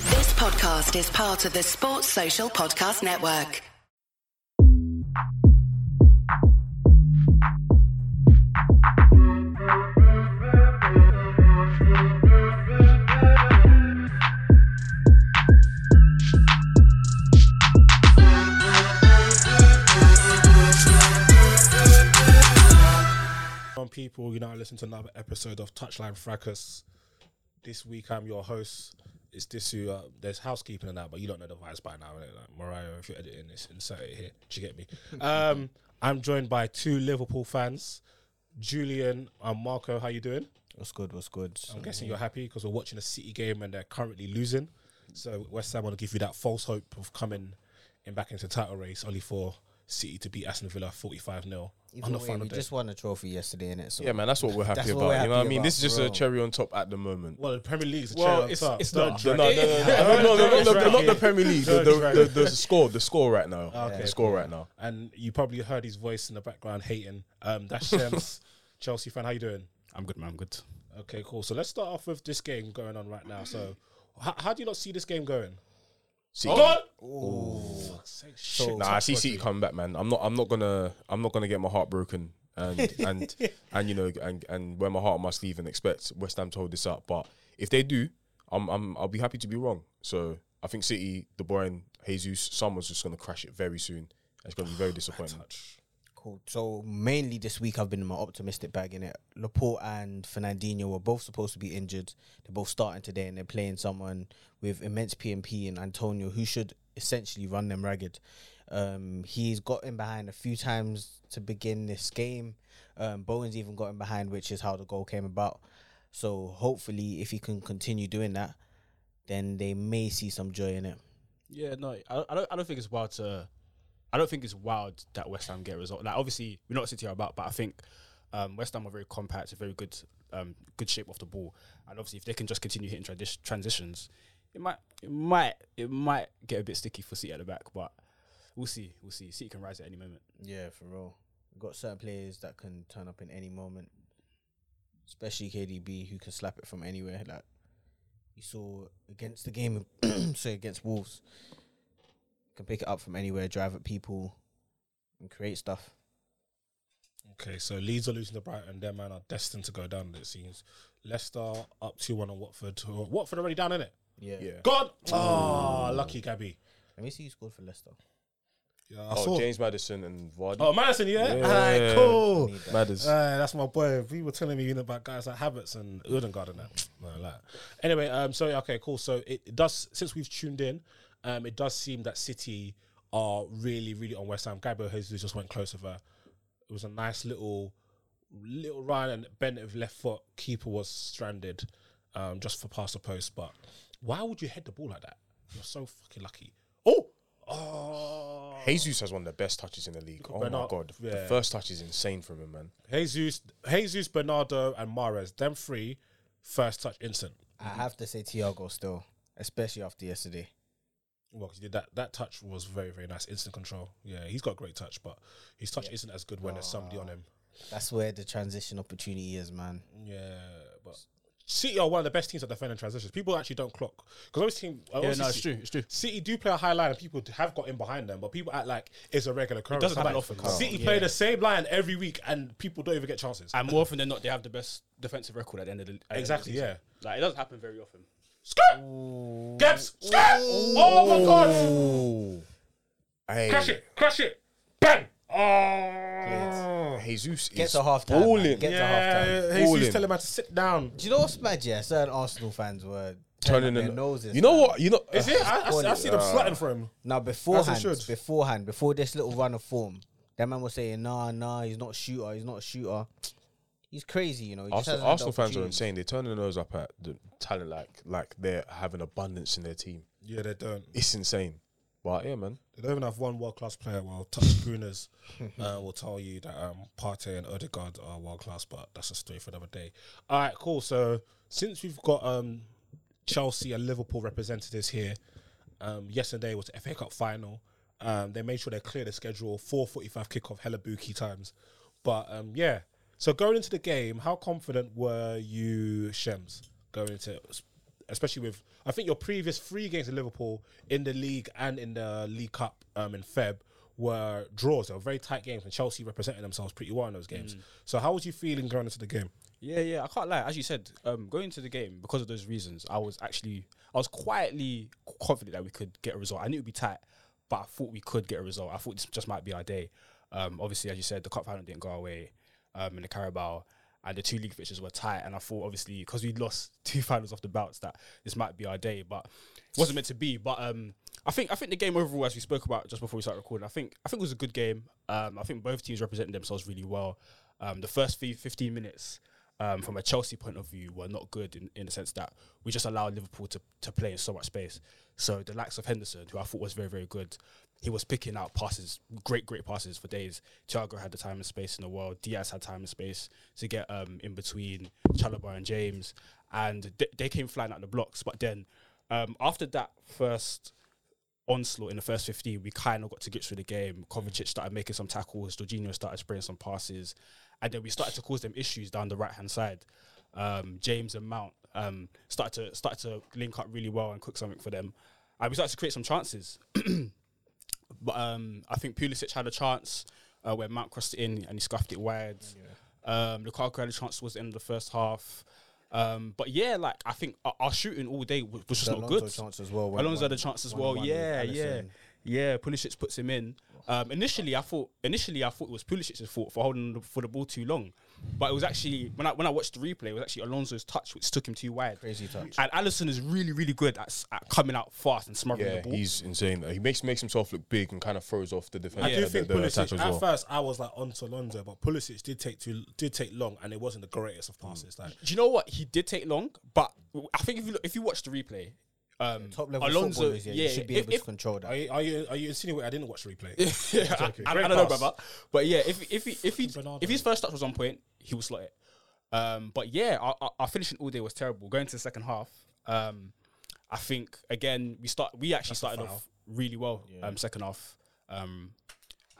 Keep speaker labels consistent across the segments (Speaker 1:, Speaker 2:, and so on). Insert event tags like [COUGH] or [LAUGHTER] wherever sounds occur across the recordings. Speaker 1: podcast is part of the Sports Social Podcast Network.
Speaker 2: on people, you know, I listen to another episode of Touchline Fracas. This week I'm your host. It's this who uh, there's housekeeping and that, but you don't know the vibes by now, innit? Like Mariah, if you're editing this, insert it here. Do
Speaker 3: [LAUGHS]
Speaker 2: you get me? Um, I'm joined by two Liverpool fans, Julian and Marco. How you doing?
Speaker 3: What's good? What's good?
Speaker 2: I'm guessing you're happy because we're watching a City game and they're currently losing. So West Ham want to give you that false hope of coming in back into title race, only for City to beat Aston Villa 45 0 on
Speaker 3: Either
Speaker 2: the
Speaker 3: way,
Speaker 2: final
Speaker 3: we
Speaker 2: day.
Speaker 3: just won a trophy yesterday, innit? So
Speaker 4: Yeah, man, that's what we're happy
Speaker 3: That's what
Speaker 4: about.
Speaker 3: we're
Speaker 4: you know what I
Speaker 3: happy
Speaker 4: mean?
Speaker 3: about,
Speaker 4: This is just
Speaker 3: bro.
Speaker 4: a cherry on top at the moment.
Speaker 2: well, the Premier League's a
Speaker 5: Well,
Speaker 2: cherry on
Speaker 5: it's-
Speaker 2: top.
Speaker 5: it's
Speaker 2: Don't
Speaker 5: not.
Speaker 4: No, no,
Speaker 2: drag
Speaker 4: no,
Speaker 2: it.
Speaker 4: no, no, no, no, no, no, no, not the Premier League. The,
Speaker 2: Don't
Speaker 4: the,
Speaker 2: drag
Speaker 4: the, the score, the score right now.
Speaker 2: Okay,
Speaker 4: the score right now.
Speaker 2: and you probably heard his voice in the background hating. Um,
Speaker 5: [LAUGHS]
Speaker 2: that's Shams, Chelsea fan. How you doing?
Speaker 5: I'm good, man. I'm good.
Speaker 2: Okay, cool. So let's start off with this game going on right now. So, h- how do you not see this game going?
Speaker 4: City.
Speaker 2: Shit.
Speaker 4: Nah, I see City coming back, man. I'm not. I'm not gonna. I'm not gonna get my heart broken. And and and you know and and wear my heart on my sleeve and expect West Ham to hold this up. But if they do, I'm I'm I'll be happy to be wrong. So I think City, De Bruyne, Jesus, someone's just gonna crash it very soon. It's gonna be very disappointing.
Speaker 3: cool. So mainly this week I've been in my optimistic bag in it. Laporte and Fernandinho were both supposed to be injured. They're both starting today and they're playing someone with immense PMP and Antonio who should essentially run them ragged. Um, he's gotten behind a few times to begin this game. Um, Bowen's even gotten behind, which is how the goal came about. So hopefully, if he can continue doing that, then they may see some joy in it.
Speaker 5: Yeah, no, I, I don't. I don't think it's wild to. I don't think it's wild that West Ham get a result. Like obviously we're not City are about, but I think um, West Ham are very compact, very good, um, good shape off the ball, and obviously if they can just continue hitting transi- transitions, it might, it might, it might get a bit sticky for City at the back, but we'll see, we'll see. City can rise at any moment.
Speaker 3: Yeah, for real. We've got certain players that can turn up in any moment, especially KDB, who can slap it from anywhere. Like you saw against the game, [CLEARS THROAT] say against Wolves, can pick it up from anywhere, drive at people, and create stuff.
Speaker 2: Okay, so Leeds are losing to Brighton. Their man are destined to go down. It seems. Leicester up two one on Watford. Uh, Watford already down in it.
Speaker 3: Yeah.
Speaker 4: Yeah.
Speaker 2: God, oh, lucky Gabby.
Speaker 3: Let me see who scored for Leicester.
Speaker 2: Yeah, I
Speaker 4: Oh,
Speaker 2: saw.
Speaker 4: James Madison and Vardy.
Speaker 2: Oh, Madison, yeah.
Speaker 4: Yeah.
Speaker 2: Alright, cool.
Speaker 3: Need that.
Speaker 4: Madders.
Speaker 2: Uh, that's my boy. We were telling me you know, about guys like Havertz and Udengaard and that. No, like. Anyway, um, so yeah, okay, cool. So it, it does since we've tuned in, um, it does seem that City are really, really on West Ham. Gabriel Jesus just went close with her. It was a nice little, little run, and Bennett with left foot keeper was stranded, um, just for past the post. But why would you head the ball like that? You're so fucking lucky. Oh, oh.
Speaker 4: Jesus has one of the best touches in the league. Oh my
Speaker 2: Bernard-
Speaker 4: god, the
Speaker 2: yeah.
Speaker 4: first touch is insane from him, man.
Speaker 2: Jesus, Jesus, Bernardo, and Mares. Them three, first touch instant.
Speaker 3: I have to say Thiago still, especially after yesterday.
Speaker 2: Well, 'cause he did that. That touch was very, very nice. Instant control. Yeah, he's got great touch, but his touch isn't as good when there's somebody
Speaker 5: Ah.
Speaker 2: on him.
Speaker 3: That's where the transition opportunity is, man.
Speaker 2: Yeah, but City are one of the best teams at defending transitions. People actually don't clock because obviously,
Speaker 5: Yeah, no, it's true, it's true.
Speaker 2: City do play a high line, and people d- have got in behind them, but people act like it's a regular occurrence.
Speaker 5: doesn't
Speaker 2: I'm
Speaker 5: happen
Speaker 2: like,
Speaker 5: often, Carl.
Speaker 2: City
Speaker 5: Yeah.
Speaker 2: play the same line every week, and people don't even get chances.
Speaker 5: And more often than not, they have the best defensive record at the end of the at the end of the
Speaker 2: Exactly,
Speaker 5: season.
Speaker 2: yeah.
Speaker 5: Like it doesn't happen very often.
Speaker 2: Skirt, Gaps, skirt. Oh my god.
Speaker 4: Hey,
Speaker 2: Crush it, crush it, bang!
Speaker 4: Oh,
Speaker 2: Oh,
Speaker 4: Jesus
Speaker 3: Get
Speaker 4: is
Speaker 3: to half time.
Speaker 4: balling.
Speaker 3: Get to half time.
Speaker 2: yeah.
Speaker 4: All
Speaker 2: Jesus
Speaker 4: in.
Speaker 2: telling man to sit down.
Speaker 3: Do you know what's mad? Yeah, certain Arsenal fans were turning,
Speaker 4: turning
Speaker 3: up
Speaker 4: the
Speaker 3: their noses.
Speaker 4: You know
Speaker 3: man.
Speaker 4: what? You know
Speaker 2: Is it? I, I, I see them
Speaker 4: Uh,
Speaker 2: flattening for him.
Speaker 3: Now beforehand,
Speaker 2: should.
Speaker 3: beforehand, before this little run of form, that man was saying, "Nah, nah, he's not a shooter. He's not a shooter. He's crazy, you know." He just
Speaker 4: [LAUGHS] Arsenal,
Speaker 3: hasn't had the
Speaker 4: Arsenal fans are
Speaker 3: opportunity."
Speaker 4: insane. They're turning their nose up at the talent like like they're having abundance in their team.
Speaker 2: Yeah, they don't.
Speaker 4: It's insane. But yeah, man.
Speaker 2: They don't even have one world class player. Well,
Speaker 3: [LAUGHS]
Speaker 2: Touch Bruner's uh, will tell you that um, Partey and Odegaard are world class, but that's a story for another day. All right, cool. So since we've got um, Chelsea and Liverpool representatives here, um, yesterday was the FA Cup final. Um, they made sure they cleared the schedule, 4.45 kickoff, hella bookie times. But um, yeah, so going into the game, how confident were you, Shems, going into especially with I think your previous three games in Liverpool in the league and in the League Cup um, in Feb were draws. They were very tight games, and Chelsea represented themselves pretty well in those games.
Speaker 4: Mm.
Speaker 2: So how was you feeling going into the game?
Speaker 5: Yeah, yeah, I can't lie. As you said, um, going into the game because of those reasons, I was actually, I was quietly confident that we could get a result. I knew it would be tight, but I thought we could get a result. I thought this just might be our day. Um, obviously, as you said, the cup final didn't go away, um, in the Carabao, and the two league fixtures were tight. And I thought, obviously, because we lost [LAUGHS] two finals off the bouts, that this might be our day, but it wasn't meant to be. But um, I think, I think the game overall, as we spoke about just before we started recording, I think, I think it was a good game. Um, I think both teams represented themselves really well. Um, the first few fifteen minutes um, from a Chelsea point of view, were not good in, in the sense that we just allowed Liverpool to, to play in so much space. So the likes of Henderson, who I thought was very, very good, he was picking out passes, great, great passes for days. Thiago had the time and space in the world. Diaz had time and space to get um, in between Chalobah and James. And they, they came flying out the blocks. But then um, after that first onslaught in the first 15, we kind of got to grips with the game. Kovacic started making some tackles, Jorginho started spraying some passes, and then we started to cause them issues down the right hand side. Um, James and Mount um, started to started to link up really well and cook something for them. And we started to create some chances. but um, I think Pulisic had a chance uh, where Mount crossed it in and he scuffed it wide. Um, Lukaku had a chance towards the end of the first half. Um, but yeah, like I think our, our shooting all day was, was just
Speaker 3: The
Speaker 5: not
Speaker 3: Alonso
Speaker 5: good.
Speaker 3: chance as well went
Speaker 5: Alonso had a
Speaker 3: one-
Speaker 5: chance as
Speaker 3: one-
Speaker 5: well.
Speaker 3: one with
Speaker 5: yeah, yeah,
Speaker 3: Alisson.
Speaker 5: yeah. Pulisic puts him in. Um, initially, I thought initially I thought it was Pulisic's fault for holding the, for the ball too long, but it was actually when I when I watched the replay, it was actually Alonso's touch which took him too wide.
Speaker 3: Crazy touch.
Speaker 5: And Allison is really really good at, s- at coming out fast and smothering
Speaker 4: Yeah,
Speaker 5: the ball.
Speaker 4: he's insane. He makes makes himself look big and kind of throws off the defense.
Speaker 2: I do
Speaker 4: the,
Speaker 2: think
Speaker 4: the attack as
Speaker 2: Pulisic. At
Speaker 4: well.
Speaker 2: first, I was like on to Alonso, but Pulisic did take too did take long, and it wasn't the greatest of passes.
Speaker 4: Mm.
Speaker 2: Like
Speaker 5: Do you know what? He did take long, but I think if you look, if you watch the replay, um,
Speaker 3: Top level
Speaker 5: Alonso,
Speaker 3: footballers, yeah, you should be
Speaker 5: if-
Speaker 3: able to
Speaker 5: if- [LAUGHS] Oh,
Speaker 3: control
Speaker 2: Are
Speaker 3: that.
Speaker 2: you, are you are you insinuating I didn't watch the
Speaker 3: [LAUGHS]
Speaker 2: replay?
Speaker 5: yeah, I, I don't- I don't know, brother. But yeah, if if if he,
Speaker 2: Bernardo.
Speaker 5: if his first touch was on point, he would slot it. Um, but yeah, our, our, our finishing all day was terrible. Going to the second half, um, I think again we start we actually started
Speaker 2: foul.
Speaker 5: off really well. Um, second half, um,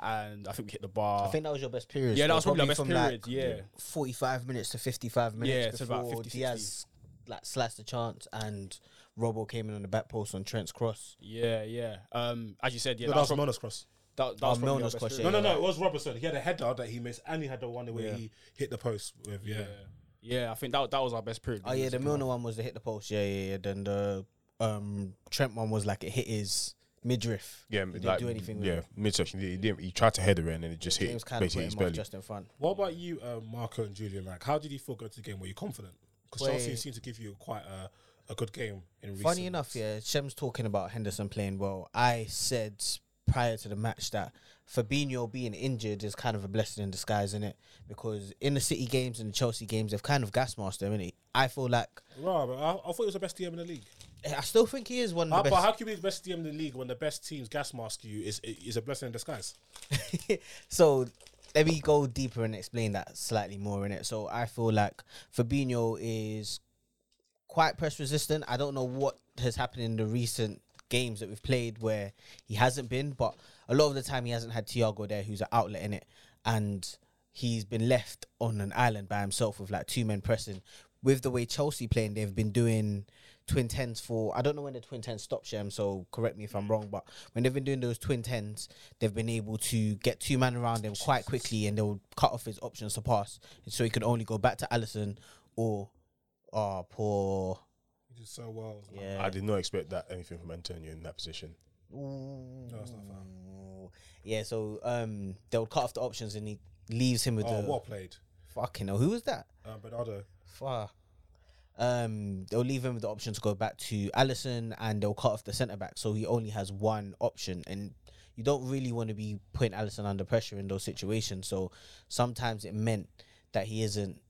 Speaker 5: and I think we hit the bar.
Speaker 3: I think that was your best period.
Speaker 5: Yeah, that
Speaker 3: so
Speaker 5: was probably our best
Speaker 3: from
Speaker 5: period,
Speaker 3: Like
Speaker 5: yeah.
Speaker 3: forty-five minutes to fifty-five
Speaker 5: Yeah,
Speaker 3: minutes
Speaker 5: to about
Speaker 3: before
Speaker 5: 50, 60.
Speaker 3: Diaz like slashed the chance and Robbo came in on the back post on Trent's cross.
Speaker 5: yeah, yeah. Um, as you said, yeah,
Speaker 2: No,
Speaker 5: that was,
Speaker 2: Milner's
Speaker 5: prob-
Speaker 2: cross.
Speaker 5: that, that
Speaker 3: Oh,
Speaker 5: was probably our
Speaker 3: Milner's
Speaker 5: best
Speaker 3: cross,
Speaker 5: period.
Speaker 2: No, no, no. It was Robertson. He had a header that he missed, and he had the one where he hit the post with. Yeah.
Speaker 5: Yeah, I think that that was our best period.
Speaker 3: Oh yeah, the Milner one was the hit the post. Yeah, yeah, yeah. Then the um, Trent one was like it hit his midriff.
Speaker 4: Yeah,
Speaker 3: he didn't
Speaker 4: like,
Speaker 3: do anything. With
Speaker 4: Yeah,
Speaker 3: it.
Speaker 4: midsection. He didn't. He tried to header it and then it just
Speaker 3: James
Speaker 4: hit
Speaker 3: kind of
Speaker 4: basically
Speaker 3: put
Speaker 4: his
Speaker 3: him off
Speaker 4: belly.
Speaker 3: just in front.
Speaker 2: What about you, uh, Marco and Julian? Like, how did you feel going to the game? Were you confident? Because
Speaker 3: Wait.
Speaker 2: Chelsea seemed to give you quite a, a good game in recent.
Speaker 3: Funny enough, yeah, Shem's talking about Henderson playing well. I said prior to the match that Fabinho being injured is kind of a blessing in disguise, isn't it? Because in the City games and the Chelsea games, they've kind of gasmasked him, innit? I feel like
Speaker 2: Wow, but I, I thought it was the best DM in the league.
Speaker 3: I still think he is one
Speaker 2: How,
Speaker 3: of the
Speaker 2: but
Speaker 3: best.
Speaker 2: how can you be the best DM in the league when the best teams gas mask you is is a blessing in disguise?
Speaker 3: [LAUGHS] so let me go deeper and explain that slightly more in it. So I feel like Fabinho is quite press resistant. I don't know what has happened in the recent games that we've played where he hasn't been, but a lot of the time he hasn't had Thiago there, who's an outlet in it, and he's been left on an island by himself with like two men pressing. With the way Chelsea playing, they've been doing twin tens for I don't know when the twin tens stopped, Shem. So correct me if I'm wrong, but when they've been doing those twin tens, they've been able to get two men around him quite quickly, and they'll cut off his options to pass, so he can only go back to Allison or Oh, poor.
Speaker 2: He did so well.
Speaker 3: Yeah.
Speaker 4: I did not expect that anything from Antonio in that position.
Speaker 2: No, it's not fair.
Speaker 3: Yeah, so um, they'll cut off the options and he leaves him with
Speaker 2: Oh,
Speaker 3: the
Speaker 2: well played,
Speaker 3: fucking hell. Who was that?
Speaker 2: uh, Bernardo.
Speaker 3: Fuck. Um, they'll leave him with the option to go back to Allison and they'll cut off the centre back, so he only has one option. And you don't really want to be putting Allison under pressure in those situations. So sometimes it meant that he isn't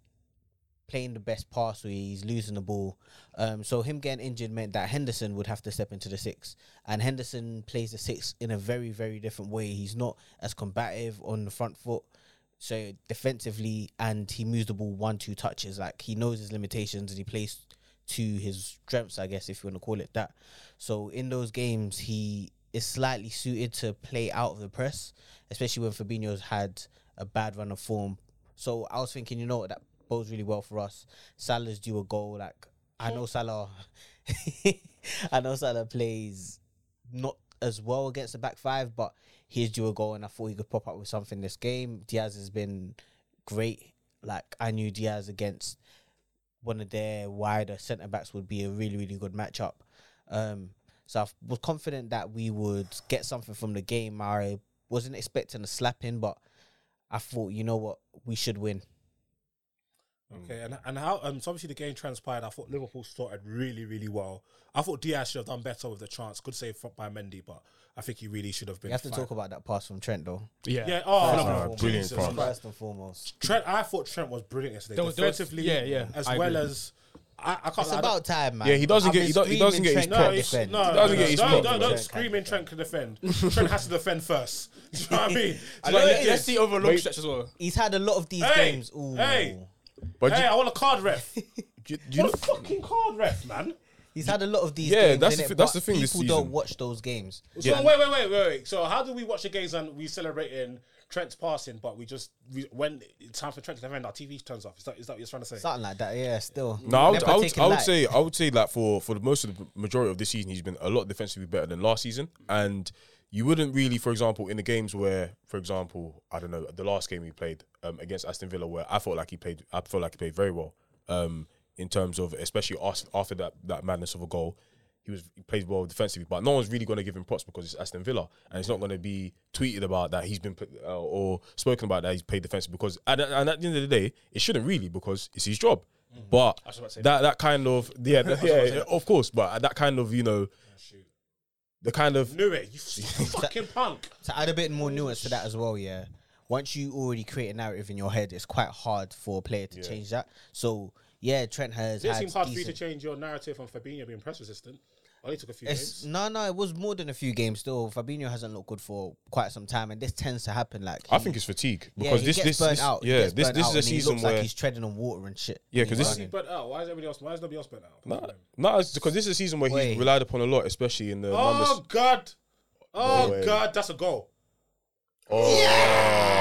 Speaker 3: playing the best pass or he's losing the ball. Um, so him getting injured meant that Henderson would have to step into the six, and Henderson plays the six in a very very different way. He's not as combative on the front foot. So defensively, and he moves the ball one two touches. Like he knows his limitations, and he plays to his strengths, I guess, if you want to call it that. So in those games, he is slightly suited to play out of the press, especially when Fabinho's had a bad run of form. So I was thinking, you know, what, that bodes really well for us. Salah's due a goal. Like I know Salah [LAUGHS] I know Salah plays not as well against the back five, but he's due a goal, and I thought he could pop up with something this game. Diaz has been great. Like I knew Diaz against one of their wider centre backs would be a really really good matchup. Um, so I f- was confident that we would get something from the game. I wasn't expecting a slapping, but I thought you know what we should win.
Speaker 2: Okay, and and how um so obviously the game transpired. I thought Liverpool started really really well. I thought Diaz should have done better with the chance. Good save from- by Mendy, but I think he really should have been.
Speaker 3: We have to
Speaker 2: fine.
Speaker 3: talk about that pass from Trent though.
Speaker 5: Yeah.
Speaker 2: Yeah,
Speaker 3: First
Speaker 2: oh,
Speaker 3: and
Speaker 2: phenomenal.
Speaker 3: foremost.
Speaker 4: brilliant
Speaker 2: Jesus
Speaker 4: pass.
Speaker 2: Christ.
Speaker 3: First and foremost.
Speaker 2: Trent, I thought Trent was brilliant yesterday,
Speaker 5: There was- there was-
Speaker 2: defensively,
Speaker 5: yeah, yeah,
Speaker 2: as
Speaker 5: I
Speaker 2: well
Speaker 5: agree.
Speaker 2: as I, I can't.
Speaker 3: It's
Speaker 2: lie, I
Speaker 3: about time, man.
Speaker 4: Yeah, he doesn't
Speaker 3: I've
Speaker 4: get-
Speaker 3: been
Speaker 4: he don't- he
Speaker 3: screaming
Speaker 4: doesn't get his
Speaker 3: Trent
Speaker 2: No,
Speaker 4: prop.
Speaker 3: can't
Speaker 2: it's-
Speaker 3: defend.
Speaker 2: no,
Speaker 4: doesn't
Speaker 2: no,
Speaker 4: get his
Speaker 2: no,
Speaker 4: prop.
Speaker 2: no, don't
Speaker 3: Trent
Speaker 2: scream
Speaker 3: can't
Speaker 2: in Trent can defend. Trent has to defend first. [LAUGHS] Do you
Speaker 3: [LAUGHS]
Speaker 2: know what I mean? Do you
Speaker 5: I
Speaker 2: know
Speaker 5: know,
Speaker 2: what I mean?
Speaker 5: let's see over a long stretch as well.
Speaker 3: He's had a lot of these
Speaker 2: Hey,
Speaker 3: games. Ooh.
Speaker 2: hey.
Speaker 4: But
Speaker 2: Hey,
Speaker 4: do-
Speaker 2: I want a card ref.
Speaker 3: [LAUGHS]
Speaker 4: do, do you
Speaker 2: What
Speaker 4: know,
Speaker 2: a fucking card ref, man.
Speaker 3: He's had a lot of these
Speaker 4: Yeah,
Speaker 3: games.
Speaker 4: that's the
Speaker 3: innit?
Speaker 4: thi- that's the
Speaker 3: But
Speaker 4: thing
Speaker 3: People
Speaker 4: this
Speaker 3: don't
Speaker 4: season.
Speaker 3: watch those games.
Speaker 2: So wait, wait, wait, wait, wait. So how do we watch the games and we celebrating Trent's passing, but we just we, when it's time for Trent to defend, our TV turns off? Is that is that what you're trying to say?
Speaker 3: Something like that, yeah, still.
Speaker 4: No, I would,
Speaker 3: Never
Speaker 4: I would,
Speaker 3: taken
Speaker 4: I would
Speaker 3: light.
Speaker 4: say I would say that for for the most of the majority of this season, he's been a lot defensively better than last season. And you wouldn't really, for example, in the games where, for example, I don't know, the last game he played um, against Aston Villa, where I felt like he played, I felt like he played very well um, in terms of, especially us- after that that madness of a goal. He was he played well defensively, but no one's really going to give him props because it's Aston Villa, and it's not going to be tweeted about that he's been pl- uh, or spoken about that he's played defensive because, and, and at the end of the day, it shouldn't really because it's his job. But
Speaker 5: Mm-hmm. was about to say
Speaker 4: that, that
Speaker 5: [LAUGHS]
Speaker 4: kind of yeah, that- yeah, of course, but that kind of you
Speaker 5: Oh,
Speaker 4: know, the kind of
Speaker 2: Knew it.
Speaker 3: [LAUGHS]
Speaker 2: You fucking punk.
Speaker 3: To add a bit more nuance to that as well, yeah. Once you already create a narrative in your head, it's quite hard for a player to change that. So, yeah, Trent has.
Speaker 2: Did it
Speaker 3: had
Speaker 2: seem hard for you to
Speaker 3: decent-
Speaker 2: change your narrative from Fabinho being press resistant? Only took a few
Speaker 3: It's,
Speaker 2: games.
Speaker 3: no, no, it was more than a few games still. Fabinho hasn't looked good for quite some time, and this tends to happen. Like
Speaker 4: I think it's fatigue because
Speaker 3: he
Speaker 4: this
Speaker 3: gets
Speaker 4: this,
Speaker 3: burnt
Speaker 4: this
Speaker 3: out. He
Speaker 4: yeah
Speaker 3: gets
Speaker 4: this
Speaker 3: burnt
Speaker 4: this
Speaker 3: out
Speaker 4: is a
Speaker 3: and he
Speaker 4: season
Speaker 3: looks
Speaker 4: where
Speaker 3: like he's treading on water and shit.
Speaker 4: Yeah,
Speaker 3: when
Speaker 4: 'cause
Speaker 3: he's
Speaker 4: this-
Speaker 2: Why is he
Speaker 3: running.
Speaker 2: burnt out? Why is everybody else? Why is nobody else burnt out?
Speaker 4: Nah, nah, it's because this is a season where
Speaker 3: Wait.
Speaker 4: he's relied upon a lot, especially in the numbers.
Speaker 2: Oh god. Oh
Speaker 4: No way.
Speaker 2: god, that's a goal.
Speaker 4: Oh.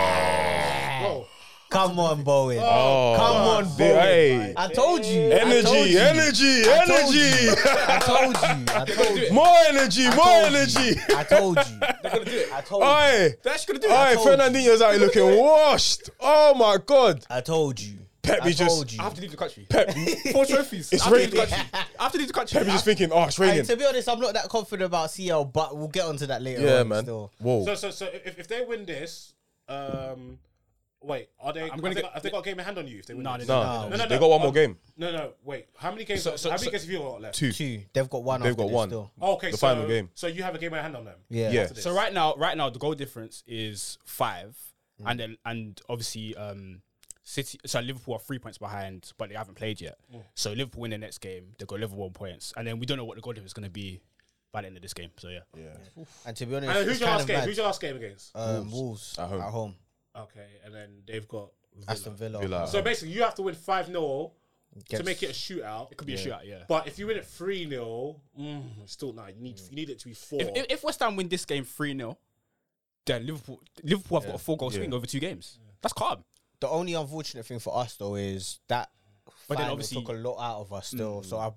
Speaker 2: Goal.
Speaker 3: Come on, Bowen.
Speaker 4: Oh,
Speaker 3: Come on,
Speaker 4: they-
Speaker 3: Bowen.
Speaker 4: hey.
Speaker 3: I told you. I told
Speaker 4: Energy,
Speaker 3: you.
Speaker 4: energy,
Speaker 3: I told you.
Speaker 4: energy.
Speaker 3: I told you.
Speaker 4: [LAUGHS]
Speaker 3: I told you.
Speaker 4: More energy, more
Speaker 3: I told you.
Speaker 4: energy.
Speaker 3: I
Speaker 4: [LAUGHS]
Speaker 3: told you. They're gonna do it. I told you.
Speaker 4: Oi,
Speaker 5: They're actually going to do
Speaker 4: oi,
Speaker 5: it.
Speaker 3: told you.
Speaker 4: Fernandinho's out here
Speaker 3: [LAUGHS]
Speaker 4: looking washed. Oh my god,
Speaker 3: I told you.
Speaker 4: Pep
Speaker 3: I
Speaker 4: is just-
Speaker 3: told you.
Speaker 5: I have to leave the country.
Speaker 4: Pep,
Speaker 5: Four trophies.
Speaker 4: It's
Speaker 5: I have to leave the
Speaker 4: raining.
Speaker 5: country. I have to leave the country.
Speaker 4: Pep is just thinking, oh, it's
Speaker 3: Hey,
Speaker 4: raining.
Speaker 3: to be honest, I'm not that confident about CL, but we'll get onto that later.
Speaker 4: Yeah,
Speaker 3: on
Speaker 4: man.
Speaker 3: Still.
Speaker 2: So
Speaker 4: Whoa.
Speaker 2: so so if, if they win this, um wait, are they
Speaker 5: I'm gonna
Speaker 2: have, they
Speaker 5: get-
Speaker 2: got, have they got a game in hand on you if they win
Speaker 5: No,
Speaker 2: this?
Speaker 5: they don't.
Speaker 4: Nah,
Speaker 2: No, no,
Speaker 4: they
Speaker 2: no.
Speaker 4: got one more game.
Speaker 2: No, no, wait. How many games
Speaker 5: So- so-
Speaker 2: how many
Speaker 5: so-
Speaker 2: games have you got left?
Speaker 4: Two.
Speaker 3: Two. They've got one.
Speaker 4: They've
Speaker 3: after
Speaker 4: got
Speaker 3: this
Speaker 4: one.
Speaker 3: Still.
Speaker 2: Oh, okay,
Speaker 4: The
Speaker 2: so,
Speaker 4: final game.
Speaker 2: So you have a game in hand on them.
Speaker 3: Yeah.
Speaker 4: Yeah.
Speaker 2: after this.
Speaker 5: So right now, right now, the goal difference is five, and then and obviously, um, City. So Liverpool are three points behind, but they haven't played yet. So Liverpool win the next game, they go level one points, and then we don't know what the goal difference is going to be by the end of this game. So yeah,
Speaker 3: And to be honest,
Speaker 2: And then who's
Speaker 3: it's
Speaker 2: your
Speaker 3: kind
Speaker 2: last
Speaker 3: of
Speaker 2: game?
Speaker 3: mad.
Speaker 2: Who's your last game against?
Speaker 5: Uh,
Speaker 3: um, Wolves at home.
Speaker 2: Okay, and then they've got Villa.
Speaker 3: Aston Villa.
Speaker 4: Villa.
Speaker 2: So basically, you have to win five 0 to
Speaker 3: Yes.
Speaker 2: make it a shootout.
Speaker 5: it could be a shootout. Yeah.
Speaker 2: But if you win it three 0 mm, it's still not. You need you need it to be four.
Speaker 5: If, if, if West Ham win this game three 0 then Liverpool Liverpool have got a four goal
Speaker 4: Yeah.
Speaker 5: swing over two games. That's calm.
Speaker 3: The only unfortunate thing for us though is that
Speaker 5: But then
Speaker 3: final
Speaker 5: obviously-
Speaker 3: took a lot out of us
Speaker 2: Mm.
Speaker 3: still. So I,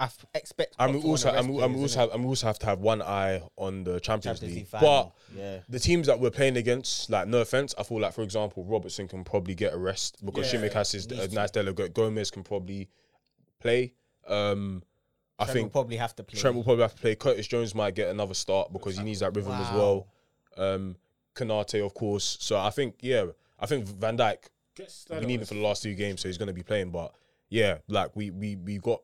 Speaker 3: I f- expect.
Speaker 4: And we
Speaker 3: Klopp to wanna
Speaker 4: also,
Speaker 3: rest
Speaker 4: and we, and we
Speaker 3: players,
Speaker 4: also,
Speaker 3: innit?
Speaker 4: have, and we also have to have one eye on the Champions,
Speaker 3: Champions
Speaker 4: League.
Speaker 3: League final,
Speaker 4: But
Speaker 3: yeah.
Speaker 4: the teams that we're playing against, like no offense, I feel like for example, Robertson can probably get a rest because
Speaker 2: Yeah.
Speaker 4: Shimmick has his a nice delegate. Gomez can probably play. Um, I
Speaker 3: Trent will
Speaker 4: think
Speaker 3: probably have to play.
Speaker 4: Trent will probably have to play. Curtis Jones might get another start because he needs that rhythm as well. Um, Kanate, of course. So I think, yeah, I think Van Dijk
Speaker 2: Get
Speaker 4: we
Speaker 2: Sterling
Speaker 4: need
Speaker 2: on
Speaker 4: him for
Speaker 2: this.
Speaker 4: the last two games, so he's going to be playing. But yeah, like we we we got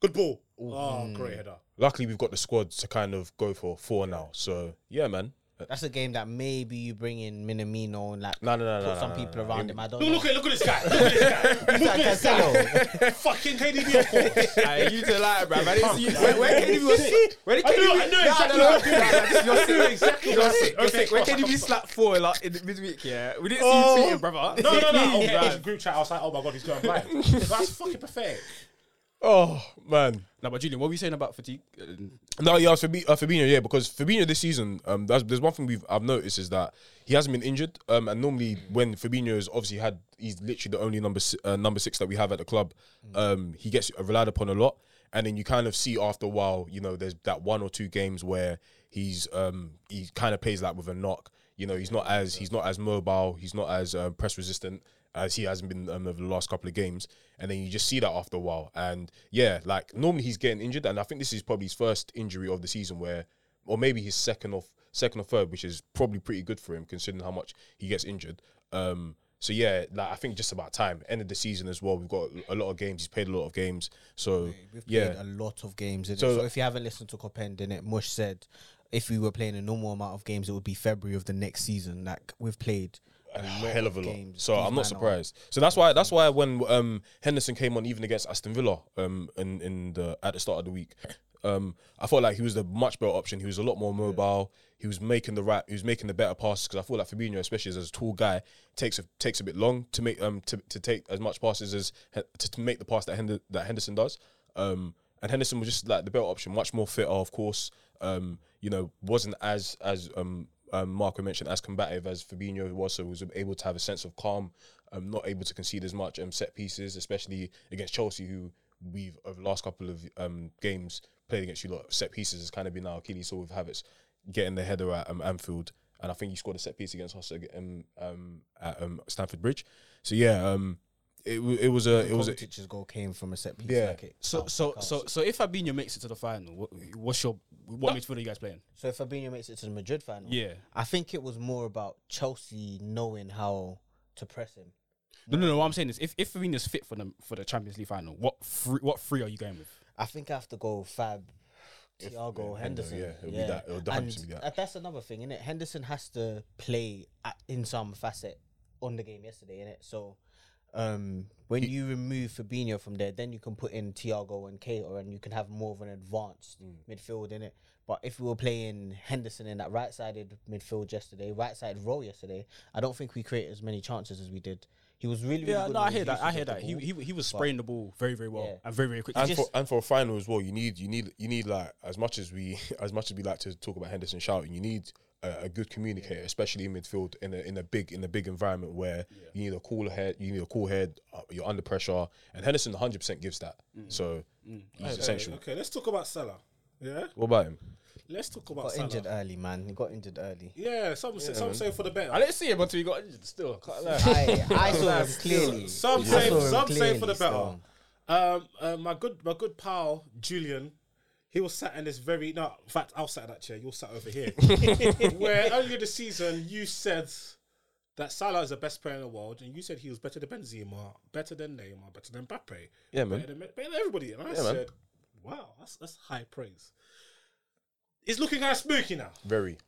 Speaker 2: good ball. Oh, great header.
Speaker 4: luckily we've got the squad to kind of go for four now. So yeah, man.
Speaker 3: That's a game that maybe you bring in Minamino and like
Speaker 4: No, no, no,
Speaker 3: put
Speaker 4: no,
Speaker 3: some
Speaker 4: no, no,
Speaker 3: people
Speaker 4: no.
Speaker 3: around
Speaker 4: Him-
Speaker 3: him. I don't
Speaker 2: Look,
Speaker 3: know.
Speaker 2: look at look at this guy. Look at this guy.
Speaker 4: [LAUGHS]
Speaker 3: [LAUGHS]
Speaker 2: Look at this
Speaker 5: [LAUGHS]
Speaker 3: Cancelo.
Speaker 2: guy. Fucking KDB, of course.
Speaker 5: Hey, you did like, bruv. I didn't see you. Where, where KDB was Where did
Speaker 2: I knew-
Speaker 5: KDB?
Speaker 2: I knew
Speaker 5: Nah,
Speaker 2: exactly
Speaker 5: nah, nah,
Speaker 2: what you meant.
Speaker 5: nah, nah, You're sick.
Speaker 2: exactly
Speaker 5: You're
Speaker 2: what I
Speaker 5: sick.
Speaker 2: meant.
Speaker 5: You're sick. Where
Speaker 2: Okay.
Speaker 5: KDB slapped four like in midweek? Yeah, we didn't see
Speaker 2: Oh.
Speaker 5: you tweeting, brother.
Speaker 2: No, no, [LAUGHS]
Speaker 5: [LAUGHS]
Speaker 2: no.
Speaker 5: Please,
Speaker 2: Okay,
Speaker 5: bruv.
Speaker 2: it's a group chat. I was like, oh my god, he's going blind. That's fucking pathetic.
Speaker 4: Oh man.
Speaker 5: No, but Julian, what were you saying about fatigue?
Speaker 4: No, yeah, Fabi- uh, Fabinho, yeah, because Fabinho this season, um, that's, there's one thing we've I've noticed is that he hasn't been injured, um, and normally when Fabinho is obviously Mm. had, he's literally the only number si- uh, number six that we have at the club, um, he gets relied upon a lot, And then you kind of see after a while, you know, there's that one or two games where he's um he kind of plays like with a knock. You know, he's not as he's not as mobile. He's not as um, press resistant as he hasn't been um, over the last couple of games. And then you just see that after a while. And yeah, like normally he's getting injured, and I think this is probably his first injury of the season where or maybe his second or second or third, which is probably pretty good for him considering how much he gets injured. Um, so yeah, like I think just about time. End of the season as well. We've got a lot of games. He's played a lot of games. So
Speaker 3: We've played
Speaker 4: yeah,
Speaker 3: a lot of games. innit?
Speaker 4: So-
Speaker 3: So, if you haven't listened to Copend, then it Mush said if we were playing a normal amount of games, it would be February of the next season. Like we've played
Speaker 4: a hell of a lot.
Speaker 3: games.
Speaker 4: So
Speaker 3: These
Speaker 4: I'm
Speaker 3: man
Speaker 4: not
Speaker 3: are-
Speaker 4: surprised. So that's why that's why when um, Henderson came on, even against Aston Villa, um, in in the at the start of the week, um, I felt like he was the much better option. He was a lot more mobile. He was making the right. He was making the better passes because I feel like Fabinho, especially as a tall guy, takes a takes a bit long to make um to, to take as much passes as to, to make the pass that Hender, that Henderson does. Um, and Henderson was just like the better option, much more fitter, of course. Um, you know, wasn't as as um, um Marco mentioned as combative as Fabinho was, so was able to have a sense of calm. Um, not able to concede as much um set pieces, especially against Chelsea, who we've over the last couple of um games played against you lot. Set pieces has kind of been our Achilles heel with Havertz getting the header at um, Anfield, and I think he scored a set piece against us ag- um, um, at um, Stamford Bridge. So yeah, um, it wa- it was a it was a,
Speaker 3: Kovacic's goal came from a set piece.
Speaker 4: Yeah.
Speaker 3: Like it,
Speaker 5: So
Speaker 3: counts,
Speaker 5: so
Speaker 3: counts.
Speaker 5: so so if Fabinho makes it to the final, what, what's your what midfielder are you guys playing?
Speaker 3: So if Fabinho makes it to the Madrid final,
Speaker 5: Yeah.
Speaker 3: I think it was more about Chelsea knowing how to press him.
Speaker 5: No, no, no. What I'm saying is, if if Fabinho's fit for the for the Champions League final, what three what three are you going with?
Speaker 3: I think I have to go Fab, Thiago,
Speaker 4: yeah,
Speaker 3: Henderson.
Speaker 4: Hendo, yeah, it'll be that- it'll
Speaker 3: and
Speaker 4: 100% be that.
Speaker 3: uh, that's another thing, innit? Henderson has to play at, in some facet on the game yesterday, innit? So um, when you remove Fabinho from there, then you can put in Thiago and Kato, and you can have more of an advanced midfield in it. But if we were playing Henderson in that right-sided midfield yesterday, right-sided role yesterday, I don't think we created as many chances as we did. He was really, really
Speaker 5: Yeah,
Speaker 3: good
Speaker 5: no,
Speaker 3: with
Speaker 5: I
Speaker 3: his
Speaker 5: hear that. I
Speaker 3: usage
Speaker 5: hear
Speaker 3: of the
Speaker 5: that. He,
Speaker 3: ball.
Speaker 5: he he was spraying the ball very very well
Speaker 3: Yeah.
Speaker 5: and very very quickly.
Speaker 4: and for and for a final as well, you need you need you need like as much as we [LAUGHS] as much as we like to talk about Henderson shouting, you need a, a good communicator, especially in midfield in a in a big in a big environment where you need a cool head, you need a cool head, uh, you're under pressure, and Henderson 100 percent gives that.
Speaker 5: Mm.
Speaker 4: So he's essential.
Speaker 2: Okay, let's talk about Salah. Yeah,
Speaker 4: What about him?
Speaker 2: let's talk about
Speaker 3: got
Speaker 2: Salah.
Speaker 3: injured early, man. He got injured early.
Speaker 2: Yeah, some some say for the better.
Speaker 5: I didn't see him until he got injured. Still, can't lie.
Speaker 3: I, I saw
Speaker 2: [LAUGHS]
Speaker 3: him clearly.
Speaker 2: Some
Speaker 3: I
Speaker 2: say
Speaker 3: saw him
Speaker 2: some say for the
Speaker 3: clearly
Speaker 2: better.
Speaker 3: still.
Speaker 2: Um, uh, my good my good pal Julian, he was sat in this very no. In fact, I was sat in that chair. You were sat
Speaker 4: [LAUGHS]
Speaker 2: over here. Where earlier this season you said that Salah is the best player in the world, and you said he was better than Benzema, better than Neymar, better than Mbappe,
Speaker 4: Yeah,
Speaker 2: better
Speaker 4: man.
Speaker 2: than, better than everybody. And I
Speaker 4: Yeah, man.
Speaker 2: said, "Wow, that's that's high praise." It's looking kind of spooky now.
Speaker 4: Very.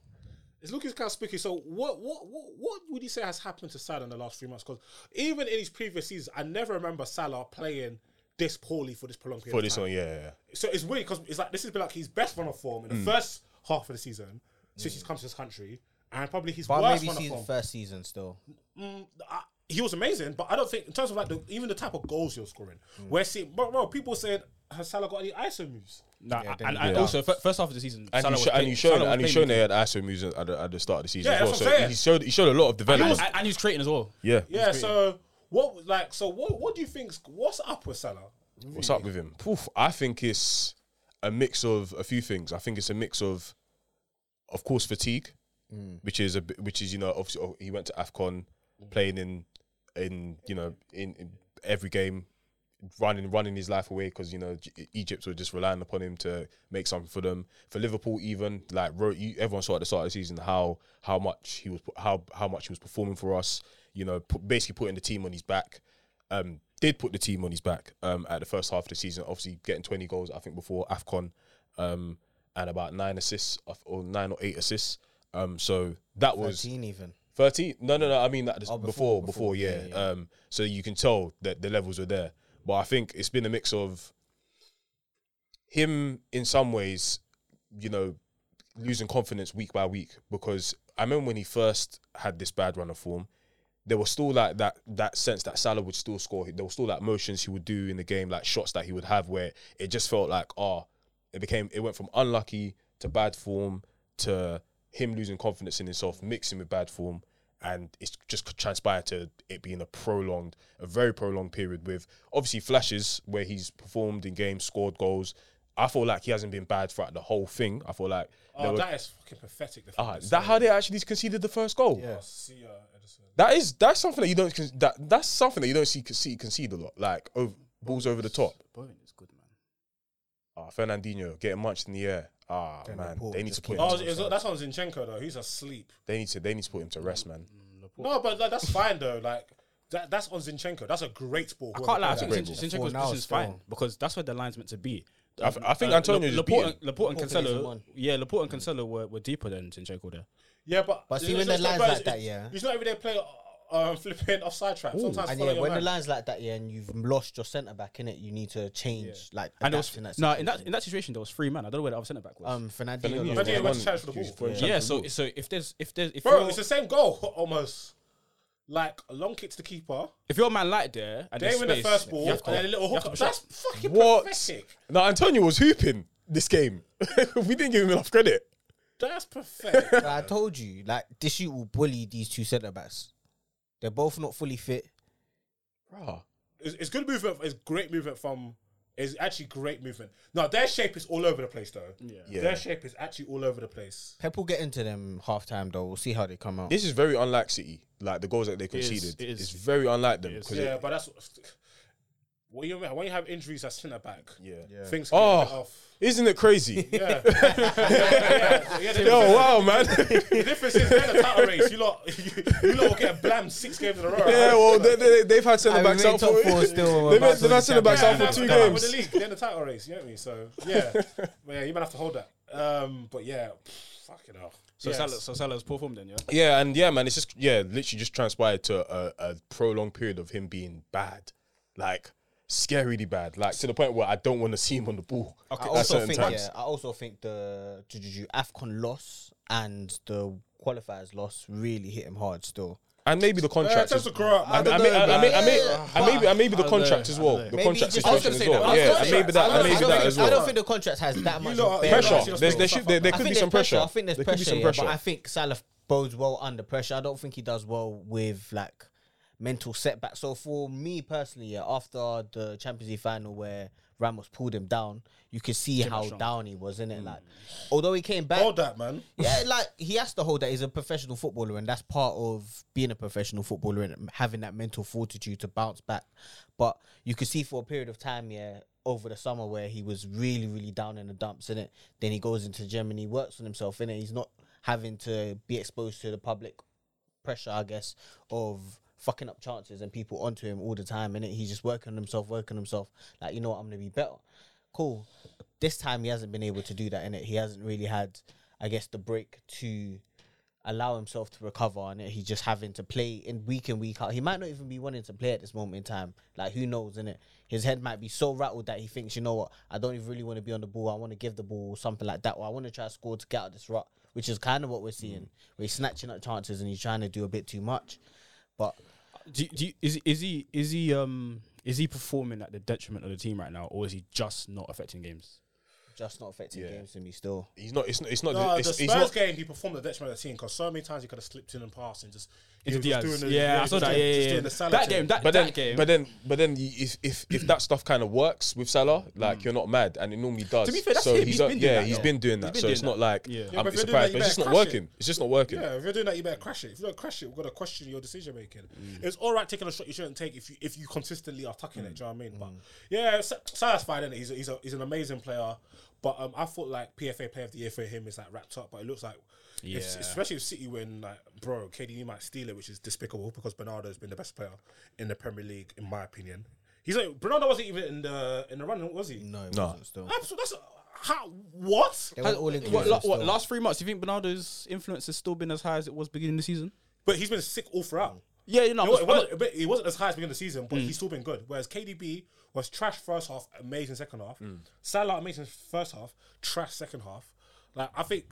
Speaker 2: It's looking kind of spooky. So, what, what, what, what would you say has happened to Salah in the last three months? Because even in his previous seasons, I never remember Salah playing this poorly for this prolonged period.
Speaker 4: For
Speaker 2: of
Speaker 4: this
Speaker 2: time.
Speaker 4: one, Mm. yeah, yeah, yeah.
Speaker 2: So it's weird because it's like this has been like his best run of form in the first half of the season since he's come to this country, and probably his
Speaker 3: But
Speaker 2: worst
Speaker 3: maybe
Speaker 2: run of
Speaker 3: season
Speaker 2: form.
Speaker 3: first season still.
Speaker 2: I- he was amazing, but I don't think in terms of like the, even the type of goals he was scoring,
Speaker 3: Mm.
Speaker 2: we're seeing. Bro, bro, people said has Salah got any ISO moves?
Speaker 5: Nah,
Speaker 3: Yeah,
Speaker 5: and,
Speaker 3: then-
Speaker 5: and
Speaker 4: yeah.
Speaker 5: also fir- first half of the season, Salah
Speaker 4: And he
Speaker 5: was
Speaker 4: sho- and
Speaker 5: playing-
Speaker 4: he's shown
Speaker 5: Salah
Speaker 4: and he's
Speaker 5: was
Speaker 4: shown
Speaker 5: playing
Speaker 4: they had ISO moves at the, at the start of the season
Speaker 2: Yeah,
Speaker 4: as well.
Speaker 2: that's
Speaker 4: So
Speaker 2: what I'm saying.
Speaker 4: he showed he showed a lot of
Speaker 5: good.
Speaker 4: development.
Speaker 5: and, and he's creating as well.
Speaker 4: yeah.
Speaker 2: Yeah. So what, like, so what? What do you think? What's up with Salah?
Speaker 4: What's up with him? Poof, I think it's a mix of a few things. I think it's a mix of, of course, fatigue, which is a bi- which is you know obviously oh, he went to Afcon, playing in in you know in, in every game, running running his life away because you know G- Egypt were just relying upon him to make something for them. For Liverpool, even like Ro- you, everyone saw at the start of the season how how much he was pu- how how much he was performing for us. You know, pu- basically putting the team on his back um, did put the team on his back um, at the first half of the season. Obviously, getting 20 goals, I think, before AFCON um, and about nine assists of- or nine or eight assists. Um, so that was
Speaker 3: 13 even.
Speaker 4: 13. No, no, no. I mean, that is- before, before,
Speaker 3: Oh, before, before,
Speaker 4: yeah.
Speaker 3: yeah, yeah.
Speaker 4: Um, so you can tell that the levels are there. But I think it's been a mix of him, in some ways, you know, losing confidence week by week because I remember when he first had this bad run of form, there was still like that that sense that Salah would still score. There was still like motions he would do in the game, like shots that he would have where it just felt like ah, it became it went from unlucky to bad form to him losing confidence in himself, mixing with bad form, and it's just transpired to it being a prolonged, a very prolonged period with obviously flashes where he's performed in games, scored goals. I feel like he hasn't been bad throughout the whole thing. I feel like there
Speaker 2: Oh,
Speaker 4: were-
Speaker 2: that is fucking pathetic. The
Speaker 4: Ah, that how they actually conceded the first goal.
Speaker 2: see, uh, Edison.
Speaker 4: That is that's something that you don't con- that that's something that you don't see see concede a lot. Like over, balls over the top.
Speaker 5: Bowen is good, man.
Speaker 4: Ah, Fernandinho getting munched in the air. Ah
Speaker 3: Then
Speaker 4: man,
Speaker 3: Laporte
Speaker 4: they need
Speaker 3: just
Speaker 4: to put him
Speaker 3: came
Speaker 4: to,
Speaker 2: Oh, is, that's on Zinchenko though. He's asleep.
Speaker 4: they need to they need to put him to rest, man.
Speaker 2: No, but like, that's fine though. Like that, that's on Zinchenko. That's a great ball.
Speaker 5: I can't lie. I
Speaker 4: That's
Speaker 5: think Zin-
Speaker 4: great ball.
Speaker 3: For
Speaker 5: Zinchenko's
Speaker 3: now,
Speaker 5: position is
Speaker 3: still.
Speaker 5: fine because that's where the line's meant to be.
Speaker 4: I th- I think
Speaker 5: Uh,
Speaker 4: Antonio
Speaker 5: La-
Speaker 4: just beat
Speaker 5: Laporte,
Speaker 4: him.
Speaker 5: and- Laporte and
Speaker 3: Laporte plays as
Speaker 5: Cancelo.
Speaker 3: one.
Speaker 5: Yeah, Laporte and Cancelo were, were deeper than Zinchenko there.
Speaker 2: Yeah, but
Speaker 3: But see,
Speaker 2: it's-
Speaker 3: when
Speaker 2: it's
Speaker 3: the
Speaker 2: not-
Speaker 3: line's
Speaker 2: but
Speaker 3: like
Speaker 2: it's-
Speaker 3: that, yeah.
Speaker 2: he's not every day playing um, flipping offside trap. Sometimes
Speaker 3: And
Speaker 2: follow
Speaker 3: yeah,
Speaker 2: your
Speaker 3: when the
Speaker 2: man.
Speaker 3: line's like that, yeah, and you've lost your centre back in it, you need to change like
Speaker 5: And there
Speaker 3: adapt
Speaker 5: was
Speaker 3: in that
Speaker 5: no in
Speaker 3: situation.
Speaker 5: that in that situation there was three man. I don't know where the other centre back was.
Speaker 3: um Fernandinho.
Speaker 4: Fernandinho
Speaker 3: lost
Speaker 2: Fernandinho
Speaker 3: it.
Speaker 2: went to charge for the ball.
Speaker 4: Going to
Speaker 5: yeah,
Speaker 4: charge for
Speaker 5: so
Speaker 4: the ball.
Speaker 5: so if there's if there's if
Speaker 2: Bro,
Speaker 5: you're,
Speaker 2: it's the same goal [LAUGHS] almost. Like a long kick to the keeper.
Speaker 5: if you're a man light there and
Speaker 2: They
Speaker 5: there's
Speaker 2: win the
Speaker 5: space,
Speaker 2: first ball
Speaker 5: you have
Speaker 2: and
Speaker 5: to
Speaker 2: then a little
Speaker 5: you have
Speaker 2: hook
Speaker 5: to
Speaker 2: up.
Speaker 5: push
Speaker 2: That's fucking
Speaker 4: What?
Speaker 2: pathetic.
Speaker 4: No, Antonio was hooping this game. [LAUGHS] we didn't give him enough credit.
Speaker 2: That's pathetic.
Speaker 3: But I told you, like this shoot will bully these two centre backs. They're both not fully fit.
Speaker 4: Bruh.
Speaker 2: it's, it's good movement. It's great movement from. It's actually great movement. Now their shape is all over the place though.
Speaker 4: Yeah.
Speaker 2: Their shape is actually all over the place.
Speaker 3: Pep will get into them half time though. We'll see how they come out.
Speaker 4: This is very unlike City. Like the goals that they
Speaker 5: is,
Speaker 4: conceded,
Speaker 5: it is.
Speaker 4: it's very unlike them.
Speaker 5: It is.
Speaker 4: 'cause
Speaker 2: Yeah,
Speaker 4: it-
Speaker 2: but that's what you when you have injuries at centre back.
Speaker 4: Yeah. Yeah.
Speaker 2: things get
Speaker 4: Oh.
Speaker 2: a bit
Speaker 4: [LAUGHS]
Speaker 2: off.
Speaker 4: isn't it crazy?
Speaker 5: [LAUGHS]
Speaker 2: Yeah, yeah, yeah, yeah, the,
Speaker 4: Yo,
Speaker 2: difference,
Speaker 4: wow, man.
Speaker 5: [LAUGHS]
Speaker 2: the difference is they're the title race. You lot, [LAUGHS] you, you lot will get blammed six games in a row.
Speaker 4: Yeah, well, they, they, they've had centre
Speaker 3: And we
Speaker 4: backs
Speaker 3: made
Speaker 4: out
Speaker 3: top
Speaker 4: for
Speaker 3: four
Speaker 4: [LAUGHS]
Speaker 3: still,
Speaker 4: They've
Speaker 3: but
Speaker 4: had- they've had
Speaker 3: Champions
Speaker 4: centre backs
Speaker 3: League.
Speaker 4: out for two
Speaker 2: they're out with
Speaker 4: games.
Speaker 2: the league, they're in the title race. You know what I mean? So yeah, but yeah, you might have to hold that. Um, but yeah, pff, fucking hell.
Speaker 5: So
Speaker 2: Yes.
Speaker 5: Salah, so Salah's poor form then, yeah.
Speaker 4: Yeah, and yeah, man, it's just yeah, literally just transpired to a, a prolonged period of him being bad, like scarily bad, like to the point where I don't want to see him on the ball.
Speaker 3: I also think yeah, I also think the ju- ju- ju- Afcon loss and the qualifiers loss really hit him hard still.
Speaker 4: and maybe the
Speaker 2: Yeah,
Speaker 4: contract.
Speaker 2: just to grow up.
Speaker 4: I
Speaker 2: man.
Speaker 4: mean, I
Speaker 3: don't
Speaker 4: mean,
Speaker 3: know,
Speaker 4: I mean,
Speaker 3: man.
Speaker 4: I mean, I maybe, I maybe the
Speaker 5: I
Speaker 4: contract
Speaker 5: don't
Speaker 4: as
Speaker 5: know.
Speaker 4: well.
Speaker 5: I don't
Speaker 4: The
Speaker 5: know.
Speaker 4: contract
Speaker 3: Maybe just- I
Speaker 4: situation
Speaker 3: was
Speaker 4: as
Speaker 3: gonna
Speaker 4: well.
Speaker 2: say that.
Speaker 4: Yeah,
Speaker 2: I
Speaker 4: and
Speaker 2: was
Speaker 4: maybe
Speaker 2: gonna
Speaker 4: that,
Speaker 2: say
Speaker 4: and
Speaker 2: that.
Speaker 4: maybe
Speaker 3: I
Speaker 4: that
Speaker 3: don't
Speaker 4: as
Speaker 3: think- I don't
Speaker 4: well.
Speaker 3: think the contract has that much
Speaker 2: lot
Speaker 3: of
Speaker 2: are
Speaker 3: bearing
Speaker 2: pressure.
Speaker 3: on it
Speaker 4: There's- there
Speaker 3: still.
Speaker 4: should- there- there
Speaker 3: I
Speaker 4: could
Speaker 3: think
Speaker 4: be
Speaker 3: there's
Speaker 4: some
Speaker 3: I
Speaker 4: pressure.
Speaker 3: think there's
Speaker 4: There could be
Speaker 3: pressure,
Speaker 4: some
Speaker 3: yeah,
Speaker 4: pressure.
Speaker 3: but I think Salah bodes well under pressure. I don't think he does well with like mental setbacks. So for me personally, yeah, after the Champions League final where Ramos pulled him down, you could see how down he was in it. Like, although he came back,
Speaker 2: Hold that, man.
Speaker 3: yeah, like he has to hold that. He's a professional footballer, and that's part of being a professional footballer and having that mental fortitude to bounce back. But you could see for a period of time, yeah, over the summer where he was really, really down in the dumps, in it. Then he goes into Germany, works on himself, in it. He's not having to be exposed to the public pressure, I guess, of fucking up chances and people onto him all the time. And he's just working on himself, working on himself. Like, you know what, I'm gonna be better. Cool. This time he hasn't been able to do that, and it he hasn't really had, I guess, the break to allow himself to recover, and he's just having to play in week in week out. He might not even be wanting to play at this moment in time. Like who knows, innit? His head might be so rattled that he thinks, you know what, I don't even really want to be on the ball. I want to give the ball or something like that, or I want to try to score to get out of this rut, which is kind of what we're
Speaker 2: Mm.
Speaker 3: seeing. Where he's snatching up chances and he's trying to do a bit too much. But
Speaker 5: Do, you- do you, is is he is he um is he performing at the detriment of the team right now, or is he just not affecting games?
Speaker 3: just not affecting games to me still.
Speaker 4: He's not. It's not. It's not.
Speaker 2: No,
Speaker 4: it's,
Speaker 2: the
Speaker 4: it's
Speaker 2: Spurs
Speaker 4: not.
Speaker 2: game, he performed the detriment of the team because so many times he could have slipped in and passed and just. he
Speaker 5: Into
Speaker 2: was just
Speaker 5: Diaz,
Speaker 2: doing the-
Speaker 5: yeah,
Speaker 2: he
Speaker 5: I
Speaker 2: was
Speaker 5: saw
Speaker 2: just
Speaker 5: that.
Speaker 2: doing-
Speaker 5: Yeah,
Speaker 2: just
Speaker 5: yeah,
Speaker 2: doing
Speaker 5: yeah.
Speaker 2: the Salah
Speaker 5: That
Speaker 2: thing.
Speaker 5: game, that,
Speaker 4: But then,
Speaker 5: that game.
Speaker 4: but then, but then, y- if if if that stuff kind of works with Salah, like you're not mad, and it normally does.
Speaker 5: To be fair, that's
Speaker 4: so
Speaker 5: him. He's
Speaker 4: uh,
Speaker 5: been doing
Speaker 4: yeah,
Speaker 5: that,
Speaker 4: he's
Speaker 5: though.
Speaker 4: been doing
Speaker 5: He's
Speaker 4: that.
Speaker 5: been
Speaker 4: so
Speaker 5: doing
Speaker 4: it's not
Speaker 5: that.
Speaker 4: like
Speaker 5: Yeah. Yeah,
Speaker 2: but
Speaker 4: I'm
Speaker 2: if you're doing
Speaker 4: surprised,
Speaker 2: that, you
Speaker 4: but it's just
Speaker 2: better
Speaker 4: not
Speaker 2: crush it.
Speaker 4: working. It's just not working.
Speaker 2: Yeah, if you're doing that, you better crash it. If you don't crash it, we've got to question your decision making. It's all right taking a shot you shouldn't take if you if you consistently are tucking it. Do you know what I mean? But yeah, Sa- Salah's fine. Isn't it? He's a, he's, a, he's an amazing player. But um, I thought like PFA Player of the Year for him is like wrapped up. But it looks like, if,
Speaker 5: Yeah.
Speaker 2: especially if City win, like bro, KDB might steal it, which is despicable because Bernardo's been the best player in the Premier League, in my opinion. He's like Bernardo wasn't even in the in the running, was he?
Speaker 3: No, it wasn't still.
Speaker 2: Absolutely. That's how what?
Speaker 3: They went all in.
Speaker 5: what, la- what last three months? Do you think Bernardo's influence has still been as high as it was beginning of the season?
Speaker 2: But he's been sick all throughout.
Speaker 5: Yeah, you know,
Speaker 2: It,
Speaker 5: I'm not- I'm
Speaker 2: wasn't, it wasn't as high as beginning of the season, but
Speaker 4: Mm.
Speaker 2: he's still been good. Whereas KDB was trash first half, amazing second half.
Speaker 4: Mm.
Speaker 2: Salah amazing first half, trash second half. Like I think,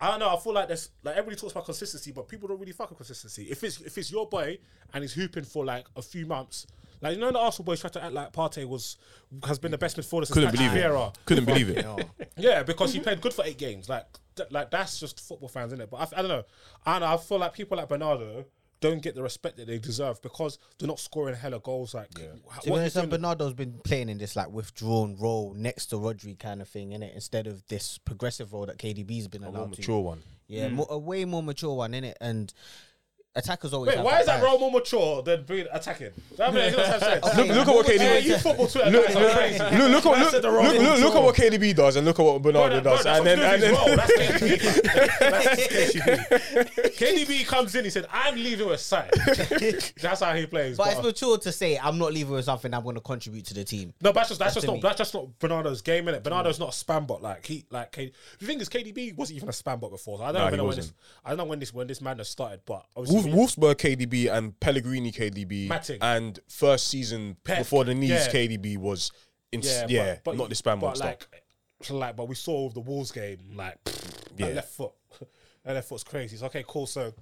Speaker 2: I don't know. I feel like there's like everybody talks about consistency, but people don't really fuck with consistency. If it's if it's your boy and he's hooping for like a few months, like you know, the Arsenal boys try to act like Partey was has been the best midfielder since
Speaker 4: Mm. Couldn't
Speaker 2: Patrick
Speaker 4: believe it.
Speaker 2: Vieira.
Speaker 4: Couldn't believe it.
Speaker 2: Yeah, because he played good for eight games. Like, th- like that's just football fans, isn't it? But I, f- I don't know. I don't know. I feel like people like Bernardo don't get the respect that they deserve because they're not scoring hella goals. Like, wh-
Speaker 3: To be
Speaker 2: what
Speaker 3: honest,
Speaker 2: he's doing-
Speaker 3: Bernardo's been playing in this like withdrawn role next to Rodri kind of thing, innit? Instead of this progressive role that KDB's been
Speaker 4: a more
Speaker 3: allowed
Speaker 4: mature
Speaker 3: to.
Speaker 4: one.
Speaker 3: Yeah,
Speaker 2: Mm.
Speaker 3: mo- a way more mature one, innit? And attackers always.
Speaker 2: Wait,
Speaker 3: have
Speaker 2: why is that
Speaker 3: bias.
Speaker 2: role more mature than being attacking? That makes no
Speaker 4: [LAUGHS]
Speaker 2: sense.
Speaker 3: Look- look at what
Speaker 2: Hey,
Speaker 4: KDB
Speaker 2: you football Twitter
Speaker 4: Look,
Speaker 2: guys are
Speaker 4: look,
Speaker 2: crazy.
Speaker 4: look, look,
Speaker 2: Man
Speaker 4: look,
Speaker 2: said
Speaker 4: look,
Speaker 2: the role was
Speaker 4: look, look at
Speaker 2: mature.
Speaker 4: what KDB does and look at what
Speaker 2: Bro,
Speaker 4: Bernardo
Speaker 2: that- bro,
Speaker 4: does,
Speaker 2: that's
Speaker 4: and
Speaker 2: what
Speaker 4: then and
Speaker 2: Snoopy's role.
Speaker 4: then [LAUGHS]
Speaker 2: That's KDB. That's KDB. KDB comes in. He said, "I'm leaving with sight." [LAUGHS] That's how he plays.
Speaker 3: But
Speaker 2: But
Speaker 3: it's mature to say I'm not leaving with something I'm going to contribute to the team.
Speaker 2: no, that's just that's, just
Speaker 3: to
Speaker 2: not
Speaker 3: me.
Speaker 2: that's just not Bernardo's game in it. Bernardo's not a spam bot like he like K, the thing is KDB wasn't even a spam bot before. So I
Speaker 4: Nah,
Speaker 2: don't
Speaker 4: he
Speaker 2: even know when
Speaker 4: wasn't.
Speaker 2: this I don't know when this when this madness started, but
Speaker 4: Wolf,
Speaker 2: obviously
Speaker 4: Wolves were KDB and Pellegrini KDB
Speaker 2: Matic.
Speaker 4: and first season
Speaker 2: Pep,
Speaker 4: before the knees
Speaker 2: yeah.
Speaker 4: KDB was in, yeah, not the spam
Speaker 2: but
Speaker 4: one
Speaker 2: like, like, but we saw with the Wolves game, like, pfft, that
Speaker 4: Yeah.
Speaker 2: left foot, [LAUGHS] that left foot's crazy. So, okay, cool. So,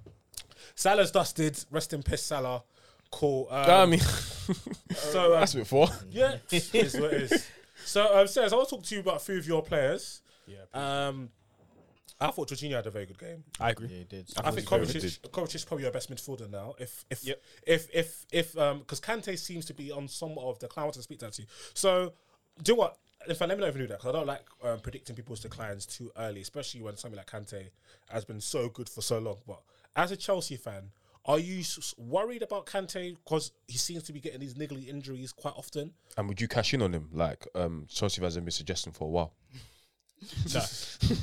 Speaker 2: Salah's dusted. Rest in peace, Salah. Cool. Um,
Speaker 4: I mean,
Speaker 2: so um,
Speaker 4: that's before.
Speaker 2: [LAUGHS] yeah, it is what
Speaker 4: [LAUGHS]
Speaker 2: it is. So, um, Says, I want to talk to you about a few of your players.
Speaker 5: Yeah, please.
Speaker 2: Um, I thought Jorginho had a very good game.
Speaker 5: I agree.
Speaker 3: did.
Speaker 2: I think
Speaker 4: very
Speaker 2: Kovacic, Kovacic is probably our best midfielder now. If if
Speaker 5: Yep.
Speaker 2: if if if um because Kante seems to be on somewhat of decline. I want to speak that to you. So do what. In fact, let me know if you do that because I don't like um, predicting people's declines too early, especially when something like Kante has been so good for so long. But as a Chelsea fan, are you s- s- worried about Kante because he seems to be getting these niggly injuries quite often?
Speaker 4: [LAUGHS] And would you cash in on him? Like, um, Chelsea hasn't been suggesting for a while.
Speaker 5: No,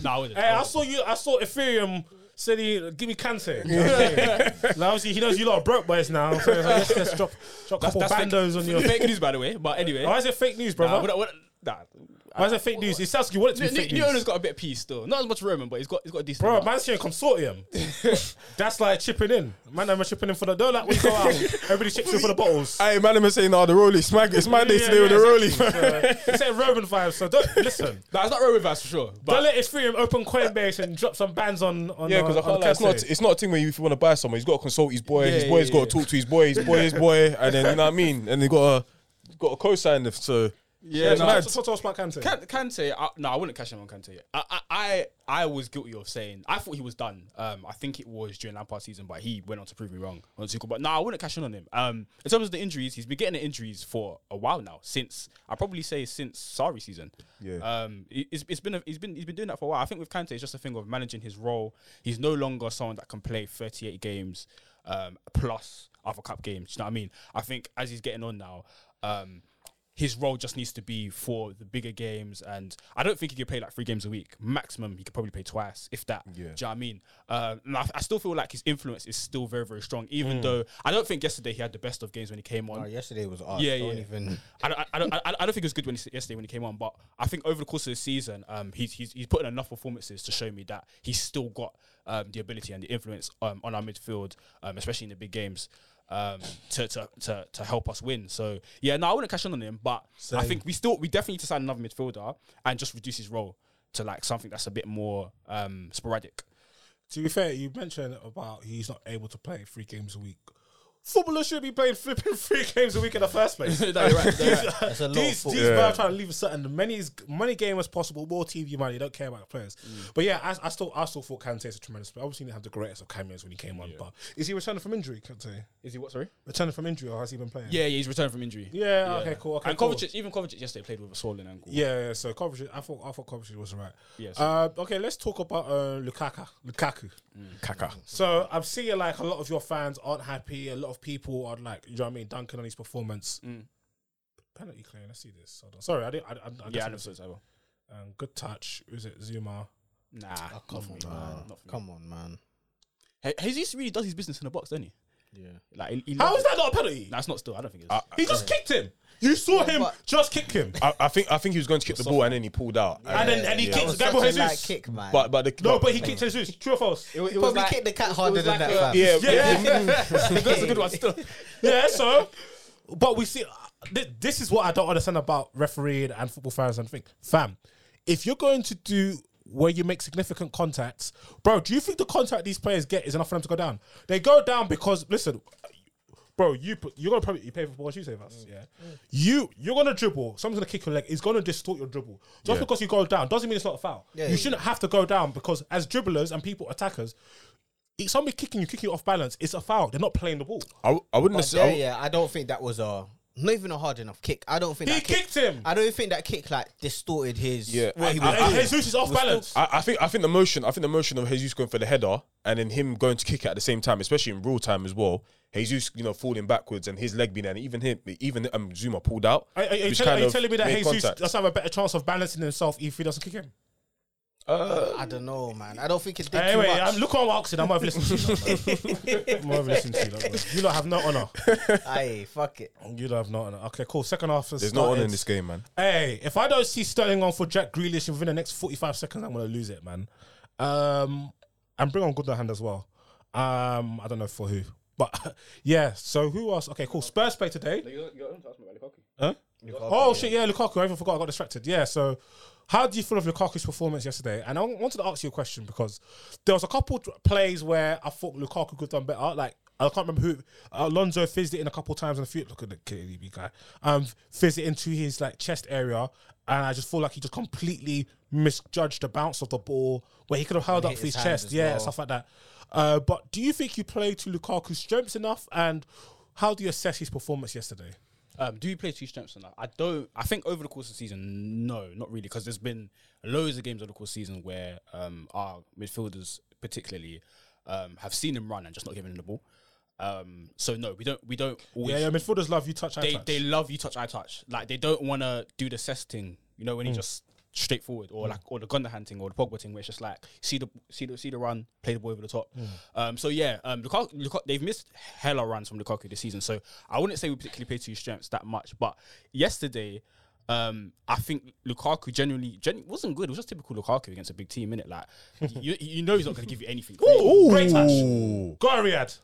Speaker 5: no, I wouldn't.
Speaker 2: Hey, I saw you. I saw Ethereum said he give me Kante. You know what I'm saying? now obviously he knows you lot are broke boys now. So it's like, let's, let's drop drop a couple bandos on your.
Speaker 5: fake news, by the way. But anyway,
Speaker 2: Why is it fake news,
Speaker 5: nah,
Speaker 2: brother?
Speaker 5: what, what, nah.
Speaker 2: Why is it fake news? It sounds like you want it to
Speaker 5: New,
Speaker 2: be fake
Speaker 5: new owner's
Speaker 2: news.
Speaker 5: got a bit of peace still. Not as much Roman, but he's got he's got a decent.
Speaker 2: Bro,
Speaker 5: amount.
Speaker 2: man's here in consortium. That's like chipping in. Man, I'm chipping in for the dough. Like we go out, everybody chips in for
Speaker 4: [LAUGHS]
Speaker 2: the bottles.
Speaker 4: Hey, man, I'm saying, nah, the rollie, it's my, it's my day today with the rollie. [LAUGHS]
Speaker 2: rollie. It's a Roman vibe, so don't listen.
Speaker 5: Nah, it's not Roman vibes for sure. But
Speaker 2: Don't let Ethereum open Coinbase and drop some bans on on.
Speaker 4: Yeah,
Speaker 2: uh,
Speaker 4: because I
Speaker 2: on
Speaker 4: can't. Like, it's not.
Speaker 2: Kante.
Speaker 4: It's not a thing where you, if you want to buy someone, he's got to consult his boy. his
Speaker 5: yeah,
Speaker 4: boy's got
Speaker 5: yeah.
Speaker 4: to talk to his boy. His boy, his boy, and then you know what I mean. And they got to got to co-sign. If so,
Speaker 5: yeah,
Speaker 4: it's
Speaker 5: nah,
Speaker 4: mad.
Speaker 2: So Talk to us about Kante.
Speaker 5: Kan- Kante, I, no, I wouldn't cash him on Kante. I, I, I, I was guilty of saying I thought he was done. Um, I think it was during Lampard's season, but he went on to prove me wrong on Tuchel. But no, I wouldn't cash in on him. Um, in terms of the injuries, he's been getting the injuries for a while now. Since I probably say since Sari season.
Speaker 4: Yeah.
Speaker 5: Um, it- it's, it's been a, he's been he's been doing that for a while. I think with Kante, it's just a thing of managing his role. He's no longer someone that can play 38 games, um, plus other cup games. You know what I mean? I think as he's getting on now, um, his role just needs to be for the bigger games. And I don't think he could play like three games a week. Maximum, he could probably play twice, if that. Do you know what I mean? Um, and I, I still feel like his influence is still very, very strong, even though I don't think yesterday he had the best of games when he came on.
Speaker 3: Oh, yesterday was odd.
Speaker 5: Yeah,
Speaker 3: Don't
Speaker 5: yeah.
Speaker 3: even.
Speaker 5: I don't, I, don't, I, I don't think it was good when he, yesterday when he came on, but I think over the course of the season, um, he's, he's he's put in enough performances to show me that he's still got um, the ability and the influence um, on our midfield, um, especially in the big games, um, to, to to to help us win. So yeah, no, I wouldn't cash in on him, but I think we still we definitely need to sign another midfielder and just reduce his role to like something that's a bit more um, sporadic.
Speaker 2: To be fair, you mentioned about he's not able to play three games a week. Footballers should be playing flipping [LAUGHS] three games a week in the first place.
Speaker 5: [LAUGHS] No, you're right, no, you're right.
Speaker 3: [LAUGHS] That's a lot.
Speaker 2: these
Speaker 3: of
Speaker 2: these
Speaker 3: football.
Speaker 2: men are trying to leave a certain many as money game as possible, more TV money. They don't care about the players.
Speaker 3: Mm.
Speaker 2: But yeah, I, I still I still thought Kante is a tremendous player. Obviously, he didn't have the greatest of cameos when he came on. But is he returning from injury? Kante
Speaker 5: Is he what? Sorry.
Speaker 2: returning from injury, or has he been playing?
Speaker 5: Yeah, yeah, he's returned from injury.
Speaker 2: Yeah, okay, cool, okay,
Speaker 5: and
Speaker 2: cool.
Speaker 5: Kovacic, even Kovacic yesterday played with a swollen ankle.
Speaker 2: Yeah, yeah, so Coventry, I thought I thought Coventry was right.
Speaker 5: Yes.
Speaker 2: Uh, okay, let's talk about uh, Lukaku. Lukaku.
Speaker 4: Kaka.
Speaker 2: So I'm seeing like a lot of your fans aren't happy. A lot of people are like, you know what I mean, dunking on his performance. Penalty claim. Let's see this. Hold on. Sorry, I didn't. I, I, I guess
Speaker 5: yeah,
Speaker 2: I
Speaker 5: I never saw
Speaker 2: missed
Speaker 5: it either.
Speaker 2: it. um, good touch. Who's it? Zuma.
Speaker 5: Nah,
Speaker 3: Oh, Come
Speaker 5: not for me, man.
Speaker 3: on, man.
Speaker 5: Not for me.
Speaker 3: Come on, man.
Speaker 5: Hey, Jesus really does his business in the box, doesn't he?
Speaker 3: Yeah.
Speaker 5: Like, he, he
Speaker 2: How
Speaker 5: loves
Speaker 2: is
Speaker 5: it.
Speaker 2: that Uh, not a penalty?
Speaker 5: That's not still. I don't think it's.
Speaker 2: he just kicked him. You saw him
Speaker 3: but-
Speaker 2: just kick him,
Speaker 4: I, I think I think he was going to kick the ball and then he pulled out.
Speaker 2: and then and he
Speaker 3: That
Speaker 2: kicked
Speaker 3: was
Speaker 2: Gabriel
Speaker 3: such a light
Speaker 2: Jesus.
Speaker 3: kick, man.
Speaker 4: but but the
Speaker 2: No, but he kicked Jesus. True or false?
Speaker 5: it,
Speaker 3: he probably kicked the cat harder than that. fam.
Speaker 4: yeah,
Speaker 2: Yeah. [LAUGHS]
Speaker 5: that's a good one still.
Speaker 2: yeah, so, but we see th- this is what I don't understand about refereeing and football fans and think, fam, if you're going to do where you make significant contacts, bro, do you think the contact these players get is enough for them to go down? They go down because listen. Bro, you put, you're gonna probably you pay for ball shoes with
Speaker 3: Mm.
Speaker 2: us, yeah. You you're gonna dribble. Someone's gonna kick your leg. It's gonna distort your dribble. Just because you go down doesn't mean it's not a foul.
Speaker 3: Yeah,
Speaker 2: you
Speaker 3: yeah,
Speaker 2: shouldn't have to go down because as dribblers and people attackers, If somebody kicking you, kicking you off balance, it's a foul. They're not playing the ball.
Speaker 4: I, w- I wouldn't
Speaker 3: But
Speaker 4: necessarily.
Speaker 3: there, yeah, I don't think that was a not even a hard enough kick. I don't think
Speaker 2: He
Speaker 3: that kick,
Speaker 2: kicked him.
Speaker 3: I don't think that kick like distorted his.
Speaker 4: Yeah.
Speaker 3: what he
Speaker 2: I,
Speaker 3: was
Speaker 2: I,
Speaker 3: doing.
Speaker 2: Uh, Jesus is off balance.
Speaker 4: I, I think I think the motion I think the motion of Jesus going for the header and then him going to kick it at the same time, especially in real time as well. Jesus, you know, falling backwards and his leg being there, and even him, even um, Zuma pulled out.
Speaker 2: Are, are- are you,
Speaker 4: which
Speaker 2: telling,
Speaker 4: kind
Speaker 2: are you
Speaker 4: of
Speaker 2: telling me that
Speaker 4: made
Speaker 2: Jesus
Speaker 4: contact.
Speaker 2: doesn't have a better chance of balancing himself if he doesn't kick him?
Speaker 4: Uh,
Speaker 3: I don't know, man. I don't think it did
Speaker 2: Anyway,
Speaker 3: too much.
Speaker 2: um, look on Waxin. I'm not even listening to you. lot, man. I'm not even listening to you. lot, man. You lot have no honor.
Speaker 3: [LAUGHS] Aye, fuck it.
Speaker 2: You lot have no honor. Okay, cool. Second half has
Speaker 4: there's no honor
Speaker 2: started.
Speaker 4: in this game, man.
Speaker 2: Hey, if I don't see Sterling on for Jack Grealish within the next 45 seconds, I'm going to lose it, man. Um, and bring on Gundogan as well. Um, I don't know for who. But [LAUGHS] yeah, so who else? Okay, cool. Spurs play today. Huh? Oh shit! Yeah, Lukaku. I even forgot. I got distracted. Yeah. So, how do you feel of Lukaku's performance yesterday? And I wanted to ask you a question because there was a couple t- plays where I thought Lukaku could have done better. Like I can't remember who Alonso fizzed it in a couple times and a few. Look at the KDB guy. Um, fizzed it into his like chest area, and I just feel like he just completely misjudged the bounce of the ball where he could have held up
Speaker 3: hit
Speaker 2: for his
Speaker 3: his hand
Speaker 2: chest.
Speaker 3: as
Speaker 2: Yeah,
Speaker 3: well.
Speaker 2: stuff like that. Uh, but do you think you played to Lukaku's strengths enough? And how do you assess his performance yesterday?
Speaker 5: Um, do you play two strengths enough? I don't. I think over the course of the season, no, not really, because there's been loads of games over the course of the season where um, our midfielders, particularly, um, have seen him run and just not giving him the ball. Um, so no, we don't. We don't. Always,
Speaker 2: Yeah, yeah, midfielders love you touch. eye
Speaker 5: they
Speaker 2: touch.
Speaker 5: they love you touch eye touch. Like they don't want to do the cess thing, you know,
Speaker 2: Hmm.
Speaker 5: when he just straightforward or like or the Gundogan thing or the Pogba thing, where it's just like see the see the see the run, play the ball over the top.
Speaker 2: Hmm.
Speaker 5: Um, so yeah, um, Lukaku, Lukaku, they've missed hella runs from Lukaku this season. So I wouldn't say we particularly played to his strengths that much, but yesterday. Um, I think Lukaku generally gen- wasn't good. It was just typical Lukaku against a big team, innit?
Speaker 2: [LAUGHS]
Speaker 5: Like, you, you know he's not going to give you anything.
Speaker 2: Ooh, great touch.
Speaker 5: Mm.
Speaker 2: Go on, Riyadh.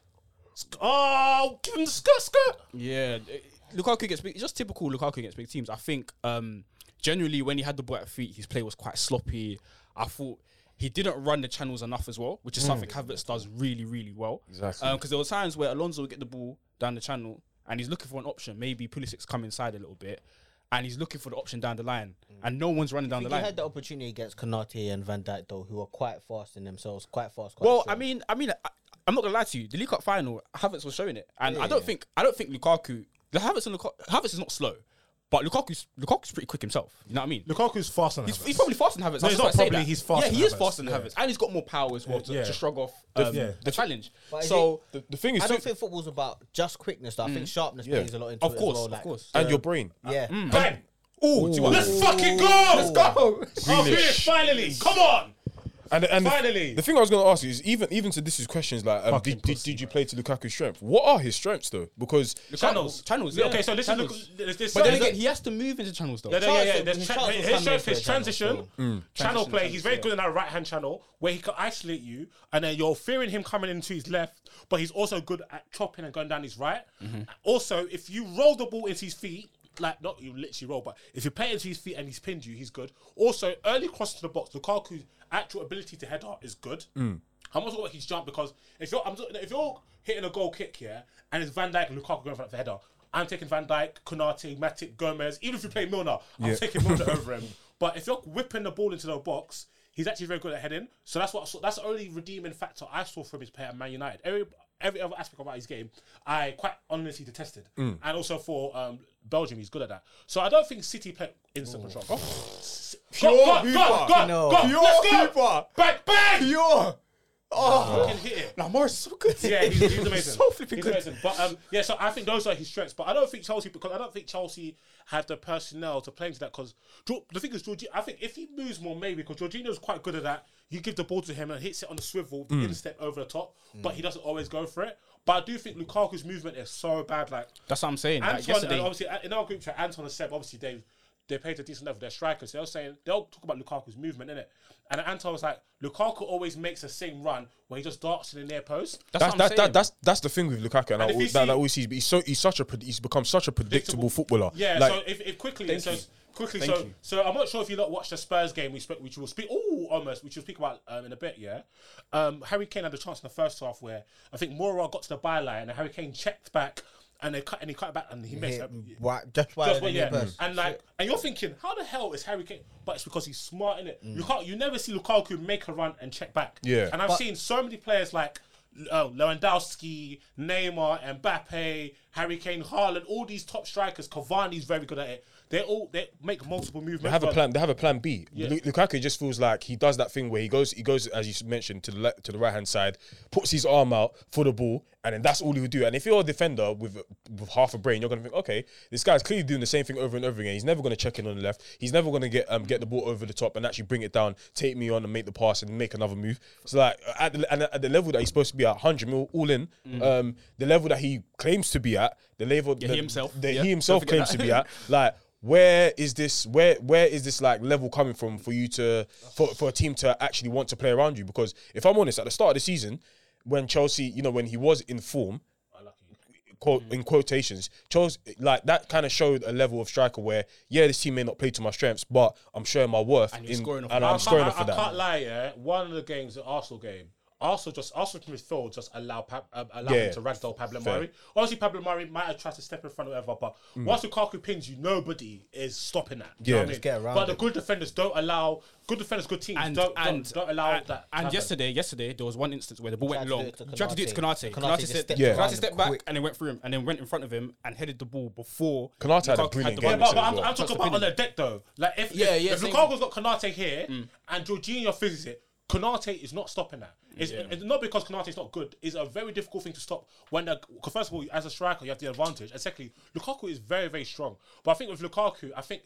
Speaker 2: Sc- Oh, give him the skirt, skirt.
Speaker 5: Yeah, uh, Lukaku gets big. It's just typical Lukaku against big teams. I think um, generally when he had the ball at feet, his play was quite sloppy. I thought he didn't run the channels enough as well, which is something Havertz does really, really well. Mm. Exactly. Because there were times where Alonso would get the ball down the channel and he's looking for an option. Maybe Pulisic come inside a little bit, and he's looking for the option down the line, and no one's running down
Speaker 3: He
Speaker 5: the line.
Speaker 3: had the opportunity against Konate and Van Dijk though, who are quite fast in themselves, quite fast. Quite
Speaker 5: Well,
Speaker 3: strong.
Speaker 5: I mean, I mean, I, I'm not gonna lie to you. The League Cup final, Havertz was showing it, and I don't think, I don't think Lukaku, the Havertz and Lukaku, Havertz is not slow, but Lukaku's Lukaku's pretty quick himself. You know what I mean?
Speaker 2: Lukaku's faster than
Speaker 5: He's,
Speaker 2: Havertz.
Speaker 5: he's probably faster than Havertz.
Speaker 2: No,
Speaker 5: I was
Speaker 2: he's not
Speaker 5: about to say
Speaker 2: probably,
Speaker 5: that.
Speaker 2: he's faster
Speaker 5: Yeah, he
Speaker 2: than
Speaker 5: is
Speaker 2: Havertz.
Speaker 5: faster than
Speaker 2: Yeah.
Speaker 5: Havertz, and he's got more power as well to,
Speaker 2: Yeah.
Speaker 5: to shrug off um,
Speaker 2: yeah.
Speaker 5: the challenge.
Speaker 3: But is
Speaker 5: So Mm.
Speaker 4: The, the thing is,
Speaker 3: I
Speaker 4: too,
Speaker 3: don't think football's about just quickness. Though. I think sharpness plays a lot into
Speaker 5: of
Speaker 3: it.
Speaker 5: course,
Speaker 3: as well,
Speaker 5: of
Speaker 3: like-
Speaker 5: course,
Speaker 4: and your brain.
Speaker 3: Yeah.
Speaker 5: Mm.
Speaker 2: Bang.
Speaker 4: Ooh.
Speaker 2: Ooh, let's fucking go. Let's
Speaker 5: go.
Speaker 2: Up here, finally. Come on.
Speaker 4: And, and the-
Speaker 2: Finally.
Speaker 4: the, thing I was going to ask you is even even to this is questions like, um,
Speaker 2: Fucking
Speaker 4: did, did,
Speaker 2: pussy,
Speaker 4: did you play to Lukaku's strength? What are his strengths though? Because [LAUGHS]
Speaker 2: Channels.
Speaker 5: channels.
Speaker 2: Yeah,
Speaker 5: yeah.
Speaker 2: Okay, so listen. Look,
Speaker 5: Channels.
Speaker 2: there's this.
Speaker 5: But then again, he has to move into channels though.
Speaker 2: yeah, yeah, yeah.
Speaker 3: Charles-
Speaker 2: There's tra-
Speaker 3: Charles
Speaker 2: his,
Speaker 3: was
Speaker 2: his,
Speaker 3: coming for a channel,
Speaker 2: transition, channel play. He's very good in that right hand channel where he can isolate you, and then you're fearing him coming into his left, but he's also good at chopping and going down his right.
Speaker 3: Mm-hmm.
Speaker 2: Also, if you roll the ball into his feet, like not you literally roll, but if you play into his feet and he's pinned you, he's good. Also, early cross to the box, Lukaku's actual ability to header is good.
Speaker 3: Mm.
Speaker 2: I'm also what he's jumped because if you're I'm, if you're hitting a goal kick here and it's Van Dijk and Lukaku going for the header, I'm taking Van Dijk, Konate, Matic, Gomez. Even if you play Milner, I'm
Speaker 4: [LAUGHS]
Speaker 2: taking Milner over him. But if you're whipping the ball into the box, he's actually very good at heading. So that's what so that's the only redeeming factor I saw from his play at Man United. Every every other aspect about his game, I quite honestly detested.
Speaker 4: Mm.
Speaker 2: And also for um, Belgium, he's good at that. So I don't think City play instant control. Go, go,
Speaker 4: Oh. Pure
Speaker 2: go, go,
Speaker 4: hooper.
Speaker 2: go,
Speaker 3: No.
Speaker 2: let's go.
Speaker 4: Pure hooper.
Speaker 2: Back, back.
Speaker 4: Yo, Ah.
Speaker 5: Oh.
Speaker 2: Fucking hit it.
Speaker 5: Now Morris is so good.
Speaker 2: Yeah, he's, he's amazing.
Speaker 5: so flipping
Speaker 2: he's
Speaker 5: good.
Speaker 2: amazing. But um, yeah, so I think those are his strengths. But I don't think Chelsea because I don't think Chelsea had the personnel to play into that. Because the thing is, Georgi, I think if he moves more, maybe because Jorginho's quite good at that. You give the ball to him and hits it on the swivel, instep over the top, but
Speaker 5: Mm.
Speaker 2: he doesn't always go for it. But I do think Lukaku's movement is so bad. Like
Speaker 5: That's what I'm saying. Like
Speaker 2: Anton, and
Speaker 5: yesterday,
Speaker 2: obviously uh, in our group chat, Anton and Seb, obviously they they played a decent level. They're strikers. They're saying they'll talk about Lukaku's movement, innit? And Anton was like, Lukaku always makes the same run where he just darts to the near post.
Speaker 5: That's
Speaker 4: that's
Speaker 5: what
Speaker 4: that,
Speaker 5: I'm saying.
Speaker 4: that, that's that's the thing with Lukaku, and, I
Speaker 2: if you
Speaker 4: always, that,
Speaker 2: see-
Speaker 4: that always he's, he's so he's such a pred- he's become such a predictable footballer.
Speaker 2: Yeah,
Speaker 4: like,
Speaker 2: so if, if quickly, so
Speaker 5: you.
Speaker 2: quickly,
Speaker 5: Thank
Speaker 2: so
Speaker 5: you.
Speaker 2: so I'm not sure if you lot watched the Spurs game we spoke, which we'll speak, oh, almost, which we'll speak about um, in a bit. Yeah, um, Harry Kane had a chance in the first half where I think Mora got to the byline and Harry Kane checked back and they cut and he cut back and he missed.
Speaker 3: Yeah,
Speaker 2: Um,
Speaker 3: why- Just why?
Speaker 2: Just
Speaker 3: they
Speaker 2: what- yeah.
Speaker 3: didn't burst.
Speaker 4: Mm.
Speaker 2: And like, and you're thinking, how the hell is Harry Kane? But it's because he's smart in it. You can't, you never see Lukaku make a run and check back.
Speaker 4: Mm. Yeah.
Speaker 2: And I've seen so many players like oh, Lewandowski, Neymar, Mbappe, Harry Kane, Haaland, all these top strikers. Cavani's very good at it. They all they make multiple movements.
Speaker 4: They have a
Speaker 2: but-
Speaker 4: plan. They have a plan B. Lu- Lukaku just feels like he does that thing where he goes, he goes as you mentioned to the le- to the right hand side, puts his arm out for the ball, and then that's all he would do. And if you're a defender with with half a brain, you're gonna think, okay, this guy's clearly doing the same thing over and over again. He's never gonna check in on the left. He's never gonna get um, get the ball over the top and actually bring it down, take me on and make the pass and make another move. So like at the, and at the level that he's supposed to be at, hundred mil all in, um, the level that he claims to be at, the level
Speaker 5: Yeah,
Speaker 4: the-
Speaker 5: he himself.
Speaker 4: the,
Speaker 5: Yeah,
Speaker 4: he
Speaker 5: don't
Speaker 4: himself
Speaker 5: forget
Speaker 4: claims
Speaker 5: that.
Speaker 4: to be at like where is this where where is this like level coming from for you to for, for a team to actually want to play around you because if i'm honest at the start of the season when chelsea you know when he was in form quote
Speaker 5: Mm.
Speaker 4: in quotations chose like that kind of showed a level of striker where yeah this team may not play to my strengths but i'm showing my worth
Speaker 5: you're scoring off
Speaker 4: and
Speaker 5: that.
Speaker 4: i'm
Speaker 5: I-
Speaker 4: scoring
Speaker 2: I,
Speaker 4: off for
Speaker 2: I can't
Speaker 4: that
Speaker 2: lie, yeah. One of the games, the Arsenal game, Arsenal just Arsenal from midfield just allow Pab, uh, allow
Speaker 4: Yeah.
Speaker 2: him to Radford Pablo
Speaker 4: Fair. Mm.
Speaker 2: Mari. Obviously, Pablo Mari might have tried to step in front or whatever, but once Lukaku pins you, nobody is stopping that. Do you
Speaker 4: Yeah.
Speaker 2: know what I mean?
Speaker 3: Just get around
Speaker 2: but the
Speaker 3: it.
Speaker 2: good defenders don't allow good defenders, good teams
Speaker 5: and
Speaker 2: don't,
Speaker 5: and
Speaker 2: don't don't allow
Speaker 5: and,
Speaker 2: that. to
Speaker 5: And
Speaker 2: happen.
Speaker 5: yesterday, yesterday there was one instance where the ball went
Speaker 3: to do
Speaker 5: long.
Speaker 3: it to
Speaker 5: He tried to do it to
Speaker 3: Konate.
Speaker 5: Konate.
Speaker 3: Konate
Speaker 5: Konate
Speaker 3: just
Speaker 5: stepped,
Speaker 3: stepped
Speaker 4: Yeah.
Speaker 5: yeah.
Speaker 4: around
Speaker 5: Konate
Speaker 3: him
Speaker 5: stepped back
Speaker 3: quick.
Speaker 5: and then went through him and then went in front of him and headed the ball before
Speaker 4: Konate had a
Speaker 5: Lukaku
Speaker 4: brilliant
Speaker 5: the ball.
Speaker 4: game
Speaker 2: Yeah,
Speaker 4: Makes sense
Speaker 2: but, but I'm,
Speaker 4: as well.
Speaker 2: I'm talking about on the deck though. Like if
Speaker 5: Yeah,
Speaker 2: if,
Speaker 5: yeah,
Speaker 2: if
Speaker 5: same. Mm.
Speaker 2: Lukaku's got Konate here and Jorginho fizzes it, Konate is not stopping that. It's, it's not because Konate's not good. It's a very difficult thing to stop when the 'cause first of all, as a striker, you have the advantage, and secondly, Lukaku is very very strong. But I think with Lukaku, I think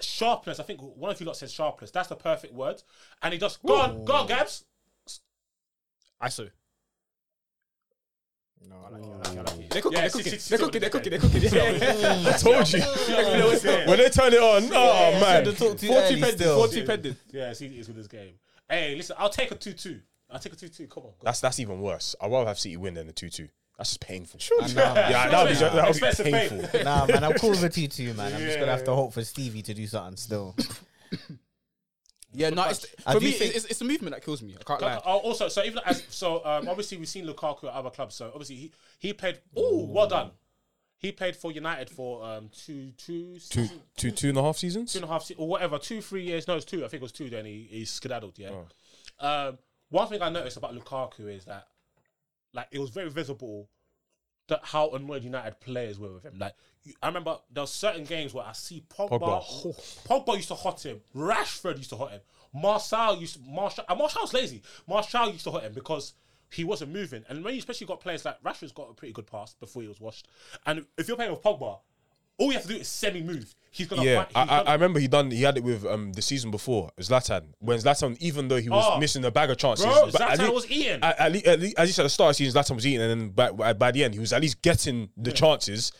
Speaker 2: sharpness. I think one of you lot said sharpness. That's the perfect word. And he just go on, go on, Gabs.
Speaker 5: ISO. They're
Speaker 2: Yeah,
Speaker 5: cooking, they're
Speaker 2: see-
Speaker 5: cooking,
Speaker 2: see-
Speaker 5: they're
Speaker 2: see
Speaker 5: cooking, they're
Speaker 2: what
Speaker 5: cooking, they're cooking. Yeah.
Speaker 2: [LAUGHS]
Speaker 4: i
Speaker 5: [LAUGHS]
Speaker 4: told you [LAUGHS]
Speaker 2: Yeah,
Speaker 4: when they turn it on oh
Speaker 3: yeah,
Speaker 4: man
Speaker 3: so the talk to you
Speaker 4: 40
Speaker 3: early
Speaker 4: pence,
Speaker 3: still.
Speaker 4: 40 pence.
Speaker 5: Pending.
Speaker 2: yeah, see, it's with this game. Hey, listen, I'll take a two-two. I'll take a two-two. Come on. go on.
Speaker 4: that's that's even worse i'd rather have city win than the 2-2 that's just painful
Speaker 2: [LAUGHS]
Speaker 3: Nah,
Speaker 4: yeah that would be, that would
Speaker 2: Expensive
Speaker 4: be
Speaker 2: pain.
Speaker 4: painful
Speaker 3: nah, man, I'm cool with a two two, man. I'm just gonna have to hope for Stevie to do something still.
Speaker 5: Yeah, no, it's,
Speaker 3: I
Speaker 5: for
Speaker 3: do
Speaker 5: me,
Speaker 3: think-
Speaker 5: it's, it's the movement that kills me. I can't
Speaker 2: Lukaku-
Speaker 5: lie.
Speaker 2: oh, also, so even as so, um, obviously we've seen Lukaku at other clubs. So obviously he he played. Oh, well done. He played for United for um two two
Speaker 4: two,
Speaker 2: seasons,
Speaker 4: two, two and a half seasons.
Speaker 2: two and a half se- or whatever two three years. No, it's two. I think it was two. Then he, he skedaddled. Yeah.
Speaker 4: Oh.
Speaker 2: Um, one thing I noticed about Lukaku is that like it was very visible that how annoyed United players were with him. Like you, I remember there were certain games where I see Pogba,
Speaker 4: Pogba.
Speaker 2: Pogba, used to hot him, Rashford used to hot him, Marcel used to, Marshall and Marshall's lazy. Marshall used to hot him because he wasn't moving. And when you especially got players like Rashford's got a pretty good pass before he was washed. And if you're playing with Pogba, all you have to do is semi move. He's gonna
Speaker 4: Yeah,
Speaker 2: fight- he's
Speaker 4: I, I,
Speaker 2: gonna-
Speaker 4: I remember he done he had it with um the season before Zlatan when Zlatan even though he was
Speaker 2: Oh.
Speaker 4: missing a bag of chances,
Speaker 2: Bro,
Speaker 4: but at
Speaker 2: Zlatan
Speaker 4: lea-
Speaker 2: was eating.
Speaker 4: At, at, lea- at lea- as you said, at the start of the season Zlatan was eating, and then by, by- by the end he was at least getting the chances.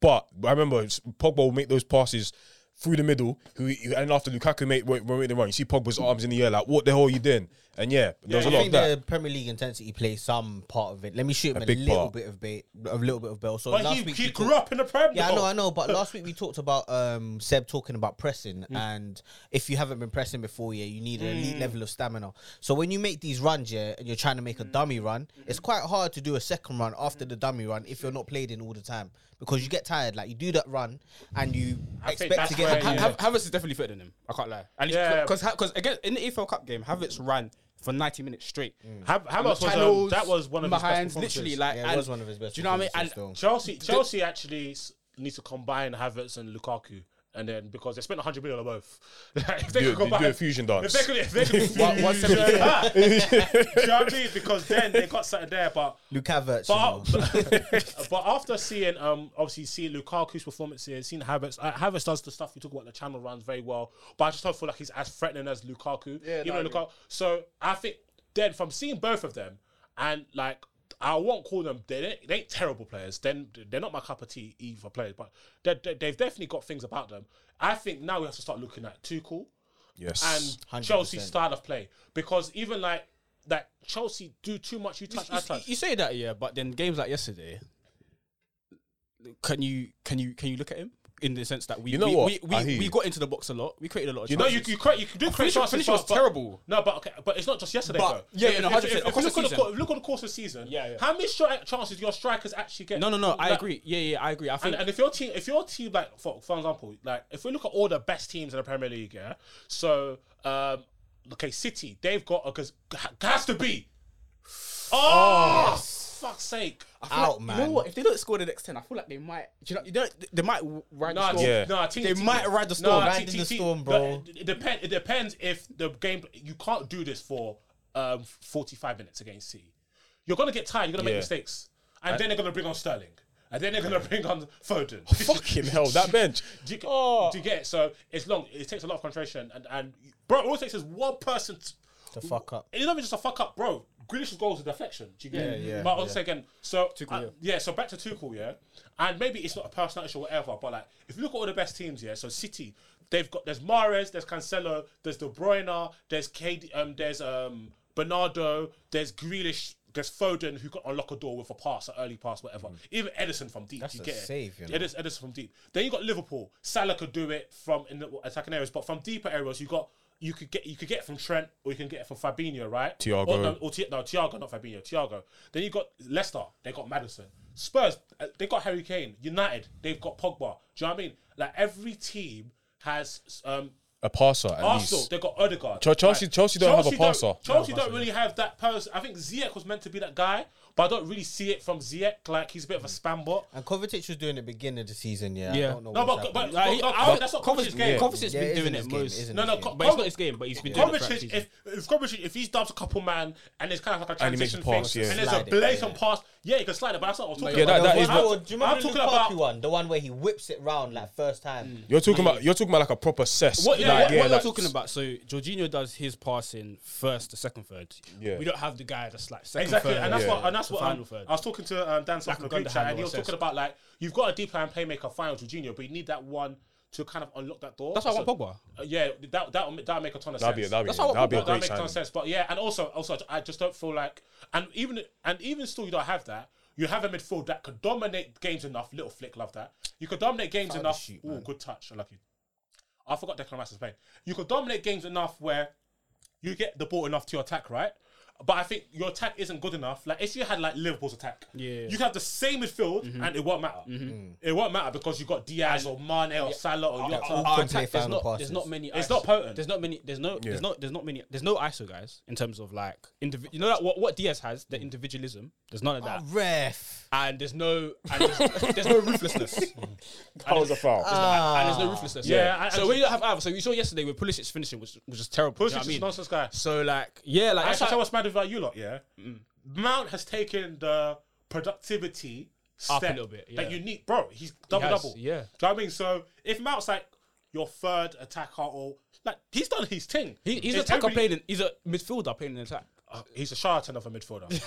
Speaker 4: But I remember Pogba will make those passes through the middle, who who- and after Lukaku made went, made the run, you see Pogba's arms in the air like, what the hell are you doing? And yeah, there
Speaker 3: I
Speaker 4: was a
Speaker 2: Yeah, you
Speaker 4: lot
Speaker 3: think
Speaker 4: of that.
Speaker 3: the Premier League intensity plays some part of it. Let me shoot him a,
Speaker 4: big
Speaker 3: little
Speaker 4: part.
Speaker 3: bit of bait, a little bit of bell. So
Speaker 2: but
Speaker 3: last
Speaker 2: he,
Speaker 3: week
Speaker 2: he
Speaker 3: we
Speaker 2: grew
Speaker 3: talked-
Speaker 2: up in the Premier
Speaker 3: Yeah, I know, I
Speaker 2: League.
Speaker 3: know. But last week we talked about um, Seb talking about pressing,
Speaker 2: Mm.
Speaker 3: and if you haven't been pressing before, yeah, you need an elite level of stamina. So when you make these runs, yeah, and you're trying to
Speaker 2: Mm.
Speaker 3: make a dummy run, it's quite hard to do a second run after the dummy run if you're not played in all the time because you get tired. Like you do that run and you
Speaker 2: I think
Speaker 3: expect to
Speaker 2: that's
Speaker 3: get.
Speaker 2: where
Speaker 5: Ha-
Speaker 2: Yeah.
Speaker 5: Hav- Havertz is definitely fitter than him. I can't lie. And
Speaker 2: Yeah.
Speaker 5: because because again in the AFL Cup game, Havertz ran for ninety minutes straight.
Speaker 2: Hav- Havertz was, um,
Speaker 5: Channels,
Speaker 2: that was one of his best
Speaker 5: behinds,
Speaker 2: performances.
Speaker 5: Literally, like
Speaker 3: Yeah, it
Speaker 5: and-
Speaker 3: was one of his best.
Speaker 5: Do you know what I mean? And
Speaker 3: performances still.
Speaker 2: Chelsea, Chelsea actually s- needs to combine Havertz and Lukaku, and then because they spent 100 million on both, [LAUGHS] if
Speaker 4: Do- do-
Speaker 2: they could
Speaker 4: do
Speaker 2: combine,
Speaker 4: a fusion dance.
Speaker 2: If they could, if
Speaker 4: [LAUGHS]
Speaker 2: they could do
Speaker 3: One- one
Speaker 2: fusion, do you know what I mean? Because then they got something there, but.
Speaker 3: Luke Havertz.
Speaker 2: But,
Speaker 3: you know.
Speaker 2: but, [LAUGHS] but after seeing, um, obviously seeing Lukaku's performances, seeing Havertz, uh, Havertz does the stuff you talk about. The channel runs very well, but I just don't feel like he's as threatening as Lukaku. Yeah, even though Lukaku. So I think then from seeing both of them, and like I won't call them they ain't, they ain't terrible players. Then they're not my cup of tea either players, but they they- they've definitely got things about them. I think now we have to start looking at Tuchel
Speaker 4: Yes,
Speaker 2: and Chelsea's style of play because even like that Chelsea do too much. You touch, I
Speaker 5: you,
Speaker 2: touch.
Speaker 5: you say that, yeah, but then games like yesterday, can you can you can you look at him in the sense that we
Speaker 4: You know
Speaker 5: we,
Speaker 4: what?
Speaker 5: we,
Speaker 4: I hear
Speaker 5: we,
Speaker 4: you.
Speaker 5: we got into the box a lot, we created a lot. Of
Speaker 4: You know,
Speaker 2: No,
Speaker 5: chances.
Speaker 2: you you, create, you can do create
Speaker 5: Finishing-
Speaker 2: chances.
Speaker 5: finishing
Speaker 2: but-
Speaker 5: was
Speaker 2: but-
Speaker 5: terrible.
Speaker 2: No, but okay, but it's not just yesterday.
Speaker 5: But-
Speaker 2: though.
Speaker 5: yeah,
Speaker 2: If-
Speaker 5: yeah, no,
Speaker 2: if-
Speaker 5: 100%,
Speaker 2: if- if
Speaker 5: across
Speaker 2: look
Speaker 5: the
Speaker 2: on
Speaker 5: season.
Speaker 2: cour- Look on the course of the season.
Speaker 5: Yeah, yeah.
Speaker 2: How many stri- chances do your strikers actually get?
Speaker 5: no, no, no. I
Speaker 2: Like,
Speaker 5: agree. Yeah, yeah, I agree. I
Speaker 2: And,
Speaker 5: think
Speaker 2: and if your team, if your team, like for, for example, like if we look at all the best teams in the Premier League, yeah. So, um, okay, City, they've got because has to be Oh, fuck's sake!
Speaker 5: I feel like-
Speaker 3: Out,
Speaker 5: You
Speaker 3: man.
Speaker 5: know what? If they don't score the next ten, I feel like they might. Do you know? You don't, they might ride the
Speaker 2: Nah,
Speaker 5: storm.
Speaker 4: yeah.
Speaker 2: nah, team,
Speaker 3: They
Speaker 2: team-
Speaker 3: might ride the storm.
Speaker 2: Nah,
Speaker 3: Riding
Speaker 2: team-
Speaker 3: the
Speaker 2: team-
Speaker 3: storm,
Speaker 2: but
Speaker 3: bro.
Speaker 2: It depends. It depends if the game. You can't do this for um, forty-five minutes against City. You're gonna get tired. You're gonna make
Speaker 4: Yeah.
Speaker 2: mistakes, and then they're gonna bring on Sterling, and then they're gonna bring on Foden.
Speaker 4: [LAUGHS] Fucking hell, that bench.
Speaker 2: [LAUGHS]
Speaker 4: Ah.
Speaker 2: Do you, do you get it? So it's long. It takes a lot of concentration, and and bro, all it takes is one person to,
Speaker 3: To fuck up.
Speaker 2: It's not even just a fuck up, bro. Grealish's goal is a deflection. Do you get it?
Speaker 3: yeah,
Speaker 2: But I'll say again, so
Speaker 5: Tuchel,
Speaker 2: uh,
Speaker 5: yeah.
Speaker 2: yeah, so back to Tuchel, yeah, and maybe it's not a personal issue or whatever, but like if you look at all the best teams, yeah, so City, they've got there's Mares, there's Cancelo, there's De Bruyne, there's KD, um, there's um Bernardo, there's Grealish. There's Foden who got unlock a door with a pass, an early pass, whatever. Even Edison from deep,
Speaker 3: Hmm. That's
Speaker 2: you
Speaker 3: a
Speaker 2: get it.
Speaker 3: save, you know.
Speaker 2: Edi- Ederson, Ederson from deep. Then you got Liverpool. Salah could do it from in the attacking areas, but from deeper areas, you got you could get you could get it from Trent or you can get it from Fabinho, right?
Speaker 4: Thiago.
Speaker 2: Or, no, or Thi- no, Thiago, not Fabinho. Thiago. Then you got Leicester. They got Madison. Spurs. uh, They got Harry Kane. United. They've got Pogba. Do you know what I mean? Like every team has um,
Speaker 4: A passer at
Speaker 2: Arsenal,
Speaker 4: least.
Speaker 2: they got Odegaard.
Speaker 4: Chel- Chelsea- Chelsea don't have a passer.
Speaker 2: Don't, Chelsea don't really have that person. I think Ziyech was meant to be that guy, but I don't really see it from Ziyech. Like he's a bit of a spam bot.
Speaker 3: And Kovacic was doing it beginning of the season, yeah. I
Speaker 5: Yeah.
Speaker 3: don't know
Speaker 2: No,
Speaker 3: what's happened.
Speaker 2: but, but,
Speaker 5: Like,
Speaker 2: but-
Speaker 5: he-
Speaker 2: but
Speaker 5: I-
Speaker 2: that's not
Speaker 5: Kovacic-
Speaker 2: Kovacic game.
Speaker 5: Kovacic has
Speaker 3: Yeah, it
Speaker 5: been
Speaker 3: is
Speaker 5: doing
Speaker 3: in his
Speaker 5: it
Speaker 3: game,
Speaker 5: most.
Speaker 3: isn't
Speaker 2: No, no,
Speaker 3: Kovacic-
Speaker 2: Co-
Speaker 5: But it's
Speaker 2: Kovacic-
Speaker 5: not his game, but he's been doing it throughout the
Speaker 2: Kovacic,
Speaker 5: season.
Speaker 2: if, if Kovacic, if he dubs a couple man and it's kind of like a
Speaker 4: And he makes
Speaker 2: transition
Speaker 4: a
Speaker 2: thing,
Speaker 4: pass, yeah.
Speaker 2: and there's a
Speaker 3: Slide it,
Speaker 2: blatant
Speaker 3: yeah.
Speaker 2: pass, yeah, you can slide it, but that's not what I'm talking
Speaker 4: yeah,
Speaker 2: about.
Speaker 4: that- that
Speaker 3: But
Speaker 4: is-
Speaker 2: I'm-
Speaker 3: oh, do you remember
Speaker 2: I'm
Speaker 3: the
Speaker 2: talking
Speaker 3: Lukaku
Speaker 2: about Mm.
Speaker 3: one? The one where he whips it round like first time.
Speaker 4: You're talking about you're talking about like a proper cess.
Speaker 5: What, yeah,
Speaker 4: like,
Speaker 5: what, what
Speaker 4: like-
Speaker 5: you're talking about? So Jorginho does his passing first to second third.
Speaker 4: Yeah.
Speaker 5: We don't have the guy that's like second
Speaker 2: Exactly,
Speaker 5: third.
Speaker 2: and that's
Speaker 4: yeah.
Speaker 2: what and that's
Speaker 5: The
Speaker 2: what
Speaker 5: final
Speaker 2: um,
Speaker 5: third.
Speaker 2: I was talking to um, Dan South
Speaker 5: Like
Speaker 2: in
Speaker 5: a
Speaker 2: the group
Speaker 5: Gundogan
Speaker 2: chat, and he
Speaker 5: or
Speaker 2: was
Speaker 5: Cesc.
Speaker 2: talking about like you've got a deep line playmaker, final Jorginho, but you need that one to kind of unlock that door.
Speaker 5: That's why I
Speaker 2: So-
Speaker 5: want Pogba.
Speaker 2: Uh, yeah, that that'll, ma- that'll make a ton of
Speaker 4: That'd be
Speaker 2: sense.
Speaker 4: that'd be
Speaker 5: That's how
Speaker 4: that'd be a
Speaker 5: football-
Speaker 4: great
Speaker 2: Oh, that makes no
Speaker 4: signing.
Speaker 2: sense. But yeah, and also, also, I just don't feel like, and even, and even still, you don't have that. You have a midfield that could dominate games enough. Little flick, love that. You could dominate games
Speaker 3: Foul to
Speaker 2: enough.
Speaker 3: shoot,
Speaker 2: Oh,
Speaker 3: man.
Speaker 2: good touch, I like you. I forgot Declan Rice's playing. You could dominate games enough where you get the ball enough to your attack, right? But I think your attack isn't good enough. Like if you had like Liverpool's attack,
Speaker 5: Yeah.
Speaker 2: you could have the same midfield and it won't matter. It won't matter because you got Diaz or Mane or Salah or
Speaker 5: Our-
Speaker 2: Yota.
Speaker 5: our
Speaker 3: couldn't
Speaker 5: attack,
Speaker 3: play
Speaker 5: there's
Speaker 3: final
Speaker 5: not,
Speaker 3: passes.
Speaker 5: there's not many.
Speaker 2: It's
Speaker 5: ISOs.
Speaker 2: not potent.
Speaker 5: There's not many. There's no.
Speaker 4: Yeah.
Speaker 5: There's not. There's not many. There's no ISO guys in terms of like individual. You know that what what Diaz has the individualism. There's none of that.
Speaker 3: Oh, Ref.
Speaker 5: And there's no. And there's, [LAUGHS] there's no
Speaker 3: [LAUGHS]
Speaker 5: ruthlessness.
Speaker 4: That was a foul.
Speaker 5: and
Speaker 3: Ah.
Speaker 5: there's no ruthlessness.
Speaker 2: Yeah, I-
Speaker 5: so
Speaker 2: I-
Speaker 5: when you don't have either, so you saw yesterday with Pulisic finishing was was just terrible. you
Speaker 2: Pussy
Speaker 5: know what
Speaker 2: just
Speaker 5: I mean?
Speaker 2: nonsense guy.
Speaker 5: So like yeah, like
Speaker 2: I
Speaker 5: that's
Speaker 2: should
Speaker 5: how-
Speaker 2: tell what's mad about you lot, yeah?
Speaker 5: Mm.
Speaker 2: Mount has taken the productivity step
Speaker 5: Up a little bit,
Speaker 2: that
Speaker 5: yeah.
Speaker 2: you need. Bro, he's double
Speaker 5: has,
Speaker 2: double.
Speaker 5: yeah.
Speaker 2: Do you know what I mean? So if Mount's like your third attacker or like he's done his thing.
Speaker 5: he, he's an
Speaker 2: It's
Speaker 5: attacker
Speaker 2: every-
Speaker 5: playing. In, he's a midfielder playing in attack.
Speaker 2: Uh, he's a charlatan of
Speaker 5: [LAUGHS]
Speaker 2: a midfielder.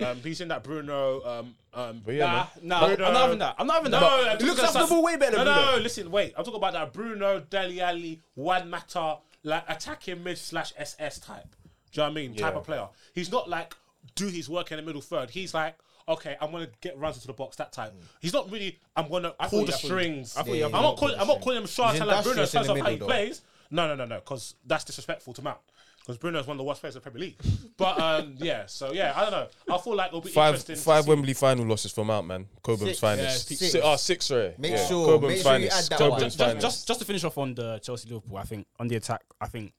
Speaker 2: um, he's in that Bruno um um
Speaker 4: But yeah, man.
Speaker 5: Nah, I'm not having that. I'm not having that.
Speaker 2: I'm
Speaker 5: he looks after
Speaker 2: talking
Speaker 5: the
Speaker 2: about-
Speaker 5: ball way better
Speaker 2: No,
Speaker 5: than
Speaker 2: no,
Speaker 5: Bruno.
Speaker 2: listen, wait. I'm talking about that Bruno, Deli Ali, Juan Mata, like attacking mid slash SS type. Do you know what I mean? Type of player. He's not like do his work in the middle third. He's like, okay, I'm gonna get runs into the box. That type. He's not really. I'm gonna pull
Speaker 5: you-
Speaker 2: the
Speaker 5: I thought you-
Speaker 2: strings.
Speaker 5: I thought you- I
Speaker 2: I'm
Speaker 5: thought
Speaker 2: not
Speaker 3: you-
Speaker 2: calling. I'm not calling him Charlatan like Bruno.
Speaker 3: industrious
Speaker 2: In terms
Speaker 3: in
Speaker 2: of
Speaker 3: the
Speaker 2: how he
Speaker 3: middle, though.
Speaker 2: plays. No, no, no, no. Because that's disrespectful to Mount. Because Bruno's one of the worst players in the Premier League. But um, [LAUGHS] yeah, so yeah, I don't know. I feel like it'll be
Speaker 4: Five
Speaker 2: interesting. to
Speaker 4: five
Speaker 2: see.
Speaker 4: Wembley final losses for Mount man. Cobham's
Speaker 3: Six.
Speaker 4: finest.
Speaker 5: Yeah,
Speaker 4: six.
Speaker 3: six.
Speaker 4: Si- ah, six, sorry.
Speaker 3: Make
Speaker 4: yeah.
Speaker 3: sure-
Speaker 4: Cobham's
Speaker 3: make sure you
Speaker 4: finest.
Speaker 3: add that one.
Speaker 4: Cobham's
Speaker 3: Just-
Speaker 4: finest.
Speaker 5: Just, just to finish off on the Chelsea Liverpool, I think on the attack, I think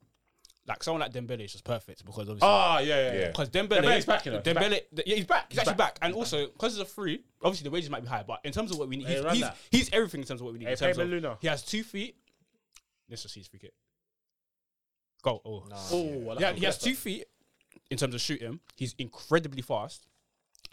Speaker 5: like someone like Dembele is just perfect because obviously
Speaker 2: Ah, yeah, yeah, yeah.
Speaker 5: because Dembele
Speaker 2: Dembele's back, you know. He's
Speaker 5: Dembele th- yeah, he's back. He's, actually
Speaker 2: back.
Speaker 5: back, and also because it's a free, obviously the wages might be high, but in terms of what we need,
Speaker 2: Hey,
Speaker 5: he's,
Speaker 2: run
Speaker 5: he's,
Speaker 2: that.
Speaker 5: he's everything in terms of what we need.
Speaker 2: Hey,
Speaker 5: in terms
Speaker 2: pay
Speaker 5: of,
Speaker 2: Luna.
Speaker 5: He has two feet. Let's just see his free kick. Go. Oh,
Speaker 2: Oh,
Speaker 5: yeah, he has two feet in terms of shooting. He's incredibly fast,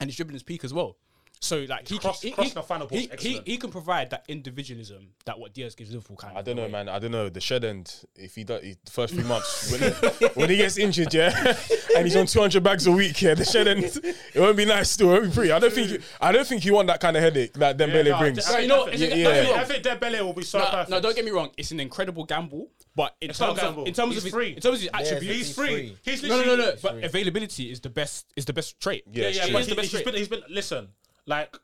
Speaker 5: and his dribbling's peak as well. So like he
Speaker 2: Cross-
Speaker 5: can, he,
Speaker 2: crossing
Speaker 5: he-
Speaker 2: the final ball's
Speaker 5: he- he-
Speaker 2: excellent.
Speaker 5: he can provide that individualism that what Diaz gives Liverpool kind
Speaker 4: I
Speaker 5: of.
Speaker 4: don't know, man. I don't know. The shed end, if he does, the first few
Speaker 5: [LAUGHS]
Speaker 4: months, when he, when he gets injured, yeah, [LAUGHS] and he's on 200 bags a week, yeah, the
Speaker 5: [LAUGHS]
Speaker 4: shed end, it won't be nice still. It won't be pretty. I don't think, I don't think he want that kind of headache that Dembele brings.
Speaker 5: I- you know what,
Speaker 2: I
Speaker 5: is it-
Speaker 2: think,
Speaker 4: yeah, yeah.
Speaker 2: I think Dembele will be so
Speaker 5: No,
Speaker 2: perfect.
Speaker 5: no, don't get me wrong. It's an incredible gamble, but in
Speaker 2: It's not a
Speaker 5: terms of
Speaker 2: gamble.
Speaker 5: in terms
Speaker 2: He's
Speaker 5: of his,
Speaker 2: free.
Speaker 5: in terms of his attributes,
Speaker 2: He's
Speaker 3: He's
Speaker 2: free.
Speaker 3: free.
Speaker 2: He's
Speaker 5: no, no,
Speaker 2: literally
Speaker 5: no, no. But availability is the best is the best trait.
Speaker 4: Yeah,
Speaker 2: Yeah,
Speaker 4: It's
Speaker 2: but
Speaker 5: It's
Speaker 2: he,
Speaker 5: the best
Speaker 2: he's
Speaker 5: trait.
Speaker 2: been. He's been. Listen, like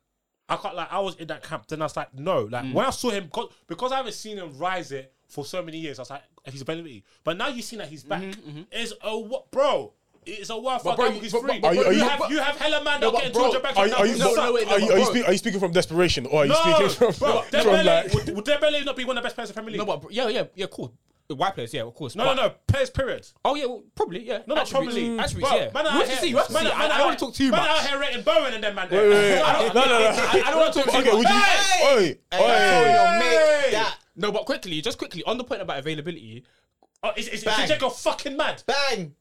Speaker 2: I can't. Like I was in that camp. Then I was like, no. Like when I saw him, 'cause- because I haven't seen him rise it for so many years. I was like, he's availability. But now you see that he's back. It's a what, bro? It's a worthwhile
Speaker 5: bro,
Speaker 2: gamble. He's
Speaker 5: but- but-
Speaker 2: free.
Speaker 5: but-
Speaker 4: Are you- are
Speaker 2: you,
Speaker 4: you-
Speaker 2: have
Speaker 4: but-
Speaker 2: you have hella man
Speaker 5: No,
Speaker 2: not
Speaker 5: but
Speaker 2: getting
Speaker 5: bro,
Speaker 2: Georgia back
Speaker 4: Are
Speaker 2: right
Speaker 4: you,
Speaker 2: now.
Speaker 4: are you,
Speaker 2: Who suck?
Speaker 5: no, no, wait,
Speaker 4: are you, are
Speaker 5: bro.
Speaker 4: you, speak- are you speaking from desperation or are you
Speaker 2: No,
Speaker 4: speaking from, [LAUGHS]
Speaker 2: bro,
Speaker 4: from
Speaker 2: Dembele-
Speaker 4: like?
Speaker 2: would, would Dembele not be one of the best players in the Premier League?
Speaker 5: No, but yeah, yeah, yeah, cool. The white players, yeah, of course.
Speaker 2: No,
Speaker 5: but-
Speaker 2: no, no. Players, period.
Speaker 5: Oh yeah, well, probably, yeah.
Speaker 2: No, not
Speaker 5: Attributes.
Speaker 2: probably.
Speaker 5: Attributes,
Speaker 2: Bro,
Speaker 5: yeah.
Speaker 2: Man,
Speaker 5: you
Speaker 2: out
Speaker 5: have to
Speaker 2: here-
Speaker 5: see. You have to
Speaker 2: man,
Speaker 5: see.
Speaker 2: out-
Speaker 5: I, I
Speaker 2: man
Speaker 5: don't want
Speaker 2: out-
Speaker 5: to talk too
Speaker 2: man
Speaker 5: much.
Speaker 2: out here rating Bowen and them man.
Speaker 4: Wait, wait, wait.
Speaker 2: I don't-
Speaker 4: No, no, no.
Speaker 2: I- I don't want to talk
Speaker 4: [LAUGHS]
Speaker 2: too
Speaker 4: Okay,
Speaker 2: much.
Speaker 4: would you?
Speaker 2: Hey!
Speaker 4: Oi, oi.
Speaker 2: Hey!
Speaker 3: make that
Speaker 5: No, but quickly, just quickly on the point about availability.
Speaker 2: Oh, is, is, is
Speaker 3: Bang.
Speaker 2: Jago fucking mad?
Speaker 3: bang.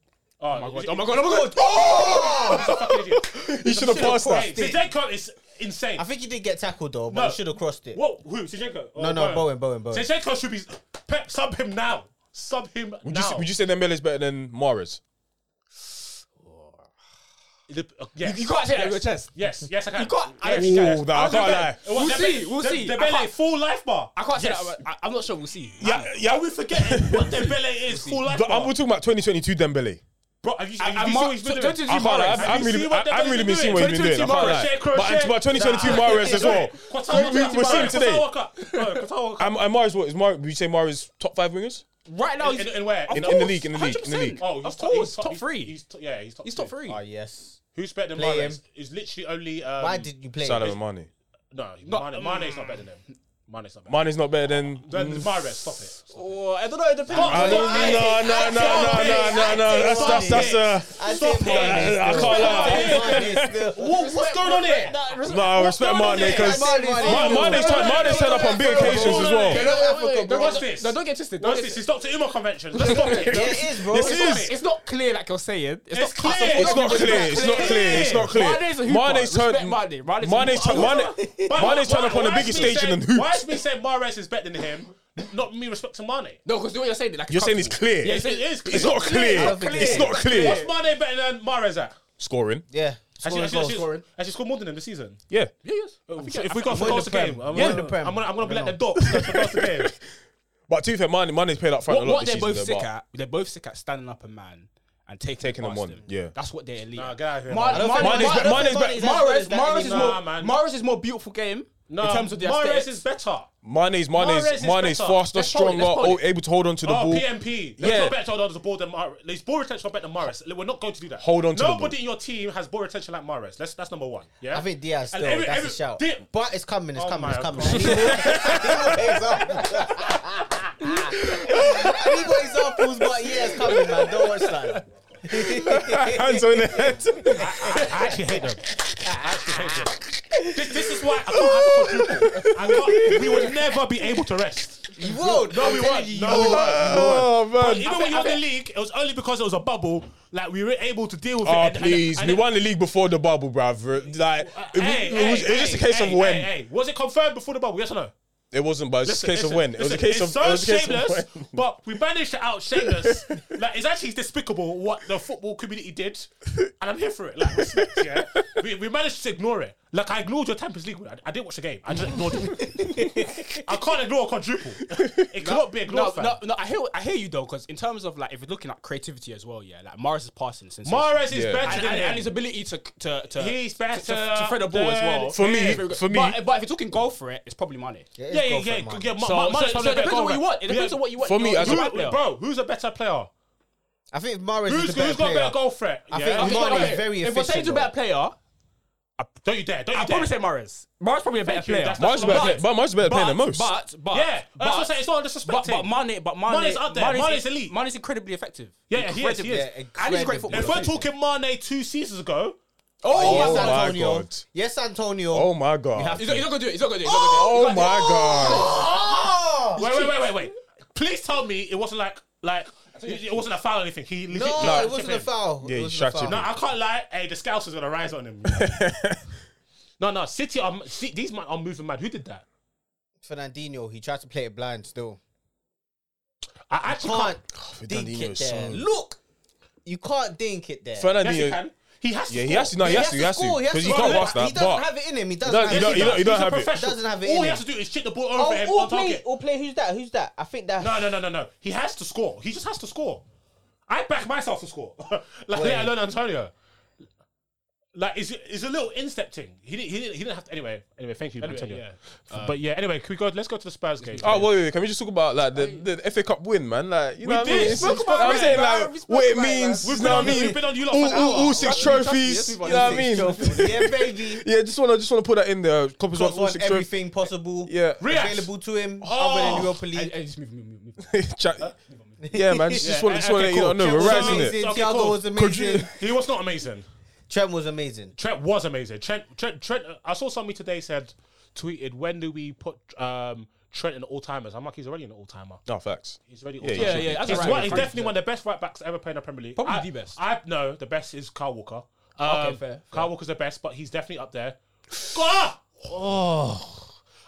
Speaker 2: Oh my
Speaker 5: Oh my god! Oh my god!
Speaker 2: Oh!
Speaker 4: He should have passed that.
Speaker 3: Wait. Stick.
Speaker 2: Zinchenko is insane.
Speaker 3: I think he did get tackled though, but
Speaker 2: No.
Speaker 3: he should have crossed it.
Speaker 2: What? Who? Zinchenko? Oh,
Speaker 3: No, no, Bowen, Bowen, Bowen.
Speaker 2: Zinchenko should be. Pep, sub him now. Sub him
Speaker 4: Would you,
Speaker 2: now.
Speaker 4: s- would you say Dembele is better than Mares?
Speaker 2: The- uh, yes.
Speaker 5: You- you can't say that
Speaker 2: yes.
Speaker 5: with your chest.
Speaker 2: Yes, yes, I can.
Speaker 5: You can't- I-
Speaker 2: Yes, yes.
Speaker 4: Ooh, nah, I
Speaker 2: was
Speaker 4: can't
Speaker 2: Dembele.
Speaker 4: lie.
Speaker 2: It was
Speaker 5: We'll
Speaker 2: Dembele.
Speaker 5: see, we'll
Speaker 2: Dem-
Speaker 5: see. I
Speaker 2: Dembele,
Speaker 5: can't-
Speaker 2: full life bar.
Speaker 5: I can't say
Speaker 2: Yes.
Speaker 5: that. I, I'm not sure. We'll see.
Speaker 4: Yeah, yeah, we
Speaker 2: Forgetting what Dembele is, full life
Speaker 4: But
Speaker 2: bar.
Speaker 4: I'm we're talking about 2022 Dembele.
Speaker 2: Bro, have you,
Speaker 5: I-
Speaker 2: have
Speaker 5: I'm
Speaker 2: you seen
Speaker 5: mar-
Speaker 2: what he's been
Speaker 5: so-
Speaker 2: doing?
Speaker 5: don't you-
Speaker 4: I can't lie, I've,
Speaker 2: Have
Speaker 4: I've
Speaker 2: you
Speaker 4: really,
Speaker 2: seen what
Speaker 4: I, I've
Speaker 2: Dembele's
Speaker 4: really
Speaker 2: been
Speaker 4: been seeing what
Speaker 2: doing?
Speaker 4: he's been doing. I can't lie.
Speaker 2: Crochet,
Speaker 4: But,
Speaker 2: crochet.
Speaker 4: it's about 2022
Speaker 2: Nah.
Speaker 4: Mares as well.
Speaker 2: Quattara-
Speaker 4: We- we- we're seeing
Speaker 2: Quattara-
Speaker 4: today.
Speaker 2: Quattara- Quattara-
Speaker 4: And, and Mares, what is Mares? Would you say Mares top five wingers?
Speaker 5: Right now,
Speaker 2: In-
Speaker 5: he's-
Speaker 2: in where?
Speaker 5: Of
Speaker 2: In-
Speaker 4: in the
Speaker 5: course,
Speaker 4: league, in the league, in the
Speaker 5: 100%.
Speaker 4: league.
Speaker 2: Oh, he's
Speaker 5: of
Speaker 2: top-
Speaker 5: course,
Speaker 2: he's
Speaker 5: top, three.
Speaker 2: He's, t- yeah, he's top.
Speaker 5: He's top
Speaker 2: three.
Speaker 5: three.
Speaker 3: Ah yes.
Speaker 2: Who's better than
Speaker 3: Play
Speaker 2: Mares?
Speaker 3: him.
Speaker 2: Is literally only. Um,
Speaker 3: Why did you play?
Speaker 4: Salah and Mane.
Speaker 2: no?
Speaker 5: Not-
Speaker 2: Mane, Mane's not better than him. Mane's not better.
Speaker 4: Mane's not better than.
Speaker 2: Then Mahrez, stop it.
Speaker 5: Oh, I don't know. It depends.
Speaker 4: I don't-
Speaker 3: I-
Speaker 4: No, no,
Speaker 3: I-
Speaker 4: no, no, no, no, no. That's that's that's uh.
Speaker 3: I say
Speaker 2: Stop it.
Speaker 3: Mane
Speaker 4: I
Speaker 3: still.
Speaker 2: can't
Speaker 3: Mane still.
Speaker 2: What's going on here?
Speaker 4: No, I respect Mane because
Speaker 3: Mane is-
Speaker 4: Mane's turned Mane's turned up on big occasions as
Speaker 2: Get
Speaker 4: well.
Speaker 2: up.
Speaker 5: What's
Speaker 2: What's
Speaker 5: this?
Speaker 2: this?
Speaker 5: No, don't get twisted.
Speaker 2: What's this? It's Dr. Umar convention. Let's stop it.
Speaker 5: [LAUGHS]
Speaker 3: Yeah, it is, bro.
Speaker 4: Yes,
Speaker 3: It's
Speaker 4: it is.
Speaker 5: It's not clear like you're saying. It's,
Speaker 2: It's
Speaker 5: not
Speaker 2: clear.
Speaker 4: It's not clear. It's not clear. It's not clear.
Speaker 5: Mane's a hooper.
Speaker 4: Mane's
Speaker 5: Respect
Speaker 4: turned.
Speaker 5: Mane. Mane's a
Speaker 4: Mane's
Speaker 5: hooper.
Speaker 4: turned. Mane. Mane's
Speaker 2: But why-
Speaker 4: turned up on the
Speaker 2: why
Speaker 4: biggest
Speaker 2: is me
Speaker 4: stage
Speaker 2: saying-
Speaker 4: and then
Speaker 2: Why
Speaker 4: hoops.
Speaker 2: is me saying Mares is better than him? Not me respect to Mane.
Speaker 5: No, because the way you're saying it, like
Speaker 4: You're saying it's clear.
Speaker 5: Yeah,
Speaker 2: It it is clear.
Speaker 4: It's not clear.
Speaker 3: It's not
Speaker 4: It's not
Speaker 2: What's
Speaker 4: clear.
Speaker 2: Mane better than Mares at?
Speaker 4: Scoring.
Speaker 3: Yeah.
Speaker 2: Has he,
Speaker 3: Scoring
Speaker 2: has, he, has,
Speaker 3: goals.
Speaker 2: he,
Speaker 5: scoring.
Speaker 2: has he scored more than him this season?
Speaker 4: Yeah.
Speaker 5: Yeah, yes.
Speaker 4: Oh,
Speaker 5: I think-
Speaker 2: So if
Speaker 5: I
Speaker 2: we
Speaker 5: think-
Speaker 2: got
Speaker 5: I
Speaker 2: for
Speaker 5: think-
Speaker 2: goals a game, I'm
Speaker 3: Win the
Speaker 2: gonna,
Speaker 3: Prem.
Speaker 2: I'm gonna, I'm gonna be like the
Speaker 3: Win
Speaker 2: dog. for goals a
Speaker 3: [LAUGHS]
Speaker 2: game.
Speaker 4: [LAUGHS] But to be fair, Mane Mane's played up front a
Speaker 5: What,
Speaker 4: lot
Speaker 5: what
Speaker 4: this
Speaker 5: they're
Speaker 4: season.
Speaker 5: both
Speaker 4: though,
Speaker 5: sick
Speaker 4: but-
Speaker 5: at, they're both sick at standing up a man and taking,
Speaker 4: Taking
Speaker 5: past
Speaker 4: him on,
Speaker 5: Them.
Speaker 4: yeah.
Speaker 5: That's what they're elite.
Speaker 2: Nah,
Speaker 5: at.
Speaker 2: get out of here,
Speaker 5: Mar-
Speaker 2: man. I
Speaker 3: don't
Speaker 5: Mar-
Speaker 3: think
Speaker 4: Mane's
Speaker 5: Mar-
Speaker 4: be- Mane's
Speaker 5: Mar-
Speaker 4: be-
Speaker 5: Mahrez-
Speaker 3: Mahrez-
Speaker 5: Mahrez is
Speaker 2: Nah,
Speaker 5: more.
Speaker 2: man.
Speaker 5: Mahrez is more beautiful game
Speaker 2: No,
Speaker 5: in terms of the
Speaker 2: Mares
Speaker 5: aesthetics.
Speaker 2: is better.
Speaker 4: Mane's Mane's
Speaker 2: Mahrez is
Speaker 4: Mane's
Speaker 2: better.
Speaker 4: faster,
Speaker 5: Let's hold it,
Speaker 4: stronger,
Speaker 5: let's hold
Speaker 4: oh,
Speaker 5: it.
Speaker 4: able to hold on to the
Speaker 2: Oh,
Speaker 4: ball.
Speaker 2: PMP. Let's
Speaker 4: Yeah.
Speaker 2: not bet on the ball than Mares. There's ball retention not better than Mares. We're not going to do that.
Speaker 4: Hold on to the ball.
Speaker 2: Nobody in your team has ball retention like Mares. That's that's number one. Yeah.
Speaker 3: I think Diaz
Speaker 2: And
Speaker 3: still.
Speaker 2: every-
Speaker 3: that's
Speaker 2: every-
Speaker 3: a shout.
Speaker 2: Di-
Speaker 3: but it's coming. It's
Speaker 2: Oh
Speaker 3: coming. It's
Speaker 2: my
Speaker 3: coming.
Speaker 2: God.
Speaker 3: And he wakes up. And [LAUGHS] he wakes up. Fools, but yeah, it's coming, man. Don't watch
Speaker 2: [LAUGHS]
Speaker 3: that.
Speaker 4: [LAUGHS] Hands on the head.
Speaker 2: I actually hate them. I actually hate them. This, this is why I can't have a quadruple. I can't, we would never be able to rest.
Speaker 3: You won't.
Speaker 2: No,
Speaker 3: I'm
Speaker 2: we
Speaker 3: telling
Speaker 2: won.
Speaker 3: you,
Speaker 2: No,
Speaker 3: you
Speaker 2: we
Speaker 3: won't.
Speaker 2: won.
Speaker 4: [LAUGHS] Oh man.
Speaker 2: Even when you won the league, it was only because it was a bubble. Like we were able to deal with
Speaker 4: Oh
Speaker 2: it. and- and-
Speaker 4: please,
Speaker 2: and
Speaker 4: we
Speaker 2: it- Uh,
Speaker 4: won the league before the bubble, bruv. Like it, was-
Speaker 2: Hey,
Speaker 4: it was,
Speaker 2: hey,
Speaker 4: it was just a
Speaker 2: hey,
Speaker 4: case
Speaker 2: hey,
Speaker 4: of when.
Speaker 2: hey, hey. Was it confirmed before the bubble? Yes or no?
Speaker 4: It wasn't, but it was just a
Speaker 2: Listen,
Speaker 4: case of
Speaker 2: listen,
Speaker 4: when. It was a
Speaker 2: listen,
Speaker 4: case
Speaker 2: it's
Speaker 4: of.
Speaker 2: so
Speaker 4: it was a case
Speaker 2: shameless,
Speaker 4: of when.
Speaker 2: but we managed to out shame us. like it's actually despicable what the football community did, and I'm here for it. Like
Speaker 4: [LAUGHS]
Speaker 2: respect, yeah. We, we managed to ignore it. Like I ignored your Champions League. win. I, I didn't watch the game. I just ignored
Speaker 5: [LAUGHS]
Speaker 2: it. I can't ignore a quadruple. It cannot be
Speaker 5: No,
Speaker 2: ignored. fam.
Speaker 5: no, no. I hear, I hear you though, because in terms of like, if you're looking at creativity as well, yeah, like Morris is passing since
Speaker 2: Mahrez is
Speaker 4: Yeah.
Speaker 2: better
Speaker 5: and,
Speaker 2: than
Speaker 5: and,
Speaker 2: him.
Speaker 5: and his ability to to to
Speaker 2: He's
Speaker 5: to-
Speaker 2: better
Speaker 5: to, to thread a ball as well.
Speaker 2: than-
Speaker 4: For me-
Speaker 5: Yeah, very good.
Speaker 4: for me-
Speaker 5: But, but if you're talking goal for it, it's probably money.
Speaker 3: Yeah,
Speaker 2: yeah, yeah,
Speaker 3: it's
Speaker 2: yeah.
Speaker 3: girlfriend,
Speaker 2: yeah
Speaker 3: man.
Speaker 2: Ma-
Speaker 5: So,
Speaker 2: Ma-
Speaker 5: so,
Speaker 2: Mahrez
Speaker 5: so
Speaker 2: is
Speaker 5: it
Speaker 2: a better
Speaker 5: depends on what you
Speaker 2: goalback.
Speaker 5: want. It depends
Speaker 2: Yeah.
Speaker 5: on what you want.
Speaker 4: For me,
Speaker 5: You're-
Speaker 4: as
Speaker 5: you're
Speaker 4: a-
Speaker 5: right
Speaker 2: Who-
Speaker 5: there.
Speaker 2: bro, who's a better player?
Speaker 3: I think Morris
Speaker 2: Who's,
Speaker 3: is a better
Speaker 2: who's got a
Speaker 3: player.
Speaker 2: better goal threat?
Speaker 3: I
Speaker 2: Yeah.
Speaker 3: think
Speaker 5: Okay,
Speaker 3: Mane
Speaker 5: okay.
Speaker 3: is very
Speaker 5: If we're saying
Speaker 3: efficient.
Speaker 5: he's a better player,
Speaker 2: Don't you dare! Don't you
Speaker 5: I'd
Speaker 2: dare!
Speaker 5: probably say Morris. Morris probably a better
Speaker 2: Thank you.
Speaker 5: player.
Speaker 2: That's-
Speaker 4: Mars is better,
Speaker 2: But-
Speaker 4: play- but Mars is better playing than most.
Speaker 5: But but
Speaker 2: Yeah, that's
Speaker 5: but,
Speaker 2: what I'm saying. It's not
Speaker 5: But,
Speaker 2: disrespecting.
Speaker 5: but Mane, but Mane,
Speaker 2: Mane's up there. Mane's elite.
Speaker 5: Mane's incredibly effective.
Speaker 2: Yeah, he is, he is.
Speaker 5: Incredibly.
Speaker 3: Yeah,
Speaker 5: and he's a great
Speaker 3: incredible.
Speaker 5: footballer.
Speaker 2: If we're talking Mane two seasons ago,
Speaker 5: oh,
Speaker 3: Yes,
Speaker 4: [LAUGHS] Oh
Speaker 5: my
Speaker 4: my
Speaker 5: God.
Speaker 3: Antonio.
Speaker 4: God.
Speaker 3: Yes, Antonio.
Speaker 4: oh my god.
Speaker 3: have
Speaker 5: He's not, he's not gonna do it. He's not gonna do it. He's
Speaker 4: Oh
Speaker 5: not
Speaker 4: my
Speaker 5: gonna do it. He's not-
Speaker 3: Oh!
Speaker 4: god.
Speaker 2: wait, wait, wait, wait, wait. Please tell me it wasn't like like it wasn't a foul or anything. He legit
Speaker 3: No,
Speaker 2: like,
Speaker 3: it wasn't a
Speaker 2: chipped in.
Speaker 3: foul.
Speaker 4: Yeah,
Speaker 3: it
Speaker 4: he
Speaker 3: wasn't a
Speaker 4: shot
Speaker 3: foul.
Speaker 4: you.
Speaker 2: No, I can't lie. Hey, the scouts is gonna rise on him.
Speaker 4: [LAUGHS]
Speaker 2: no, no, City are see, these men are moving mad. Who did that?
Speaker 3: Fernandinho, he tried to play it blind still.
Speaker 2: I actually
Speaker 3: Can't
Speaker 2: can't.
Speaker 4: Fernandinho
Speaker 3: dink
Speaker 4: is
Speaker 3: it there.
Speaker 4: so-
Speaker 3: Look, you can't dink it there.
Speaker 2: Yes, he can.
Speaker 4: Fernandinho.
Speaker 2: He has to.
Speaker 4: Yeah, he
Speaker 2: score.
Speaker 4: has to. No, he has to. He has to.
Speaker 3: score, he has
Speaker 4: Because he
Speaker 3: to
Speaker 4: can't
Speaker 3: score.
Speaker 4: pass that.
Speaker 3: He doesn't
Speaker 4: But
Speaker 3: have it in him. He doesn't.
Speaker 4: doesn't-
Speaker 3: have
Speaker 4: you
Speaker 3: it
Speaker 4: don't-
Speaker 3: in
Speaker 4: you
Speaker 3: him.
Speaker 4: don't- you don't
Speaker 2: He's a
Speaker 4: have it.
Speaker 2: professional.
Speaker 3: Doesn't have it
Speaker 2: All
Speaker 3: in
Speaker 2: he
Speaker 3: him.
Speaker 2: has to do is chip the ball over
Speaker 3: Oh,
Speaker 2: him
Speaker 3: or
Speaker 2: on
Speaker 3: play,
Speaker 2: target.
Speaker 3: or play. Who's that? Who's that? I think that.
Speaker 2: No, no, no, no, no. He has to score. He just has to score. I back myself to score. [LAUGHS] like
Speaker 3: Wait.
Speaker 2: let alone Antonio. Like it's, it's a little instep thing. He didn't he didn't, he didn't have to anyway. Anyway, thank you, Antonio.
Speaker 5: yeah.
Speaker 2: F- but yeah, anyway, can we go let's go to the Spurs game.
Speaker 4: Uh, Oh wait, wait, wait, can we just talk about like the, the FA Cup win, man? Like you know
Speaker 2: We
Speaker 4: what I
Speaker 2: did.
Speaker 4: mean?
Speaker 2: We
Speaker 4: It's-
Speaker 2: spoke
Speaker 4: it's-
Speaker 2: about
Speaker 4: I'm
Speaker 2: it,
Speaker 4: saying
Speaker 2: man.
Speaker 4: like
Speaker 5: We spoke
Speaker 4: what it
Speaker 5: about it, man.
Speaker 4: means.
Speaker 2: We've
Speaker 4: You
Speaker 2: been
Speaker 4: know
Speaker 2: on-
Speaker 4: what I mean?
Speaker 2: we've been on you lot
Speaker 4: All
Speaker 2: for an
Speaker 4: all-
Speaker 2: hour.
Speaker 4: all six
Speaker 5: Trust me,
Speaker 4: trophies.
Speaker 5: trust me,
Speaker 4: You know
Speaker 5: man.
Speaker 4: what I mean?
Speaker 3: yeah, baby.
Speaker 4: [LAUGHS] Yeah, just wanna just wanna put that in there. Coppers won
Speaker 3: Cops
Speaker 4: all
Speaker 3: won
Speaker 4: six trophies.
Speaker 3: everything possible.
Speaker 4: Yeah.
Speaker 2: React.
Speaker 3: Available to him
Speaker 2: Oh.
Speaker 3: other than Europa
Speaker 5: Hey,
Speaker 3: League.
Speaker 4: [LAUGHS]
Speaker 5: hey, just move, move, move, move.
Speaker 4: Chat- Yeah, man. Just, just want to let you
Speaker 2: cool.
Speaker 4: lot know we're
Speaker 2: Thiago's
Speaker 4: rising
Speaker 2: amazing.
Speaker 4: it.
Speaker 2: Okay,
Speaker 3: Thiago
Speaker 2: cool.
Speaker 3: was
Speaker 2: Could you-
Speaker 3: amazing.
Speaker 2: He was not amazing.
Speaker 3: Trent was amazing.
Speaker 2: Trent was amazing. Trent, Trent, Trent. I saw somebody today said, tweeted, when do we put um, Trent in the all timers? I'm like, he's already an all timer.
Speaker 4: No facts.
Speaker 2: He's already all
Speaker 4: Yeah,
Speaker 2: timer.
Speaker 4: he should be.
Speaker 5: yeah, as a
Speaker 2: He's,
Speaker 5: right
Speaker 2: one,
Speaker 5: back,
Speaker 2: he's
Speaker 5: right.
Speaker 2: definitely one of the best right backs ever played in the Premier League.
Speaker 5: Probably
Speaker 2: I-
Speaker 5: the best.
Speaker 2: I no, the best is Kyle Walker.
Speaker 5: Okay,
Speaker 2: Um,
Speaker 5: fair,
Speaker 2: Kyle Walker's the best, but he's definitely up there. Ah! Oh.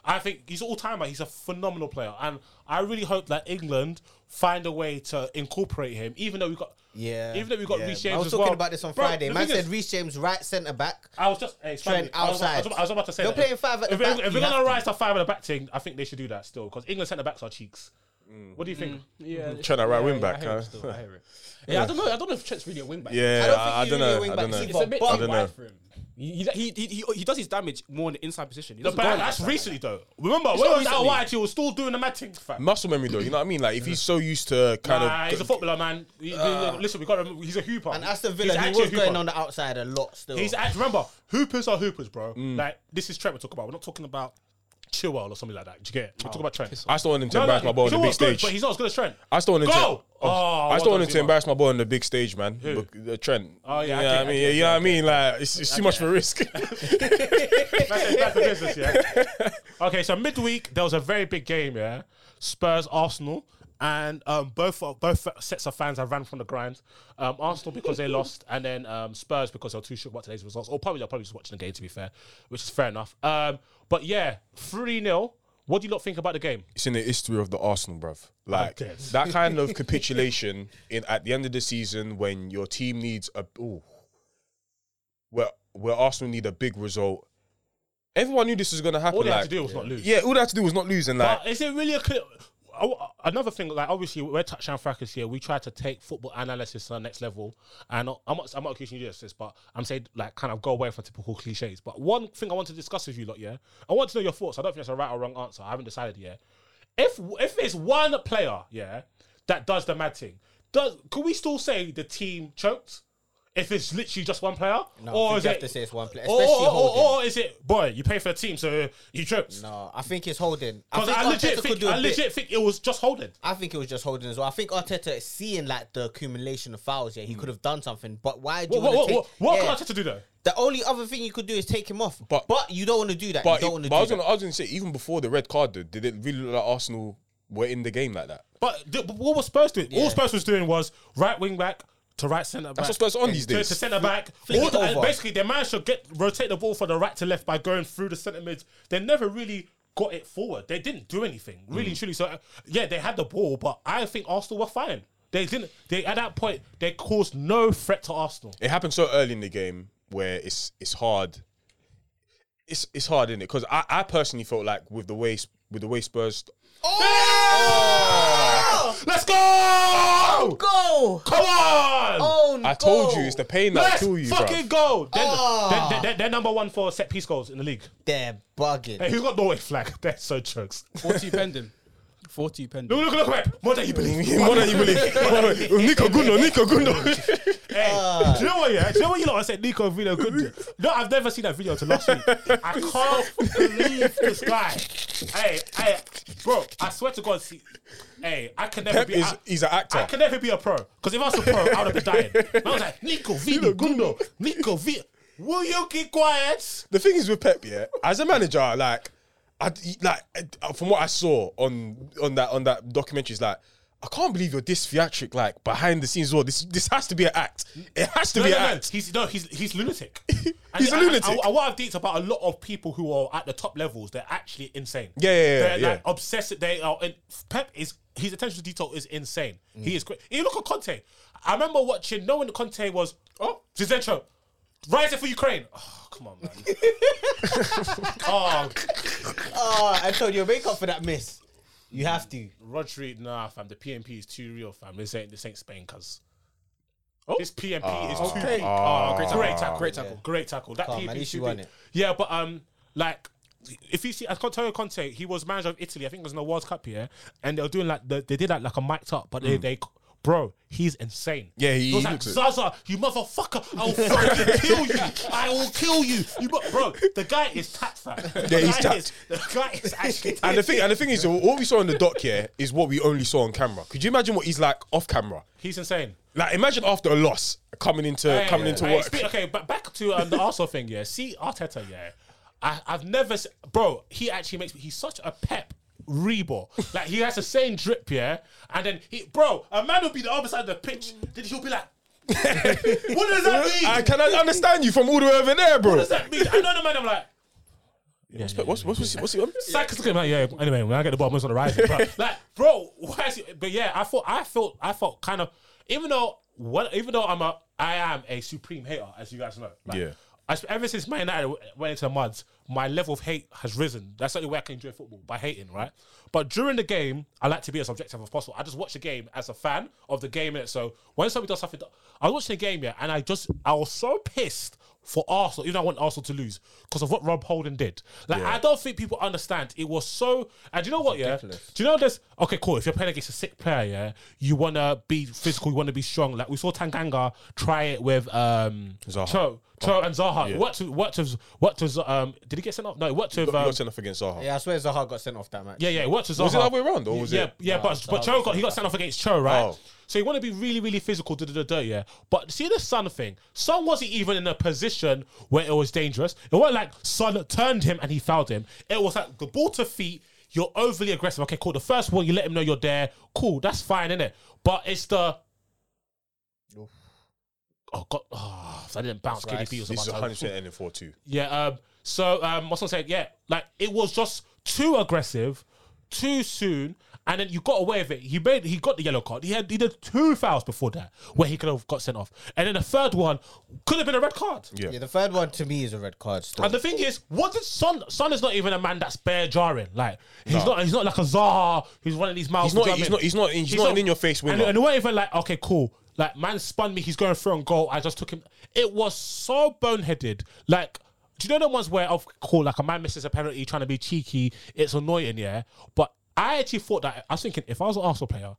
Speaker 2: I think he's all timer. He's a phenomenal player, and I really hope that England find a way to incorporate him. Even though we got,
Speaker 3: Yeah.
Speaker 2: even though we got
Speaker 3: yeah.
Speaker 2: Reece James.
Speaker 3: I was
Speaker 2: as
Speaker 3: talking
Speaker 2: well.
Speaker 3: about this on
Speaker 2: Bro,
Speaker 3: Friday.
Speaker 2: the
Speaker 3: Man
Speaker 2: thing
Speaker 3: said
Speaker 2: is-
Speaker 3: Reece James right centre back.
Speaker 2: I was just hey,
Speaker 3: Trent
Speaker 2: I was, I was- I
Speaker 3: outside.
Speaker 2: was about to say
Speaker 3: You're
Speaker 2: that.
Speaker 3: playing five at the
Speaker 2: if, we're-
Speaker 3: back,
Speaker 2: If
Speaker 3: you
Speaker 2: we're gonna
Speaker 3: have to.
Speaker 2: rise to five at the back thing, I think they should do that still because England centre backs are cheeks.
Speaker 4: Mm.
Speaker 2: What do you think?
Speaker 5: Yeah,
Speaker 4: Trying to right wing
Speaker 5: I
Speaker 4: back,
Speaker 5: hear,
Speaker 4: huh?
Speaker 5: it still, I hear it. Yeah, I don't know. I don't know if Trent's really a wing back.
Speaker 4: Yeah, I
Speaker 3: I don't
Speaker 4: don't know.
Speaker 3: think he
Speaker 4: I don't
Speaker 3: really a wing back.
Speaker 5: it's a
Speaker 4: know.
Speaker 3: He's
Speaker 5: bit
Speaker 3: I
Speaker 5: too
Speaker 4: don't
Speaker 5: wide
Speaker 4: know.
Speaker 5: for him. He, he, he, he, he does his damage more in the inside position. He
Speaker 2: The
Speaker 5: doesn't
Speaker 2: back,
Speaker 5: go like
Speaker 2: that's
Speaker 5: that.
Speaker 2: recently though. Remember,
Speaker 5: not
Speaker 2: when he was out
Speaker 5: recently.
Speaker 2: wide, he was still doing the mad things, fam.
Speaker 4: Muscle memory though, you know what I mean? Like if he's so used to kind
Speaker 2: Nah,
Speaker 4: of Uh,
Speaker 2: he's a footballer, man. He- he- listen, we got to remember, he's a hooper.
Speaker 3: And Aston
Speaker 2: He's
Speaker 3: Villa, he
Speaker 2: actually
Speaker 3: was
Speaker 2: a hooper.
Speaker 3: going on the outside a lot still.
Speaker 2: He's act- remember hoopers are hoopers, bro.
Speaker 4: Mm.
Speaker 2: Like this is Trent we're talking about. We're not talking about Chilwell or something like that. Do you get?
Speaker 4: Oh,
Speaker 2: it? We're talking about Trent.
Speaker 4: I still want him to embarrass my ball on the big
Speaker 2: Chilwell's good,
Speaker 4: stage.
Speaker 2: but he's not as good as Trent.
Speaker 4: I still want him to.
Speaker 2: Go!
Speaker 4: Oh,
Speaker 2: Oh,
Speaker 4: I
Speaker 2: well
Speaker 4: still want
Speaker 2: done,
Speaker 4: him to
Speaker 2: Zuma.
Speaker 4: embarrass my boy on the big stage, man. Look, uh, Trent.
Speaker 2: Oh, yeah, I
Speaker 4: you know
Speaker 2: get-
Speaker 4: what I
Speaker 2: I
Speaker 4: mean,
Speaker 2: get-
Speaker 4: you know what I mean. Like it's, it's too much for
Speaker 2: [LAUGHS]
Speaker 4: risk.
Speaker 2: That's it, that's the business, yeah. Okay, so midweek there was a very big game, yeah. Spurs Arsenal, and um, both both sets of fans have ran from the grind. Um, Arsenal because they lost, and then um, Spurs because they're too sure about today's results. Or probably they're probably just watching the game to be fair, which is fair enough. Um, but yeah, three 0 What do you lot think about the game?
Speaker 4: it's in the history of the Arsenal, bruv. Like
Speaker 2: dead.
Speaker 4: that kind
Speaker 2: [LAUGHS]
Speaker 4: of capitulation in at the end of the season when your team needs a ooh, where where Arsenal need a big result. Everyone knew this was gonna happen.
Speaker 2: All they
Speaker 4: like,
Speaker 2: had to do was not lose.
Speaker 4: Yeah, all they had to do was not lose, and like
Speaker 2: But is it really a clear? oh, Another thing, like obviously we're touchdown frackers here. We try to take football analysis to the next level, and I'm not, I'm not accusing you of this, but I'm saying like kind of go away from typical cliches. But one thing I want to discuss with you lot, yeah, I want to know your thoughts. I don't think it's a right or wrong answer. I haven't decided yet. If if there's one player, yeah, that does the mad thing, does can we still say the team choked? If it's literally just one player,
Speaker 3: No, I think you have to say it's one player, especially
Speaker 2: or, or,
Speaker 3: Holding.
Speaker 2: or is it boy? You pay for a team, so you choked.
Speaker 3: no, I think it's holding. I
Speaker 2: Because
Speaker 3: think
Speaker 2: I,
Speaker 3: Arteta
Speaker 2: legit
Speaker 3: could
Speaker 2: think
Speaker 3: do a
Speaker 2: I
Speaker 3: bit.
Speaker 2: legit think it was just holding.
Speaker 3: I think it was just holding as well. I think Arteta is seeing like the accumulation of fouls. Yeah, he could have done something, but why do
Speaker 2: What
Speaker 3: you
Speaker 2: what
Speaker 3: want
Speaker 2: what,
Speaker 3: to
Speaker 2: what,
Speaker 3: take?
Speaker 2: what
Speaker 3: yeah.
Speaker 2: can Arteta do though?
Speaker 3: The only other thing you could do is take him off,
Speaker 4: But-
Speaker 3: but you don't want to do that.
Speaker 4: but,
Speaker 3: you don't
Speaker 4: it-
Speaker 3: want to
Speaker 4: but I
Speaker 3: do
Speaker 4: was
Speaker 3: that.
Speaker 4: gonna I was gonna say, even before the red card dude, did it really look like Arsenal were in the game like that?
Speaker 2: But, the, but what was Spurs doing?
Speaker 3: Yeah.
Speaker 2: All Spurs was doing was right wing back to right centre back.
Speaker 4: what Spurs are on these
Speaker 2: To-
Speaker 4: days.
Speaker 2: To centre back.
Speaker 3: Flick
Speaker 2: All
Speaker 3: it
Speaker 2: the- and
Speaker 3: over.
Speaker 2: basically, their man should get rotate the ball from the right to left by going through the centre mids. They never really got it forward. They didn't do anything really and truly. So uh, yeah, they had the ball, but I think Arsenal were fine. They didn't. They at that point they caused no threat to Arsenal.
Speaker 4: It happened so early in the game where it's it's hard. It's it's hard in it because I, I personally felt like with the way with the way Spurs
Speaker 2: Let's go!
Speaker 3: Go!
Speaker 2: Come on!
Speaker 3: Oh,
Speaker 4: I told
Speaker 3: go!
Speaker 4: you it's the pain that
Speaker 2: Let's
Speaker 4: kill you, bro.
Speaker 2: fucking go. They're, they're- they're- they're number one for set piece goals in the league.
Speaker 3: They're bugging.
Speaker 2: Hey, who's got Norway flag? [LAUGHS] They're so jokes. Look,
Speaker 5: 40 pending. 40 pending.
Speaker 2: look, look, look. More than you believe.
Speaker 4: More than you
Speaker 2: [LAUGHS]
Speaker 4: believe. Nico Gundo, Nico Gundo.
Speaker 2: Hey, do you know what, yeah? Do you know what you lot I said Nico Villa could do? No, I've never seen that video to last week. I can't believe this guy. Hey, hey, bro, I swear to God, see, hey, I can never
Speaker 4: [LAUGHS] Pep
Speaker 2: be...
Speaker 4: is
Speaker 2: I-
Speaker 4: he's an actor.
Speaker 2: I can never be a pro. Because if I was a pro, I would have been dying. And I was
Speaker 4: [LAUGHS]
Speaker 2: like, Nico Villa, Gundo, Nico Villa. Will you keep quiet?
Speaker 4: the thing is with Pep, yeah, as a manager, like, I like uh, from what I saw on on that on that documentary, is like. I can't believe you're this theatric, like behind the scenes. as Well, this this has to be an act. It has to
Speaker 2: No,
Speaker 4: be
Speaker 2: no,
Speaker 4: an
Speaker 2: no.
Speaker 4: act.
Speaker 2: He's no, he's he's
Speaker 4: [LAUGHS]
Speaker 2: lunatic.
Speaker 4: He's
Speaker 2: a
Speaker 4: a lunatic.
Speaker 2: I, I, what I've deeped about a lot of people who are at the top levels, they're actually insane.
Speaker 4: Yeah, yeah, yeah,
Speaker 2: They're
Speaker 4: yeah.
Speaker 2: like obsessed. They are. In, Pep is his attention to detail is insane. He is great. You look at Conte. I remember watching knowing Conte was oh Zizencho. Rising for Ukraine. Oh, come on, man. oh,
Speaker 3: Oh, I told you, make up for that miss. You have to.
Speaker 2: Oh. Rodri, nah, fam. The PMP is too real, fam. This ain't this ain't Spain, cuz. This PMP is too
Speaker 5: okay.
Speaker 2: big.
Speaker 5: Ah.
Speaker 2: great, tackle. great tackle, great
Speaker 5: Yeah.
Speaker 2: tackle, great tackle. That
Speaker 3: Come on,
Speaker 2: PMP
Speaker 3: man,
Speaker 2: is
Speaker 3: you
Speaker 2: too
Speaker 3: won
Speaker 2: big.
Speaker 3: it.
Speaker 2: Yeah, but um, like. If you see Antonio Conte, he was manager of Italy. I think it was in the World Cup, yeah, and they were doing like the, they did like, like a mic'd up, but they, they Bro, he's insane.
Speaker 4: Yeah, he-
Speaker 2: he was
Speaker 4: he
Speaker 2: like,
Speaker 4: looks it.
Speaker 2: Zaza, you motherfucker, I will fucking kill you. I will kill you. You, mu- bro, the guy is tapped, fam.
Speaker 4: Yeah, he's
Speaker 2: The guy is- the guy is actually
Speaker 4: And the thing, and the thing is, what we saw in the doc here is what we only saw on camera. Could you imagine what he's like off camera?
Speaker 2: he's insane.
Speaker 4: Like, imagine after a loss, coming into
Speaker 2: Hey,
Speaker 4: coming
Speaker 2: hey,
Speaker 4: into
Speaker 2: hey,
Speaker 4: work.
Speaker 2: speak- okay, but back to um, the Arsenal thing. Yeah, see Arteta. Yeah, I, I've never, se- bro. He actually makes me. He's such a pep. Rebor, like he has the same drip, yeah, and then he, bro, a man will be the other side of the pitch, then he'll be like, [LAUGHS] "What does that mean?
Speaker 4: [LAUGHS] I can I understand you from all the way over there, bro.
Speaker 2: what does that mean?" I know the man. I'm like,
Speaker 4: What's what's what's what's, what's, what's
Speaker 2: Saka's looking like, yeah. Anyway, when I get the ball, I'm just on the rise. But like, bro, why is it? But yeah, I thought, I felt, I felt kind of, even though, what, even though I'm a, I am a supreme hater, as you guys know. Like,
Speaker 4: Yeah.
Speaker 2: I, sp- ever since Man United went into the muds, my level of hate has risen. That's the only way I can enjoy football by hating, right? But during the game, I like to be as objective as possible. I just watch the game as a fan of the game. Innit? So when somebody does something, I was watching the game, yeah, and I just, I was so pissed for Arsenal, even though I want Arsenal to lose, because of what Rob Holden did. Like, I don't think people understand. It was so, and do you know what, yeah? Do you know this? Okay, cool. If you're playing against a sick player, yeah, you want to be physical, you want to be strong. Like, we saw Tanganga try it with, um,
Speaker 4: Zaha.
Speaker 2: Cho, Cho and Zaha.
Speaker 4: Yeah.
Speaker 2: What to what to what to um? Did he get sent off? No, what to um,
Speaker 4: what's enough against Zaha?
Speaker 3: Yeah, I swear Zaha got sent off that match.
Speaker 2: yeah, yeah, what to Zaha?
Speaker 4: Was it the other way around, or was
Speaker 2: yeah,
Speaker 4: it-
Speaker 2: yeah, but but Cho got he got sent off against Cho, right?
Speaker 4: Oh.
Speaker 2: So you want to be really, really physical, da, da, da, da, yeah. But see the Son thing. Son wasn't even in a position where it was dangerous. It wasn't like Son turned him and he fouled him. It was like the ball to feet. You're overly aggressive. Okay, cool. The first one, you let him know you're there. Cool, that's fine, innit? But it's the oh god, oh, I didn't bounce. KDP was
Speaker 4: This is
Speaker 2: about to-
Speaker 4: 100 percent ending four two.
Speaker 2: yeah. Um, so um, what's I saying? Yeah, like it was just too aggressive, too soon, and then you got away with it. He made he got the yellow card. He had he did two fouls before that where he could have got sent off, and then the third one could have been a red card.
Speaker 4: Yeah.
Speaker 3: Yeah, the third one to me is a red card. Still.
Speaker 2: And the thing is, what did Son? Son is not even a man that's bare jarring. Like he's not. He's not like a Zaha. He's running these
Speaker 4: He's
Speaker 2: mouths.
Speaker 4: not-
Speaker 2: do you know
Speaker 4: he's
Speaker 2: what I mean?
Speaker 4: not- he's not- he's not an in-your-face
Speaker 2: And,
Speaker 4: winner.
Speaker 2: and it wasn't even like okay, cool. Like man spun me. He's going through and goal. I just took him. It was so boneheaded. Like. Do you know the ones where, of cool, like a man misses a penalty trying to be cheeky? It's annoying, yeah. But I actually thought that I was thinking if I was an Arsenal player,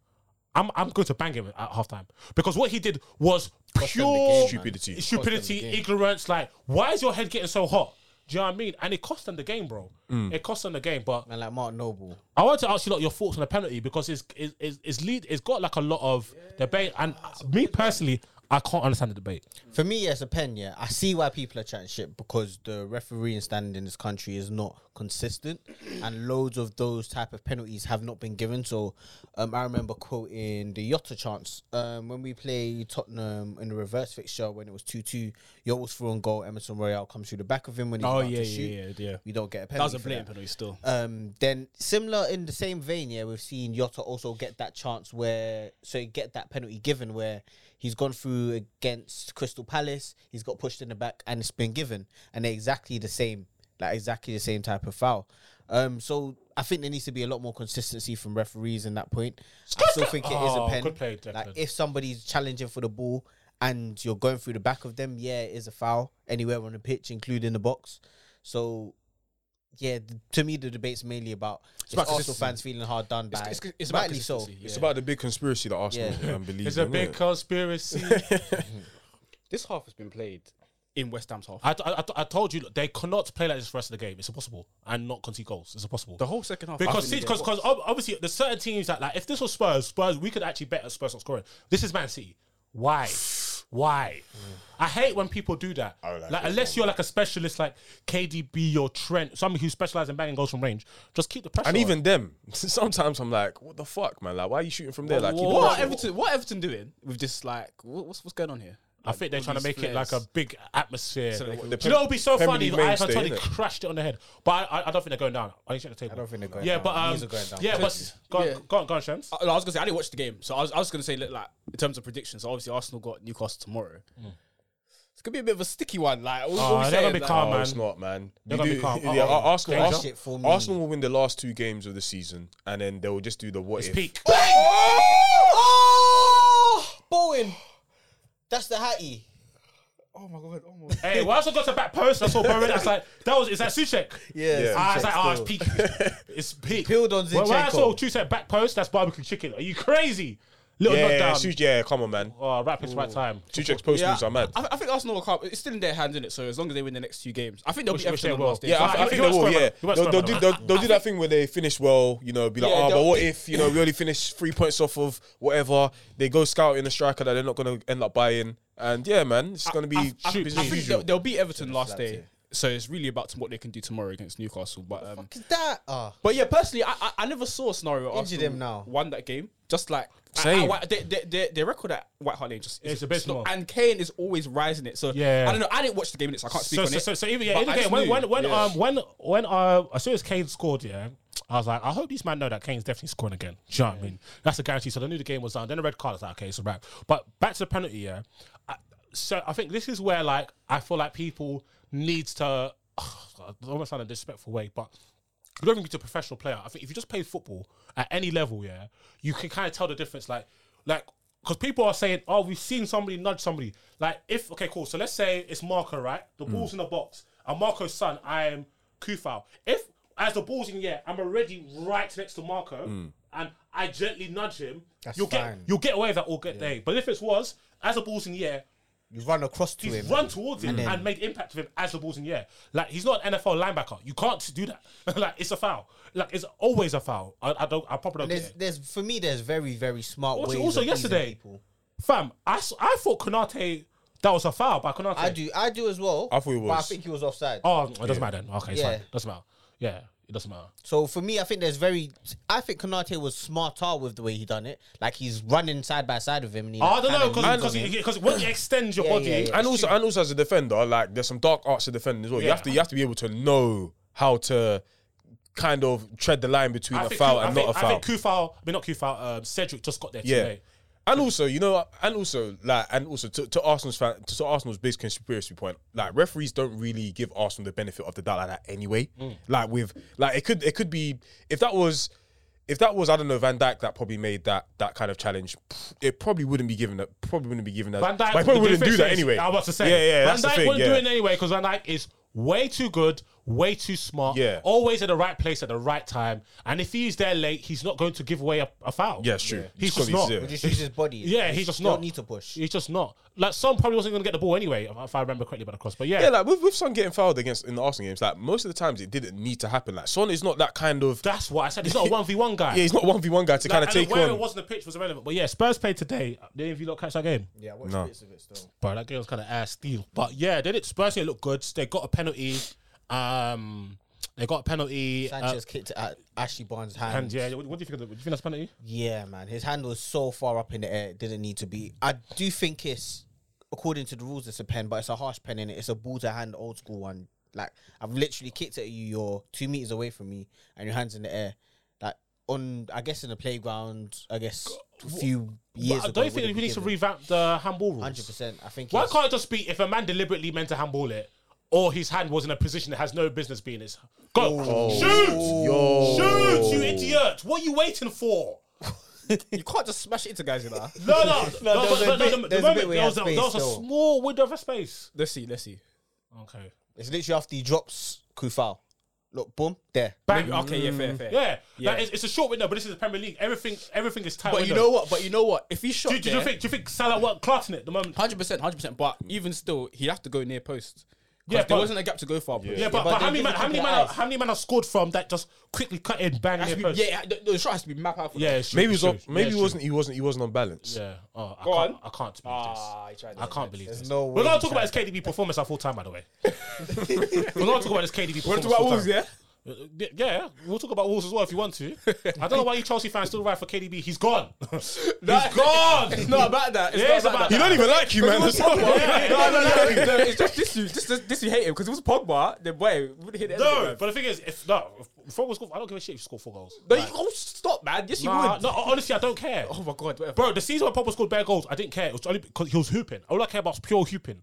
Speaker 2: I'm I'm going to bang him at halftime because what he did was
Speaker 3: them the
Speaker 2: pure
Speaker 3: game, man.
Speaker 4: Stupidity.
Speaker 2: stupidity, ignorance. Like, why is your head getting so hot? Do you know what I mean? And it cost them the game, bro. It cost them the game. But
Speaker 3: and like Mark Noble.
Speaker 2: I want to ask you like your thoughts on the penalty because it's it's, it's, it's lead it's got like a lot of debate. And me personally, I can't understand the debate.
Speaker 3: For me, as a pen, yeah, I see why people are chatting shit because the refereeing standard in this country is not consistent, [CLEARS THROAT] and loads of those type of penalties have not been given. So, um, I remember quoting the Yotta chance um, when we played Tottenham in the reverse fixture when it was two two. Yotta was through on goal. Emerson Royale comes through the back of him when he's
Speaker 5: Oh,
Speaker 3: about
Speaker 5: yeah,
Speaker 3: to
Speaker 5: yeah,
Speaker 3: shoot.
Speaker 5: yeah, yeah.
Speaker 3: We don't get a penalty.
Speaker 5: That was a
Speaker 3: for
Speaker 5: blatant penalty still.
Speaker 3: um, then similar in the same vein, yeah, we've seen Yotta also get that chance where so he get that penalty given where he's gone through against Crystal Palace, he's got pushed in the back and it's been given, and they're exactly the same, like exactly the same type of foul. Um, so I think there needs to be a lot more consistency from referees in that point. I still think it is
Speaker 2: Oh,
Speaker 3: a pen.
Speaker 2: good play,
Speaker 3: like
Speaker 2: Declan.
Speaker 3: if somebody's challenging for the ball and you're going through the back of them, yeah, it is a foul anywhere on the pitch, including the box. So yeah, th- to me the debate's mainly about it's
Speaker 5: about
Speaker 3: Arsenal
Speaker 5: consistency.
Speaker 3: fans feeling hard done by.
Speaker 5: It's, it's, it's about
Speaker 3: rightly so.
Speaker 5: consistency,
Speaker 4: It's
Speaker 5: yeah.
Speaker 4: about the big conspiracy that Arsenal
Speaker 3: Yeah.
Speaker 4: um, believe
Speaker 2: It's a
Speaker 4: in,
Speaker 2: big
Speaker 4: innit?
Speaker 2: conspiracy.
Speaker 5: This half has been played in West Ham's half.
Speaker 2: [LAUGHS] I, I, I- I told you they cannot play like this for the rest of the game. It's impossible and not concede goals. It's impossible.
Speaker 5: the whole second half
Speaker 2: Because because because obviously there's certain teams that like if this was Spurs, Spurs we could actually bet at Spurs not scoring. This is Man City. Why? Why? I hate when people do that.
Speaker 4: like
Speaker 2: Like,
Speaker 4: this
Speaker 2: unless you're like a specialist like KDB or Trent, somebody who specializes in banging goals from range, just keep the pressure.
Speaker 4: And
Speaker 2: on.
Speaker 4: even them, [LAUGHS] sometimes I'm like, what the fuck, man? Like, why are you shooting from there? Like, keep
Speaker 5: what,
Speaker 4: the
Speaker 5: are
Speaker 4: pressure on.
Speaker 5: Everton, what are Everton doing with this? Like, what, what's what's going on here?
Speaker 2: I think they're
Speaker 5: all
Speaker 2: trying to
Speaker 5: these
Speaker 2: make it like a
Speaker 5: flares.
Speaker 2: big atmosphere.
Speaker 4: So they
Speaker 2: Do
Speaker 4: can-
Speaker 2: you know it would be so
Speaker 4: Premier
Speaker 2: funny if
Speaker 4: League
Speaker 2: Ivan
Speaker 4: mainstay,
Speaker 2: Tony
Speaker 4: innit?
Speaker 2: crashed it on the head? But I, I, I don't think they're going down. I need to check the table. I
Speaker 3: don't think they're going
Speaker 2: yeah,
Speaker 3: down.
Speaker 2: But, um,
Speaker 3: Knees are going down.
Speaker 2: Yeah, but go on,
Speaker 5: Yeah.
Speaker 2: go on, go on, Shams.
Speaker 5: I, I was gonna say I didn't watch the game, so I was, I was gonna say look, like in terms of predictions. So obviously Arsenal got Newcastle tomorrow. It's gonna be a bit of a sticky one. Like, what, what
Speaker 2: Mm. Oh,
Speaker 5: we
Speaker 2: they're
Speaker 5: saying,
Speaker 2: gonna be
Speaker 5: like-
Speaker 2: calm,
Speaker 4: No,
Speaker 2: man.
Speaker 4: it's not, man.
Speaker 2: They're
Speaker 4: You
Speaker 2: gonna
Speaker 4: do-
Speaker 2: be calm.
Speaker 4: [LAUGHS] yeah,
Speaker 2: Uh-oh.
Speaker 4: Ar- Arsenal,
Speaker 3: Clean
Speaker 4: Ars-
Speaker 3: shit for me.
Speaker 4: Arsenal will win the last two games of the season, and then they will just do the what
Speaker 2: It's
Speaker 4: if.
Speaker 2: peak.
Speaker 3: Oh, Bowen, that's the hattie.
Speaker 5: Oh my god! Oh my.
Speaker 2: Hey, when I also got to back post, I saw Bowen. I was like, that was is that Suchek?
Speaker 3: Yeah, it's
Speaker 2: I
Speaker 3: Suchek
Speaker 2: was like, oh, it's
Speaker 3: still.
Speaker 2: peak. It's peak.
Speaker 3: [LAUGHS] Peeled on
Speaker 2: When, when I
Speaker 3: Zinchenko.
Speaker 2: saw Suchek back post, that's barbecue chicken. Are you crazy? Little
Speaker 4: yeah,
Speaker 2: knockdown.
Speaker 4: yeah, Suj- yeah, come on, man.
Speaker 2: Oh, rapid right time.
Speaker 4: Two checks post moves are mad.
Speaker 5: I, I think Arsenal are calm. It's still in their hands, in it? So as long as they win the next two games, I think they'll
Speaker 2: Which-
Speaker 5: be
Speaker 2: which they
Speaker 5: Everton on
Speaker 2: will.
Speaker 5: last day.
Speaker 4: Yeah, I,
Speaker 2: But
Speaker 4: I
Speaker 2: he
Speaker 4: think
Speaker 2: won't
Speaker 4: they will.
Speaker 2: score,
Speaker 4: Yeah,
Speaker 2: man. He won't
Speaker 4: they'll,
Speaker 2: score,
Speaker 4: they'll do
Speaker 2: man.
Speaker 4: they'll, they'll do that thing where they finish well. You know, be like,
Speaker 5: Yeah,
Speaker 4: ah, but
Speaker 5: they'll-
Speaker 4: what if you know we only finish three points off of whatever? They go scouting a striker that they're not going to end up buying, and yeah, man, it's going to be
Speaker 5: I,
Speaker 4: business
Speaker 5: I
Speaker 4: as
Speaker 5: think
Speaker 4: usual.
Speaker 5: they'll, they'll beat Everton last
Speaker 3: slapped
Speaker 5: day.
Speaker 3: it.
Speaker 5: So it's really about t- what they can do tomorrow against Newcastle. But um,
Speaker 3: Cause that ah,
Speaker 5: but yeah, personally, I, I, I never saw a scenario where
Speaker 3: Injured
Speaker 5: Arsenal
Speaker 3: him now.
Speaker 5: won that game. Just like I-
Speaker 4: Same.
Speaker 5: I, I, their, their- their- their record at White Hart Lane just
Speaker 2: It's
Speaker 5: is-
Speaker 2: a bit
Speaker 5: not-
Speaker 2: small.
Speaker 5: and Kane is always rising it. So
Speaker 2: Yeah.
Speaker 5: I don't know. I didn't watch the game in it, so I can't speak
Speaker 2: So,
Speaker 5: on
Speaker 2: so,
Speaker 5: it.
Speaker 2: so, so even yeah,
Speaker 5: But
Speaker 2: in the
Speaker 5: I
Speaker 2: game,
Speaker 5: just
Speaker 2: when
Speaker 5: knew.
Speaker 2: when when
Speaker 5: Yeah.
Speaker 2: um when when uh as soon as Kane scored, yeah, I was like, I hope these man know that Kane's definitely scoring again. Do you know what I mean? That's a guarantee. So I knew the game was done. Then the red card, I was like, okay, it's a wrap. But back to the penalty, yeah. I, so I think this is where like I feel like people needs to [SIGHS] almost sound in a disrespectful way, but you don't even need to be a professional player. I think if you just play football at any level, yeah, you can kind of tell the difference. Like, like because people are saying, "Oh, we've seen somebody nudge somebody." Like, if okay, cool. So let's say it's Marco, right? The ball's in the box, and Marco's son, I am Kufau. If as the ball's in the air, I'm already right next to Marco, and I gently nudge him.
Speaker 3: That's
Speaker 2: you'll
Speaker 3: fine.
Speaker 2: get you'll get away with that all good day. But if it was as the ball's in the air,
Speaker 3: you run across to
Speaker 2: He's
Speaker 3: him.
Speaker 2: run towards him and,
Speaker 3: then-
Speaker 2: made impact with him as the ball's in the air. Like he's not an NFL linebacker. You can't do that. [LAUGHS] like it's a foul. Like it's always a foul. I, I don't. I probably don't.
Speaker 3: There's,
Speaker 2: Get it.
Speaker 3: there's for me, there's very, very smart
Speaker 2: Also,
Speaker 3: ways.
Speaker 2: also
Speaker 3: of using
Speaker 2: yesterday,
Speaker 3: people.
Speaker 2: fam, I, s- I thought Konate that was a foul by Konate.
Speaker 3: I do, I do as well.
Speaker 4: I thought he
Speaker 3: But I
Speaker 4: was.
Speaker 3: think he was offside.
Speaker 2: Oh, it doesn't matter. Then. Okay, it's
Speaker 3: Yeah.
Speaker 2: fine. Doesn't matter. Yeah, it doesn't matter.
Speaker 3: So for me, I think there's very. I think Konate was smarter with the way he done it. Like he's running side by side with him. And he,
Speaker 2: I
Speaker 3: like,
Speaker 2: don't know
Speaker 3: kinda leans
Speaker 2: because
Speaker 3: on him.
Speaker 2: because when
Speaker 3: [LAUGHS]
Speaker 2: you extend your
Speaker 3: Yeah,
Speaker 2: body,
Speaker 3: yeah, yeah.
Speaker 4: and also, and also as a defender, like there's some dark arts to defending as well. You
Speaker 2: Yeah.
Speaker 4: have to you have to be able to know how to kind of tread the line between
Speaker 2: I
Speaker 4: a
Speaker 2: think
Speaker 4: foul
Speaker 2: Ku- I
Speaker 4: and
Speaker 2: think,
Speaker 4: not a
Speaker 2: I
Speaker 4: foul.
Speaker 2: think Kufal, I mean not Kufal. Um, Cedric just got there
Speaker 4: Yeah.
Speaker 2: today.
Speaker 4: And also, you know, and also, like, and also to, to Arsenal's fan, to, to Arsenal's big conspiracy point, like referees don't really give Arsenal the benefit of the doubt like that anyway.
Speaker 2: Mm.
Speaker 4: Like with, like it could it could be if that was if that was I don't know Van Dyke that probably made that that kind of challenge, pff, it probably wouldn't be given that probably wouldn't be given that.
Speaker 2: Van Dyke
Speaker 4: but it probably
Speaker 2: the
Speaker 4: wouldn't do
Speaker 2: difference
Speaker 4: that
Speaker 2: is-
Speaker 4: anyway.
Speaker 2: I was about to say,
Speaker 4: yeah, yeah,
Speaker 2: Van
Speaker 4: that's the
Speaker 2: Dyke
Speaker 4: thing.
Speaker 2: wouldn't
Speaker 4: yeah.
Speaker 2: do it anyway because Van Dyke is way too good, way too smart,
Speaker 4: Yeah.
Speaker 2: always at the right place at the right time. And if he's there late, he's not going to give away a, a foul.
Speaker 4: Yeah, it's true.
Speaker 2: He's
Speaker 4: It's
Speaker 2: just
Speaker 4: got
Speaker 2: not.
Speaker 4: his
Speaker 3: He
Speaker 4: zero.
Speaker 3: just uses his body.
Speaker 2: Yeah, he's just
Speaker 3: don't
Speaker 2: not.
Speaker 3: need to push.
Speaker 2: He's just not. Like some probably wasn't going to get the ball anyway, if- if I remember correctly, by the cross. But yeah,
Speaker 4: Yeah, like with, with Son getting fouled against in the Arsenal games, like most of the times it didn't need to happen. Like Son is not that kind of
Speaker 2: that's what I said. He's not a one v one
Speaker 4: [LAUGHS]
Speaker 2: guy.
Speaker 4: yeah, he's not one v one guy to
Speaker 2: Like,
Speaker 4: kind of
Speaker 2: and
Speaker 4: take
Speaker 2: where
Speaker 4: on.
Speaker 2: it was in the pitch was irrelevant. But yeah, Spurs played today. Did any of you not catch that game?
Speaker 3: Yeah, I watched
Speaker 4: No.
Speaker 3: bits of it still.
Speaker 2: Bro, that game was kind of ass steel. But yeah, they did. Spurs didn't look good. They got a penalty. Um, they got a penalty. uh,
Speaker 3: Sanchez kicked it at Ashley Barnes' hand.
Speaker 2: And yeah, what, what do you think of the, do you think that's penalty?
Speaker 3: Yeah, man, his hand was so far up in the air, it didn't need to be. I do think it's according to the rules, it's a pen, but it's a harsh pen in it. It's a ball to hand, old school one. Like I've literally kicked at you, you're two meters away from me, and your hands in the air. Like on, I guess in the playground, I guess a few years
Speaker 2: But I
Speaker 3: ago.
Speaker 2: don't think we need to revamp the handball rules.
Speaker 3: Hundred percent. I think.
Speaker 2: Why
Speaker 3: it's-
Speaker 2: can't it just be if a man deliberately meant to handball it, or his hand was in a position that has no business being his? Go
Speaker 3: Oh.
Speaker 2: shoot,
Speaker 4: Yo.
Speaker 2: shoot, you idiot! What are you waiting for?
Speaker 5: you can't just smash it into guys. You know.
Speaker 2: No, no, no,
Speaker 3: there's
Speaker 2: but-
Speaker 3: a
Speaker 2: but no,
Speaker 3: bit-
Speaker 2: the-
Speaker 3: there's
Speaker 2: The
Speaker 3: a bit
Speaker 2: moment
Speaker 3: where you
Speaker 2: there was
Speaker 3: have
Speaker 2: a- there was a
Speaker 3: space still.
Speaker 2: small window of a space.
Speaker 5: Let's see. Let's see.
Speaker 2: Okay.
Speaker 3: It's literally after he drops Kufal. Look, boom, there.
Speaker 2: Bang.
Speaker 5: Okay. Yeah. Fair. Fair.
Speaker 2: Yeah,
Speaker 5: Yeah.
Speaker 2: Like, it's, it's a short window, but this is the Premier League. Everything, everything is tight.
Speaker 5: But you
Speaker 2: window.
Speaker 5: know what? But you know what? If he shot
Speaker 2: Do, do you
Speaker 5: there-
Speaker 2: think? Do you think Salah weren't clarting it the moment?
Speaker 5: Hundred percent, hundred percent. But even still, he'd have to go near post.
Speaker 2: Yeah,
Speaker 5: Yeah,
Speaker 2: but-
Speaker 5: there wasn't a gap to go far. bro.
Speaker 2: Yeah, but,
Speaker 3: but
Speaker 2: but, how
Speaker 3: they
Speaker 2: many
Speaker 3: did
Speaker 2: man,
Speaker 3: it
Speaker 2: how many
Speaker 3: with
Speaker 2: man,
Speaker 3: their
Speaker 2: are-
Speaker 3: eyes.
Speaker 2: how many man are scored from that just quickly cut in, bang
Speaker 5: It
Speaker 2: near
Speaker 5: has to
Speaker 2: post?
Speaker 5: be, yeah, the, the shot has to be map out. For
Speaker 2: Yeah, it's true,
Speaker 4: Maybe he
Speaker 2: it's
Speaker 4: was
Speaker 2: true.
Speaker 4: off, maybe
Speaker 2: Yeah,
Speaker 4: he
Speaker 2: it's
Speaker 4: wasn't he wasn't he wasn't on balance.
Speaker 2: true. Yeah. Oh, I
Speaker 5: Go
Speaker 2: can't,
Speaker 5: on.
Speaker 2: I can't believe
Speaker 5: Ah, he
Speaker 2: this.
Speaker 5: tried
Speaker 2: I
Speaker 5: that.
Speaker 2: can't believe this.
Speaker 3: no
Speaker 2: We're
Speaker 3: way
Speaker 2: gonna
Speaker 3: he
Speaker 2: talk about his KDB performance at full time, by
Speaker 5: [LAUGHS]
Speaker 2: the way. We're gonna talk about his KDB
Speaker 5: We're talking
Speaker 2: performance.
Speaker 5: about Wolves,
Speaker 2: full-time.
Speaker 5: yeah.
Speaker 2: Uh, yeah, yeah, we'll talk about Wolves as well if you want
Speaker 5: [LAUGHS]
Speaker 2: to. I don't know why you Chelsea fans still ride for KDB. He's gone. [LAUGHS] He's gone.
Speaker 5: It's not about that. It's
Speaker 2: Yeah,
Speaker 5: not
Speaker 2: it's about
Speaker 5: about
Speaker 4: He
Speaker 5: that.
Speaker 4: don't even like you, man.
Speaker 5: It was
Speaker 4: That's all.
Speaker 5: Pogba.
Speaker 2: Yeah,
Speaker 5: [LAUGHS] No,
Speaker 2: yeah,
Speaker 5: no,
Speaker 2: yeah.
Speaker 5: no, no, It's just this. You just, just- this. You hate him because it was Pogba. Then boy, would hit it.
Speaker 2: No, but the thing is, if no, if four goals, I don't give a shit if you score four goals.
Speaker 5: no, you oh, stop, man. Yes, you
Speaker 2: Nah,
Speaker 5: would.
Speaker 2: no, honestly, I don't care.
Speaker 5: Oh my god, whatever.
Speaker 2: Bro, the season when Pogba scored bare goals, I didn't care. It was only because he was hooping. All I care about was pure hooping.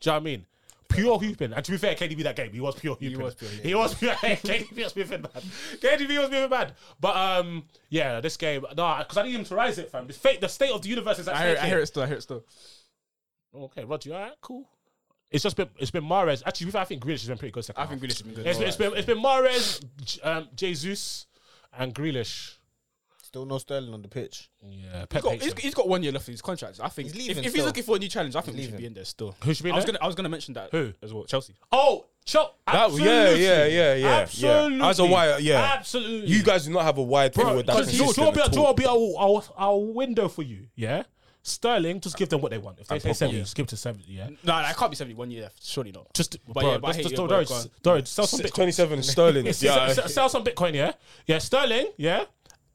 Speaker 2: Do you know what I mean? Pure hooping. And to be fair, KDB that game, he was pure hooping. He
Speaker 5: was pure, yeah.
Speaker 2: He was pure. [LAUGHS] KDB was moving bad. KDB was moving bad. But um, yeah, this game, nah, because I need him to rise it, fam. This fate, the state of the universe is
Speaker 5: I
Speaker 2: actually.
Speaker 5: hear, it, I hear it still. I hear it still.
Speaker 2: Okay, Roger, all right, cool. It's just been it's been Mares. Actually, to be fair, I think Grealish has been pretty good. Second
Speaker 5: I think
Speaker 2: half.
Speaker 5: Grealish has been good.
Speaker 2: It's been, it's been it's been Mares, um, Jesus, and Grealish.
Speaker 3: Still no Sterling on the pitch.
Speaker 2: Yeah,
Speaker 5: He's
Speaker 2: Pep
Speaker 5: got,
Speaker 2: hates
Speaker 5: he's,
Speaker 2: him.
Speaker 5: he's got one year left in his contract. I think
Speaker 3: He's
Speaker 5: if-
Speaker 3: leaving
Speaker 5: if, he's
Speaker 3: still.
Speaker 5: looking for a new challenge, I think
Speaker 3: He's
Speaker 5: we should be
Speaker 3: leaving.
Speaker 5: in there still.
Speaker 2: Who should be
Speaker 5: I was
Speaker 2: there?
Speaker 5: gonna I was gonna mention that
Speaker 2: Who?
Speaker 5: as well. Chelsea.
Speaker 2: Oh, Chel-
Speaker 4: That, yeah,
Speaker 2: absolutely.
Speaker 4: yeah, yeah, yeah.
Speaker 2: Absolutely.
Speaker 4: Yeah. As a wide, yeah. [LAUGHS]
Speaker 2: Absolutely.
Speaker 4: You guys do not have a wide
Speaker 2: Bro,
Speaker 4: forward that's
Speaker 2: because you-
Speaker 4: consistent
Speaker 2: Joe will be,
Speaker 4: at
Speaker 2: Joe will
Speaker 4: all.
Speaker 2: be our, our, our window for you, yeah? Sterling, just give them what they want. If they say 70, just give to 70, yeah?
Speaker 5: No, nah, I can't be seventy one year left. Surely not.
Speaker 2: Just,
Speaker 5: But
Speaker 2: bro,
Speaker 5: yeah, but I
Speaker 2: just,
Speaker 5: hate
Speaker 2: just,
Speaker 5: you,
Speaker 2: don't-
Speaker 5: bro,
Speaker 2: don't-
Speaker 5: go on.
Speaker 2: don't- sell some Bitcoin.
Speaker 4: Twenty-seven Sterling.
Speaker 2: yeah,
Speaker 4: yeah,
Speaker 2: sell, sell some Bitcoin, yeah? Yeah, Sterling, yeah?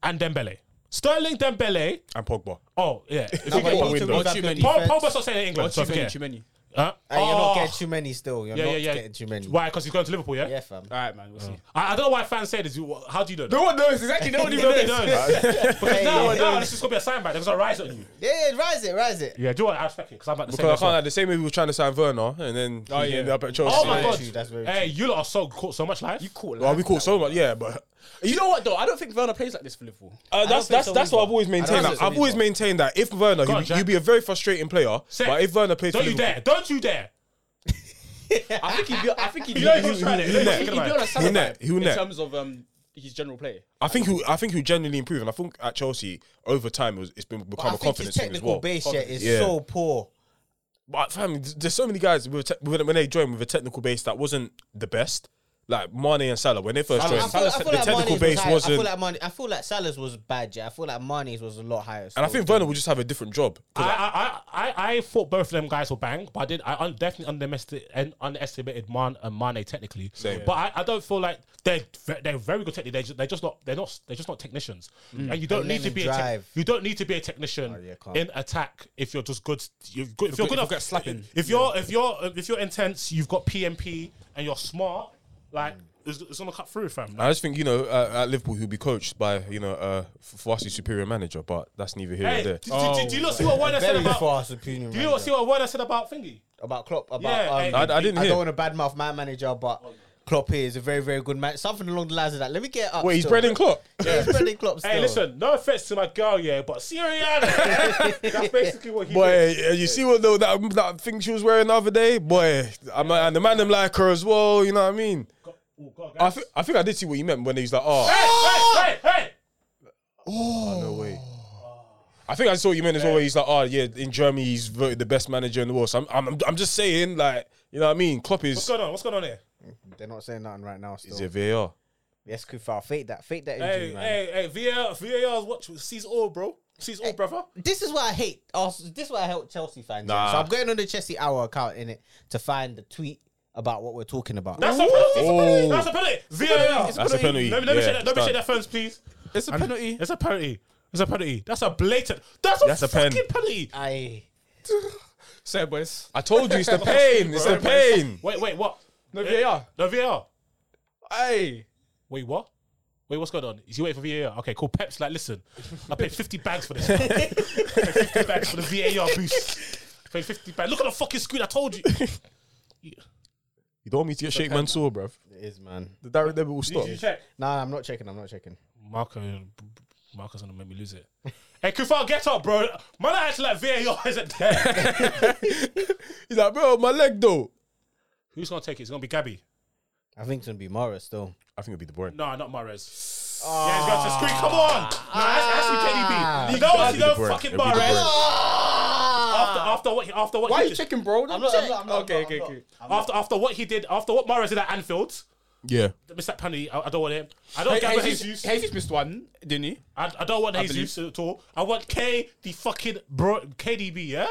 Speaker 2: And Dembele. Sterling, Dembele.
Speaker 4: and Pogba.
Speaker 2: Oh, yeah.
Speaker 4: No, but
Speaker 3: Pogba
Speaker 4: you
Speaker 3: to
Speaker 4: know
Speaker 5: too
Speaker 3: run that
Speaker 5: many.
Speaker 3: big
Speaker 2: Paul,
Speaker 3: defense.
Speaker 2: Paul's not saying in
Speaker 5: Oh,
Speaker 2: England, so
Speaker 5: too
Speaker 2: I
Speaker 5: many,
Speaker 2: forget.
Speaker 5: too many.
Speaker 2: Huh?
Speaker 3: And you're not
Speaker 2: Oh.
Speaker 3: getting too many still. You're
Speaker 2: Yeah, yeah,
Speaker 3: not
Speaker 2: yeah.
Speaker 3: getting too many.
Speaker 2: Why? Because he's going to Liverpool, yeah?
Speaker 3: Yeah,
Speaker 4: [LAUGHS]
Speaker 3: fam.
Speaker 5: All right, man. We'll
Speaker 3: [LAUGHS]
Speaker 5: see.
Speaker 2: I, I don't know why fans say this. You- How do you know? that?
Speaker 5: No one knows. Exactly. No one even
Speaker 2: Nobody
Speaker 5: knows.
Speaker 2: knows. [LAUGHS] Because
Speaker 3: Hey,
Speaker 2: now,
Speaker 3: yeah.
Speaker 2: now this is going to be a sign back. They're going to rise on you.
Speaker 3: Yeah, yeah, rise it, rise it.
Speaker 2: Yeah, do you know what? I respect it because I'm about to say
Speaker 4: Because I can't like the same way we were trying to sign Werner and then oh,
Speaker 5: yeah.
Speaker 4: ended up at Chelsea.
Speaker 2: Oh my
Speaker 3: Yeah,
Speaker 2: god!
Speaker 3: true, that's very
Speaker 2: hey, you lot are so caught so much life.
Speaker 5: You caught.
Speaker 4: Well,
Speaker 5: Well,
Speaker 4: we caught so much, yeah, but
Speaker 5: you know what though? I don't think Werner plays like this for Liverpool.
Speaker 4: Uh, that's
Speaker 3: think
Speaker 4: that's
Speaker 3: so
Speaker 4: that's what
Speaker 3: either.
Speaker 4: I've always maintained.
Speaker 3: think so
Speaker 4: I've always
Speaker 3: either.
Speaker 4: maintained that if Werner,
Speaker 2: on,
Speaker 4: you'd, be-
Speaker 2: Jack.
Speaker 4: you'd be a very frustrating player.
Speaker 2: Say-
Speaker 4: but if Werner played,
Speaker 2: don't
Speaker 4: for
Speaker 2: you
Speaker 4: Liverpool-
Speaker 2: dare! Don't you dare!
Speaker 5: I think he'd be. I think
Speaker 3: [LAUGHS]
Speaker 5: he'd be.
Speaker 2: You know he's gonna try it.
Speaker 5: he'd
Speaker 2: You
Speaker 5: be
Speaker 2: know he's
Speaker 5: he'd be on
Speaker 2: gonna
Speaker 5: a
Speaker 2: try
Speaker 4: it. Who
Speaker 5: salary
Speaker 4: net? Who
Speaker 5: in
Speaker 4: net?
Speaker 5: terms of um his general play.
Speaker 4: I think he'll I think he'll genuinely improve, and I think at Chelsea over time it was, it's been
Speaker 3: But
Speaker 4: become
Speaker 3: I
Speaker 4: a
Speaker 3: think his
Speaker 4: confidence thing as
Speaker 3: technical
Speaker 4: well.
Speaker 3: base yet is
Speaker 4: Yeah.
Speaker 3: so poor.
Speaker 4: But fam, there's so many guys with, a te- with a- when they joined with a technical base that wasn't the best. Like Mane and Salah when they first
Speaker 5: Salah-
Speaker 4: joined,
Speaker 3: I feel, I feel
Speaker 4: the
Speaker 3: like
Speaker 4: technical
Speaker 3: Mane's
Speaker 4: base
Speaker 3: was high.
Speaker 4: wasn't.
Speaker 3: I feel like Mane, I feel like Salah's was bad. Yeah, I feel like Mane's was a lot higher.
Speaker 4: and I think Werner will just have a different job. 'Cause I-
Speaker 2: I, I, I, I thought both of them guys were bang, but I did. I un- definitely underestimated and underestimated Man and Mane technically.
Speaker 4: Same.
Speaker 2: But I, I don't feel like they're ve- they're very good technically. They're just, they're just not they're not they're just not technicians. And you don't
Speaker 3: And
Speaker 2: need to
Speaker 3: then
Speaker 2: be a
Speaker 3: in
Speaker 2: tech
Speaker 3: drive. Oh,
Speaker 2: you don't need to be a technician
Speaker 3: yeah, can't.
Speaker 2: in attack if you're just good. You've good if you're
Speaker 5: if
Speaker 2: good enough
Speaker 5: you get slapping.
Speaker 2: If you're if you're uh, if you're intense, you've got PMP and you're smart. Like
Speaker 3: Mm.
Speaker 2: it's, it's gonna cut through, fam.
Speaker 4: I just think you know uh, at Liverpool he'll be coached by you know uh, f- vastly superior manager, but that's neither here
Speaker 2: Hey,
Speaker 4: nor there.
Speaker 2: did, did- did you not see what Werner said
Speaker 3: Oh, very
Speaker 2: about?
Speaker 3: fast opinion.
Speaker 2: Do you not
Speaker 3: manager.
Speaker 2: see what Werner said about Thingy?
Speaker 3: about Klopp? About
Speaker 2: Yeah,
Speaker 3: um,
Speaker 2: hey.
Speaker 4: I, I didn't
Speaker 3: I
Speaker 4: hear.
Speaker 3: don't want to badmouth my manager, but Klopp here is a very, very good man. Something along the lines of that. Let me get up.
Speaker 4: Wait, he's
Speaker 3: still.
Speaker 4: Brendan Klopp.
Speaker 3: Yeah, he's Brendan Klopp. Still.
Speaker 2: Hey, listen, no offense to my girl, yeah,
Speaker 4: [LAUGHS]
Speaker 2: but Sirianni. that's basically what he did.
Speaker 4: Boy, yeah, you see what though that that thing she was wearing the other day, boy. I'm like, and the man them like her as well. You know what I mean?
Speaker 2: Oh, God,
Speaker 4: I
Speaker 2: guys.
Speaker 4: think I think I did see what you meant when he was like, oh,
Speaker 2: Hey, hey, hey, hey!
Speaker 4: no way. I think I saw what you meant as well. Where he's like, oh yeah, in Germany he's voted the best manager in the world. So I'm I'm, I'm just saying, like, you know what I mean? Klopp
Speaker 2: What's
Speaker 4: is
Speaker 2: going on? What's going on here?
Speaker 3: They're not saying nothing right now.
Speaker 4: is
Speaker 3: Still.
Speaker 4: it VAR?
Speaker 3: Yes, Kufal. Fake that. Fake that injury,
Speaker 2: Hey,
Speaker 3: man.
Speaker 2: hey, hey, VAR, VAR's watch sees all, bro. Sees all, brother.
Speaker 3: This is why I hate. Ars- This is why I hate Chelsea fans. yeah.
Speaker 4: Nah.
Speaker 3: So I'm going on the Chelsea Hour account in it to find the tweet about what we're talking about.
Speaker 2: That's a penalty.
Speaker 4: Oh.
Speaker 2: That's a penalty. VAR.
Speaker 4: That's a penalty.
Speaker 2: Let me, let me
Speaker 4: Yeah,
Speaker 2: check that. Let me
Speaker 4: it's
Speaker 2: check
Speaker 4: done.
Speaker 2: their phones, please.
Speaker 5: It's a penalty.
Speaker 2: It's a penalty. It's a penalty. That's a blatant. That's a
Speaker 4: That's a pen.
Speaker 2: fucking penalty.
Speaker 3: I.
Speaker 5: Say, it, boys.
Speaker 4: I told you, it's the pain. It's the pain.
Speaker 2: Wait, wait, what?
Speaker 5: No VAR.
Speaker 2: No VAR.
Speaker 5: Hey.
Speaker 2: Wait, what? Wait, what's going on? Is he waiting for VAR? Okay, cool. Pep's like, listen, I paid 50 bags for this. [LAUGHS] I paid 50 bags for the VAR boost. I paid 50 bags. Look at the fucking screen, I told you.
Speaker 4: You don't want me to get Sheikh Mansour, bruv.
Speaker 3: It is, man.
Speaker 4: The direct debit will stop.
Speaker 2: check?
Speaker 3: Nah, I'm not checking. I'm not checking.
Speaker 2: Marco, Marco's going to make me lose it. Hey, Kufal, get up, bro. Man, I actually like VAR isn't there.
Speaker 4: He's like, bro, my leg though.
Speaker 2: Who's going to take it? It's going to be Gabby.
Speaker 3: I think it's gonna be Morris still.
Speaker 4: I think it'll be the Bruyne.
Speaker 2: No, not Mares. yeah, he's going to screen. Come on. No,
Speaker 5: Ah.
Speaker 2: that's, that's who KDB. No, it's
Speaker 4: It'll be
Speaker 2: no
Speaker 4: the Bruyne.
Speaker 2: fucking
Speaker 4: It'll be the
Speaker 2: Mares.
Speaker 4: Bruyne.
Speaker 2: After, after what? he- After what?
Speaker 5: Why
Speaker 2: he
Speaker 5: are you
Speaker 2: did-
Speaker 5: checking, bro? Don't
Speaker 3: not- I'm
Speaker 5: check.
Speaker 3: not- I'm not-
Speaker 5: okay,
Speaker 3: I'm
Speaker 5: okay,
Speaker 3: not.
Speaker 5: okay.
Speaker 2: after after what he did, after what Morris did at Anfield,
Speaker 4: Yeah.
Speaker 2: miss that penalty. I, I don't want him. I don't
Speaker 5: Hey,
Speaker 2: gamble
Speaker 5: Jesus-
Speaker 2: Jesus.
Speaker 5: Jesus missed one, didn't he?
Speaker 2: I, I don't want Jesus at all. I want K the fucking bro KDB. Yeah,
Speaker 3: I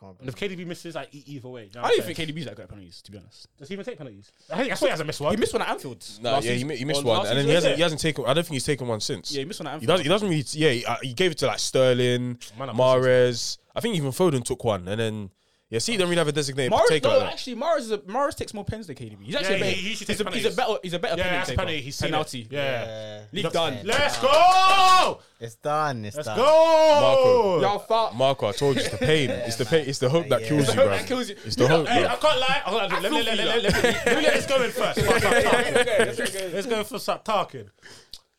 Speaker 3: can't.
Speaker 2: and if KDB misses, I eat either way.
Speaker 5: I don't even think KDB's that good at penalties, to be honest.
Speaker 2: does he even take penalties. I think that's why he hasn't missed one.
Speaker 5: He missed one at Anfield.
Speaker 4: No,
Speaker 5: last
Speaker 4: yeah, he,
Speaker 5: season.
Speaker 4: mi- he missed
Speaker 5: Or
Speaker 4: one,
Speaker 5: last
Speaker 4: and then
Speaker 5: season,
Speaker 4: he hasn't.
Speaker 5: yeah.
Speaker 4: He hasn't taken. I don't think he's taken one since.
Speaker 5: Yeah, he missed one at
Speaker 4: He
Speaker 5: Anfield.
Speaker 4: doesn't. He doesn't really. Yeah, he, uh, he gave it to like Sterling,
Speaker 2: Man, I'm
Speaker 4: Mares. I think even Foden took one, and then yeah, see, he don't really have a designated
Speaker 5: Morris,
Speaker 4: taker.
Speaker 5: no,
Speaker 4: like that.
Speaker 5: actually, Morris, is a, Morris takes more pens than KDB. He's actually
Speaker 2: Yeah,
Speaker 5: a better,
Speaker 2: he- he should
Speaker 5: he's,
Speaker 2: take
Speaker 5: a, he's a
Speaker 2: penalties.
Speaker 5: better, he's a better
Speaker 2: yeah,
Speaker 5: penalty
Speaker 2: that's
Speaker 5: taker.
Speaker 2: penalty. He's seen
Speaker 5: penalty.
Speaker 2: it. Yeah.
Speaker 3: Yeah.
Speaker 5: League done.
Speaker 2: Let's go.
Speaker 3: It's done. It's
Speaker 2: Let's
Speaker 3: done.
Speaker 2: go.
Speaker 5: Y'all fuck.
Speaker 4: Marco, I told you, it's the pain. it's the pain. It's the hope that
Speaker 3: Yeah.
Speaker 4: kills
Speaker 3: It's
Speaker 4: you,
Speaker 5: the hope
Speaker 4: bro.
Speaker 5: that kills you.
Speaker 4: It's the
Speaker 5: You know,
Speaker 4: hope.
Speaker 2: Hey,
Speaker 4: bro.
Speaker 2: I can't lie. I can't lie. Let, me, let, me- let, me- let, me- let me let this go
Speaker 5: [LAUGHS]
Speaker 2: in first. Fuck, fuck, fuck. Let's go for start talking.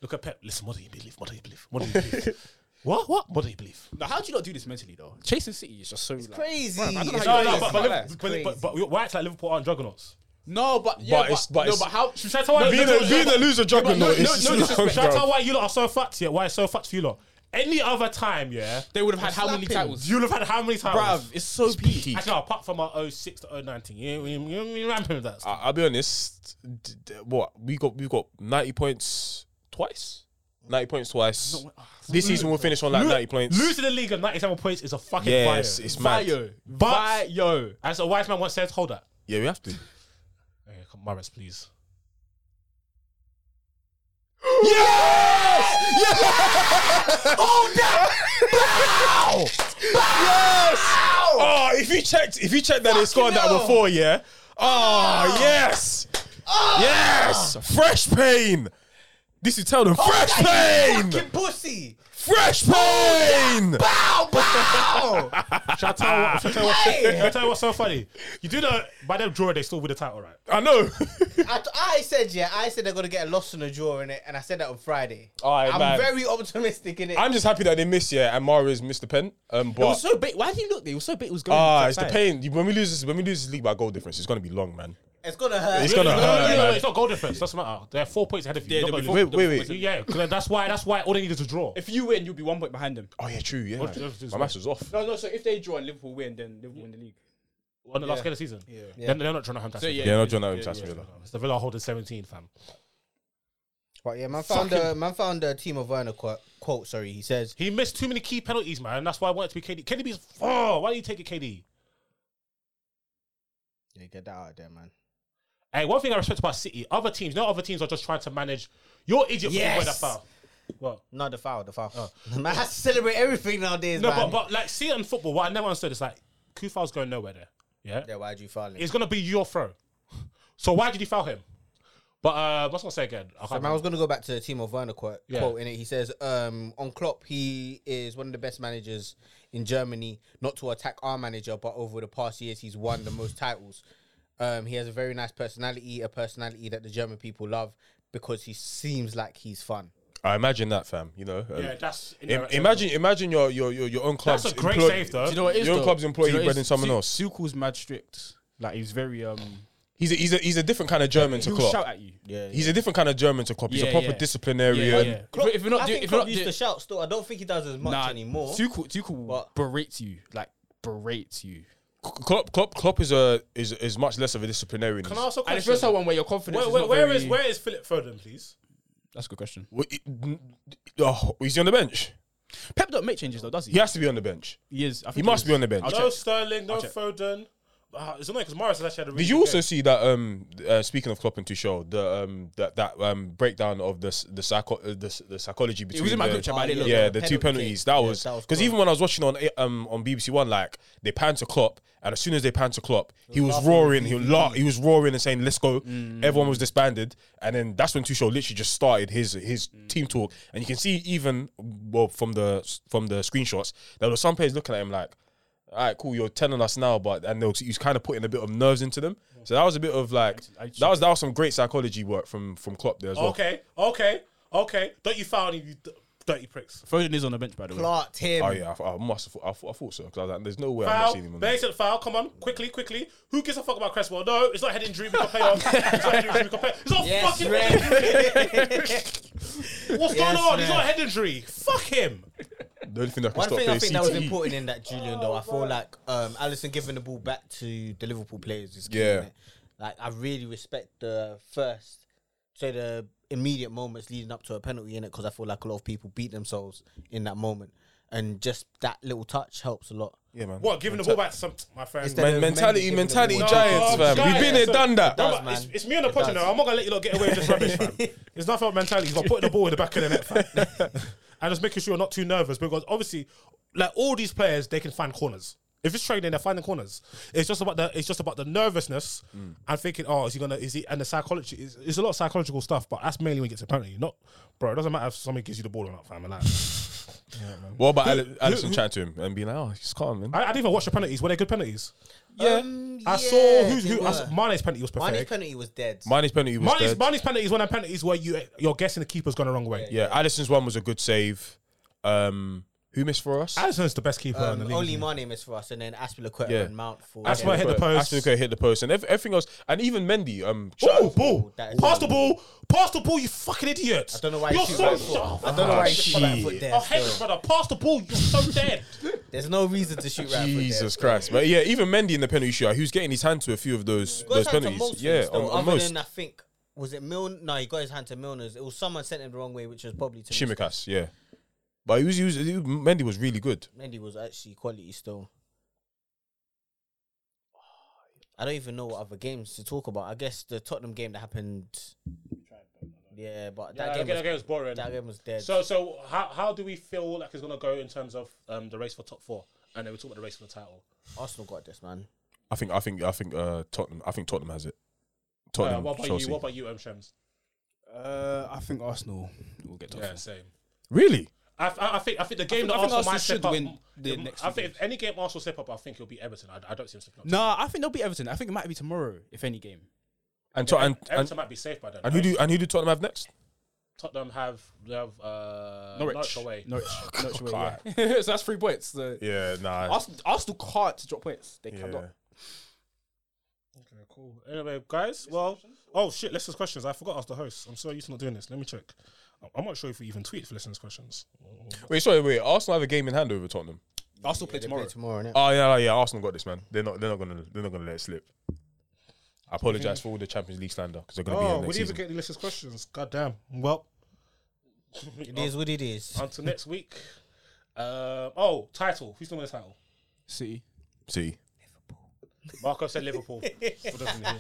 Speaker 2: Look at Pep. Listen, what do you believe? What do you believe? What do you
Speaker 5: [LAUGHS]
Speaker 2: believe? what? What? What do you believe?
Speaker 5: Now, how do you not do this mentally though? Chasing City is just so like,
Speaker 3: Crazy.
Speaker 5: I don't know
Speaker 3: It's
Speaker 5: how
Speaker 2: No,
Speaker 5: you
Speaker 2: no,
Speaker 5: do
Speaker 3: crazy.
Speaker 2: but,
Speaker 5: this.
Speaker 2: but,
Speaker 5: That's
Speaker 2: but, but, but, but why it's like Liverpool aren't juggernauts?
Speaker 5: No, but yeah, but,
Speaker 4: it's- but
Speaker 5: no,
Speaker 4: it's-
Speaker 5: but how?
Speaker 2: Should I tell why
Speaker 4: Being a, being a loser
Speaker 2: No,
Speaker 4: juggler,
Speaker 2: no, no,
Speaker 4: it's [LAUGHS]
Speaker 2: no,
Speaker 4: not
Speaker 2: disrespect. Should I
Speaker 4: bro.
Speaker 2: tell why you lot are so fucked yet? Why it's so fucked for you lot? Any other time, yeah,
Speaker 5: They would have had how many
Speaker 3: Slapping.
Speaker 5: titles?
Speaker 2: you'll have had how many times?
Speaker 5: Bruv, it's so peak.
Speaker 2: Actually, no, apart from our 06 to oh, 019. You, you, you, you ramping with that stuff.
Speaker 4: I- I'll be honest. d- d- What we got, we got ninety points twice. Ninety points twice.
Speaker 5: ah,
Speaker 4: This season we'll finish on like
Speaker 2: Lo-
Speaker 4: ninety points.
Speaker 2: Losing the league at 97 points is a fucking
Speaker 4: Yes,
Speaker 2: fire.
Speaker 4: it's mad.
Speaker 5: Bio,
Speaker 2: But-
Speaker 5: bio.
Speaker 2: As a wise man once said, hold that.
Speaker 4: Yeah, we have to.
Speaker 2: Okay, come, Morris, please.
Speaker 4: Oh, if you checked, if you checked that they scored that before, yeah. Oh, yes, Ah. yes, fresh pain. This is tell them fresh pain,
Speaker 3: Fucking pussy.
Speaker 4: fresh pain.
Speaker 3: Bow, bow.
Speaker 2: Shall I tell what- shall I tell what-
Speaker 3: Hey!
Speaker 2: shall I tell you what's so funny? You do know by them draw, they still win the title, right?
Speaker 4: I know. [LAUGHS]
Speaker 3: I, t- I said yeah. I said they're gonna get a loss and a draw in it, and I said that on Friday.
Speaker 4: Alright,
Speaker 3: I'm
Speaker 4: man.
Speaker 3: very optimistic in it.
Speaker 4: I'm just happy that they missed, yeah, and Mara's missed the pen. Um, but
Speaker 5: so big. Why did you look? It was so big. It was going.
Speaker 4: ah, it's the pain. When we lose this, when we lose this league by goal difference, it's gonna be long, man.
Speaker 3: it's gonna hurt.
Speaker 4: It's gonna
Speaker 2: No, no, no,
Speaker 4: hurt,
Speaker 2: no, no,
Speaker 4: man.
Speaker 2: it's not goal difference. Doesn't matter. They're four points ahead of you.
Speaker 5: Yeah,
Speaker 2: You're not
Speaker 5: they'll
Speaker 2: gonna
Speaker 4: be four- wait,
Speaker 2: lose.
Speaker 4: wait.
Speaker 2: Yeah, 'cause that's why. That's why all they need is a draw.
Speaker 5: If you win, you'll be one point behind them.
Speaker 4: Oh yeah, true. Yeah,
Speaker 2: this is-
Speaker 4: my match was off.
Speaker 5: No, no. So if they draw and Liverpool win, then Liverpool win the league.
Speaker 2: on the last game of the season, yeah. Then they're not trying to home task.
Speaker 5: yeah.
Speaker 4: Yeah, not John Owen,
Speaker 2: It's the Villa holding 17, fam.
Speaker 3: But yeah, man found a man found a team of Werner quote. quote sorry, he says
Speaker 2: He missed too many key penalties, man. and That's why I want it to be KD. KDB's oh, why do you take a KD?
Speaker 3: yeah, get that out of there, man.
Speaker 2: Hey, one thing I respect about City, other teams, no other teams are just trying to manage. You're idiot for
Speaker 3: Yes.
Speaker 2: yes. that foul. Well,
Speaker 3: Not the foul, the foul.
Speaker 5: Oh.
Speaker 3: [LAUGHS] Man, I celebrate everything nowadays,
Speaker 2: no,
Speaker 3: man.
Speaker 2: but, but like see it in football, what I never understood is like Kufa's going nowhere there. Yeah,
Speaker 3: yeah, why'd you foul him?
Speaker 2: it's gonna be your throw. So why did you foul him? But uh, what's I gonna say again? I
Speaker 3: So,
Speaker 2: can't
Speaker 3: man, I was going to go back to the team of Werner quote,
Speaker 2: Yeah.
Speaker 3: quote in it. He says, um, on Klopp, he is one of the best managers in Germany, not to attack our manager, but over the past years, he's won the most titles. Um, he has a very nice personality, a personality that the German people love because he seems like he's fun.
Speaker 4: I imagine that, fam. You know. um,
Speaker 2: yeah, that's
Speaker 4: im- imagine, imagine your your your, your own club's
Speaker 2: that's a great
Speaker 4: employ-
Speaker 2: save though.
Speaker 5: Do you know what it is?
Speaker 4: Your
Speaker 5: though?
Speaker 4: club's
Speaker 5: Do you
Speaker 4: employee
Speaker 5: know what it
Speaker 4: better than
Speaker 5: is?
Speaker 4: someone
Speaker 5: Su-
Speaker 4: else.
Speaker 5: Suchel's mad strict. Like he's very um.
Speaker 4: He's a, he's a, he's a different kind of German to
Speaker 5: He'll
Speaker 4: Klopp.
Speaker 5: shout at you.
Speaker 3: Yeah,
Speaker 4: He's a different kind of German to Klopp. He's a
Speaker 5: Yeah,
Speaker 4: proper
Speaker 5: yeah.
Speaker 4: disciplinarian.
Speaker 5: Yeah, yeah. If- if you're not
Speaker 3: I
Speaker 5: do-
Speaker 3: think
Speaker 5: if you're not
Speaker 3: Klopp used
Speaker 5: do-
Speaker 3: to shout still. I don't think he does as much anymore.
Speaker 5: Tuchel, Tuchel
Speaker 3: But-
Speaker 5: berates you, like berates you.
Speaker 4: K- Klopp, Klopp, Klopp is a is is much less of a disciplinarian.
Speaker 2: Can I ask a
Speaker 5: And it's
Speaker 2: question?
Speaker 5: also one where your confidence
Speaker 2: Where-
Speaker 5: is
Speaker 2: where-
Speaker 5: not
Speaker 2: where
Speaker 5: very-
Speaker 2: is where is Philip Foden, please?
Speaker 5: That's a good question.
Speaker 4: Wh- it- n- oh, is he on the bench?
Speaker 5: Pep don't make changes though, does he?
Speaker 4: He has to be on the bench.
Speaker 5: he is. I think
Speaker 4: He must be on the bench.
Speaker 2: no Sterling, no Foden. Uh, it's annoying because Morris has actually had a really
Speaker 4: Did you
Speaker 2: good
Speaker 4: also
Speaker 2: game.
Speaker 4: see that? Um, uh, speaking of Klopp and Tuchel, the um that that um breakdown of the s- the psycho uh, the, s- the psychology between
Speaker 5: was in my
Speaker 4: the-
Speaker 5: group chat, but I didn't look.
Speaker 4: Yeah,
Speaker 3: Oh, Yeah,
Speaker 4: the
Speaker 3: penalty
Speaker 4: two
Speaker 3: kick.
Speaker 4: penalties. That
Speaker 3: Yeah,
Speaker 4: was
Speaker 3: that was
Speaker 4: because
Speaker 3: cool.
Speaker 4: even when I was watching on eh, um on BBC One, like they panned to Klopp, and as soon as they panned to Klopp, he was roaring. He was la- he was roaring and saying, "Let's go!" Everyone was disbanded, and then that's when Tuchel literally just started his his team talk, and you can see even well from the from the screenshots, there were some players looking at him like. All right, cool. You're telling us now, but and they was, he was kind of putting a bit of nerves into them. So that was a bit of like
Speaker 5: I-
Speaker 4: that was that was some great psychology work from from Klopp there as well.
Speaker 2: Okay, okay, okay. Don't you foul any of you d- dirty pricks?
Speaker 5: Foden is on the bench by the way.
Speaker 3: Clarked him.
Speaker 4: Oh yeah, I, I must. Have, I, thought, I thought so because I was like, "There's no way I'm not
Speaker 2: Foul,
Speaker 4: seeing him." On that.
Speaker 2: basic foul. Come on, quickly, quickly. Who gives a fuck about Cresswell? No, it's not head injury. We can pay off. It's not head injury. We can pay. It's not
Speaker 3: Yes,
Speaker 2: fucking
Speaker 3: Red.
Speaker 2: head injury. What's going
Speaker 3: Yes,
Speaker 2: on?
Speaker 3: Red.
Speaker 2: It's not head injury. Fuck him.
Speaker 4: The only thing that
Speaker 3: [LAUGHS]
Speaker 4: can
Speaker 3: One
Speaker 4: stop
Speaker 3: thing I think that was
Speaker 4: CTE.
Speaker 3: important in that Julian though, I feel like um, Allison giving the ball back to the Liverpool players is key,
Speaker 4: Yeah.
Speaker 3: innit? Like I really respect the first, so the immediate moments leading up to a penalty in it because I feel like a lot of people beat themselves in that moment, and just that little touch helps a lot.
Speaker 4: Yeah, man.
Speaker 2: What? Giving the ball back to some my friend.
Speaker 3: Instead
Speaker 4: Men-
Speaker 3: of
Speaker 4: mentality,
Speaker 3: giving the
Speaker 4: mentality,
Speaker 3: ball back.
Speaker 4: giants,
Speaker 2: Oh,
Speaker 4: fam.
Speaker 2: Giants.
Speaker 4: We've been there,
Speaker 2: So-
Speaker 4: done that.
Speaker 3: does,
Speaker 2: Remember, it's,
Speaker 3: man.
Speaker 2: it's me on the
Speaker 3: It
Speaker 2: project
Speaker 3: does.
Speaker 2: now. I'm not gonna let you lot get away with this
Speaker 3: [LAUGHS]
Speaker 2: rubbish, fam. It's nothing about mentality. It's about putting the ball in the back of the net, fam. and just making sure you're not too nervous because obviously, like all these players, they can find corners. If it's training, they're finding corners. It's just about the it's just about the nervousness
Speaker 3: Mm.
Speaker 2: and thinking, oh, is he gonna is he and the psychology is it's a lot of psychological stuff, but that's mainly when it gets to penalty. Not bro, it doesn't matter if somebody gives you the ball or not, fam. Like,
Speaker 4: What about Ale- Allison chatting to him and being like, "Oh, he's calm, man."
Speaker 2: I, I didn't even watch the penalties. Were they good penalties?
Speaker 3: Um,
Speaker 2: I
Speaker 3: yeah,
Speaker 2: saw who's
Speaker 3: they
Speaker 2: who. I
Speaker 3: were.
Speaker 2: saw, Mane's penalty was pathetic.
Speaker 3: Mane's penalty was dead.
Speaker 4: Minus penalty was
Speaker 2: Money's,
Speaker 4: dead.
Speaker 2: money's penalty is one of the penalties where you you're guessing the keeper's gone the wrong way.
Speaker 4: yeah, Allison's one was a good save. Um, Who missed for us?
Speaker 2: Alisson's the best keeper in the
Speaker 3: Um,
Speaker 2: league.
Speaker 3: only
Speaker 2: isn't he?
Speaker 3: my name is for us, and then Aspilaqueta
Speaker 4: Yeah.
Speaker 3: and Mount for.
Speaker 2: That's why I hit the post.
Speaker 4: Aspinaker hit the post, and ev- everything else, and even Mendy. Um,
Speaker 2: Oh,
Speaker 4: shut-
Speaker 2: ball!
Speaker 3: That is-
Speaker 2: Pass the ball! Pass the ball! You fucking idiot!
Speaker 3: I don't know why he
Speaker 2: you're
Speaker 3: shoots
Speaker 2: so
Speaker 3: that foot. Oh, I don't know why he shoots that foot there
Speaker 2: I hate you,
Speaker 3: still.
Speaker 2: brother. Pass the ball! You're so dead.
Speaker 3: There's no reason to shoot right
Speaker 4: Jesus Christ, but yeah, even Mendy in the penalty shootout, he was getting his hand to a few of those
Speaker 3: Got his
Speaker 4: those
Speaker 3: hand to most
Speaker 4: penalties.
Speaker 3: things,
Speaker 4: Yeah,
Speaker 3: though,
Speaker 4: on, on
Speaker 3: other
Speaker 4: most
Speaker 3: than I think was it Milner? No, he got his hand to Milner's. It was someone sent him the wrong way, which was probably to
Speaker 4: Shimikas. Yeah, but he was, he was he- Mendy was really good.
Speaker 3: Mendy was actually quality still. I don't even know what other games to talk about. I guess the Tottenham game that happened. Yeah, but [LAUGHS] that game, was,
Speaker 2: Uh, was boring.
Speaker 3: that game was dead.
Speaker 2: So, so how, how do we feel like it's gonna go in terms of um, the race for top four? And then we talk about the race for the title.
Speaker 3: Arsenal got this, man.
Speaker 4: I think I think I think uh, Tottenham. I think Tottenham has it.
Speaker 2: Uh,
Speaker 4: Tottenham,
Speaker 2: what about
Speaker 4: Chelsea.
Speaker 2: you? What about you, M. Shams?
Speaker 5: Uh, I think Arsenal will get top
Speaker 2: Yeah,
Speaker 5: four.
Speaker 2: same.
Speaker 4: really?
Speaker 2: I, I I think I think the game
Speaker 5: I
Speaker 2: that
Speaker 5: think
Speaker 2: Arsenal,
Speaker 5: Arsenal should
Speaker 2: might step up.
Speaker 5: win the
Speaker 2: mm,
Speaker 5: next
Speaker 2: I
Speaker 5: two
Speaker 2: think
Speaker 5: games.
Speaker 2: if any game Arsenal step up, I think it'll be Everton. I, I don't see them stepping up.
Speaker 5: No, I think they'll be Everton. I think it might be tomorrow, if any game.
Speaker 4: And, to- and, and
Speaker 2: Everton might be safe by then.
Speaker 4: and who do and who do Tottenham have next?
Speaker 2: Tottenham have they have uh,
Speaker 5: Norwich.
Speaker 2: away.
Speaker 4: [LAUGHS]
Speaker 5: Norwich. Norwich away,
Speaker 3: [LAUGHS]
Speaker 5: yeah. [LAUGHS] so that's three points. So
Speaker 4: Oh, Yeah, nah.
Speaker 5: Arsenal, Arsenal can't drop points. They cannot.
Speaker 2: Okay, cool. Anyway, guys, well, oh shit, listeners' questions. I forgot I was the host. I'm so used to not doing this. Let me check. I- I'm not sure if we even tweet for listeners' questions.
Speaker 4: Wait, sorry, wait. Arsenal have a game in hand over Tottenham.
Speaker 5: Arsenal play
Speaker 3: They
Speaker 5: tomorrow.
Speaker 3: play tomorrow, innit?
Speaker 4: Oh yeah, yeah, yeah. Arsenal got this, man. They're not. They're not gonna. They're not gonna let it slip. I apologize for all the Champions League slander because they're gonna be
Speaker 2: Oh,
Speaker 4: here
Speaker 2: we
Speaker 4: next
Speaker 2: didn't even
Speaker 4: season.
Speaker 2: get the listeners' questions. God damn. Well,
Speaker 3: It is what it is.
Speaker 2: until next week. Uh, oh, title. Who's doing the title?
Speaker 5: City.
Speaker 4: See,
Speaker 2: Marco
Speaker 5: [LAUGHS]
Speaker 2: said Liverpool. For those in here.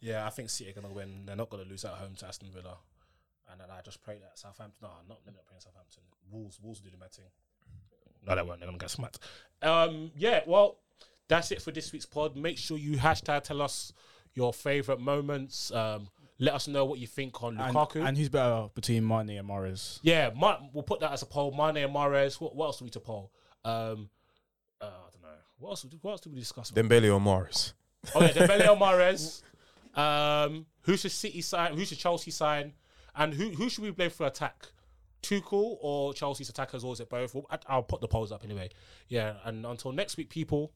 Speaker 2: yeah, I think City are going to win. They're not going to lose at home to Aston Villa. And then I just pray that Southampton. No, not they're not playing Southampton. Wolves, Wolves will do the matting. No, they won't. They're going to get smacked. Um, yeah, well, that's it for this week's pod. Make sure you hashtag tell us your favorite moments. Um, let us know what you think on
Speaker 5: And,
Speaker 2: Lukaku.
Speaker 5: and who's better between Mane and Mares?
Speaker 2: Yeah, Ma- we'll put that as a poll. Mane and Mares. What, what else do we to poll? Um, uh, I don't know. What else? What else do we discuss?
Speaker 4: Dembele or Morris.
Speaker 2: oh yeah, Dembele or Mares. Um, who should City sign? Who should Chelsea sign? And who who should we blame for attack? Tuchel or Chelsea's attackers, or is it both? Well, I- I'll put the polls up anyway. Yeah, and until next week, people.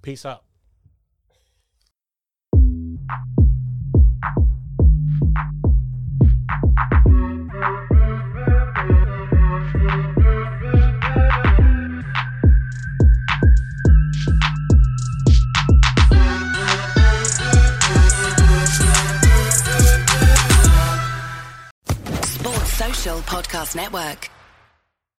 Speaker 2: Peace out.
Speaker 1: Sports Social Podcast Network.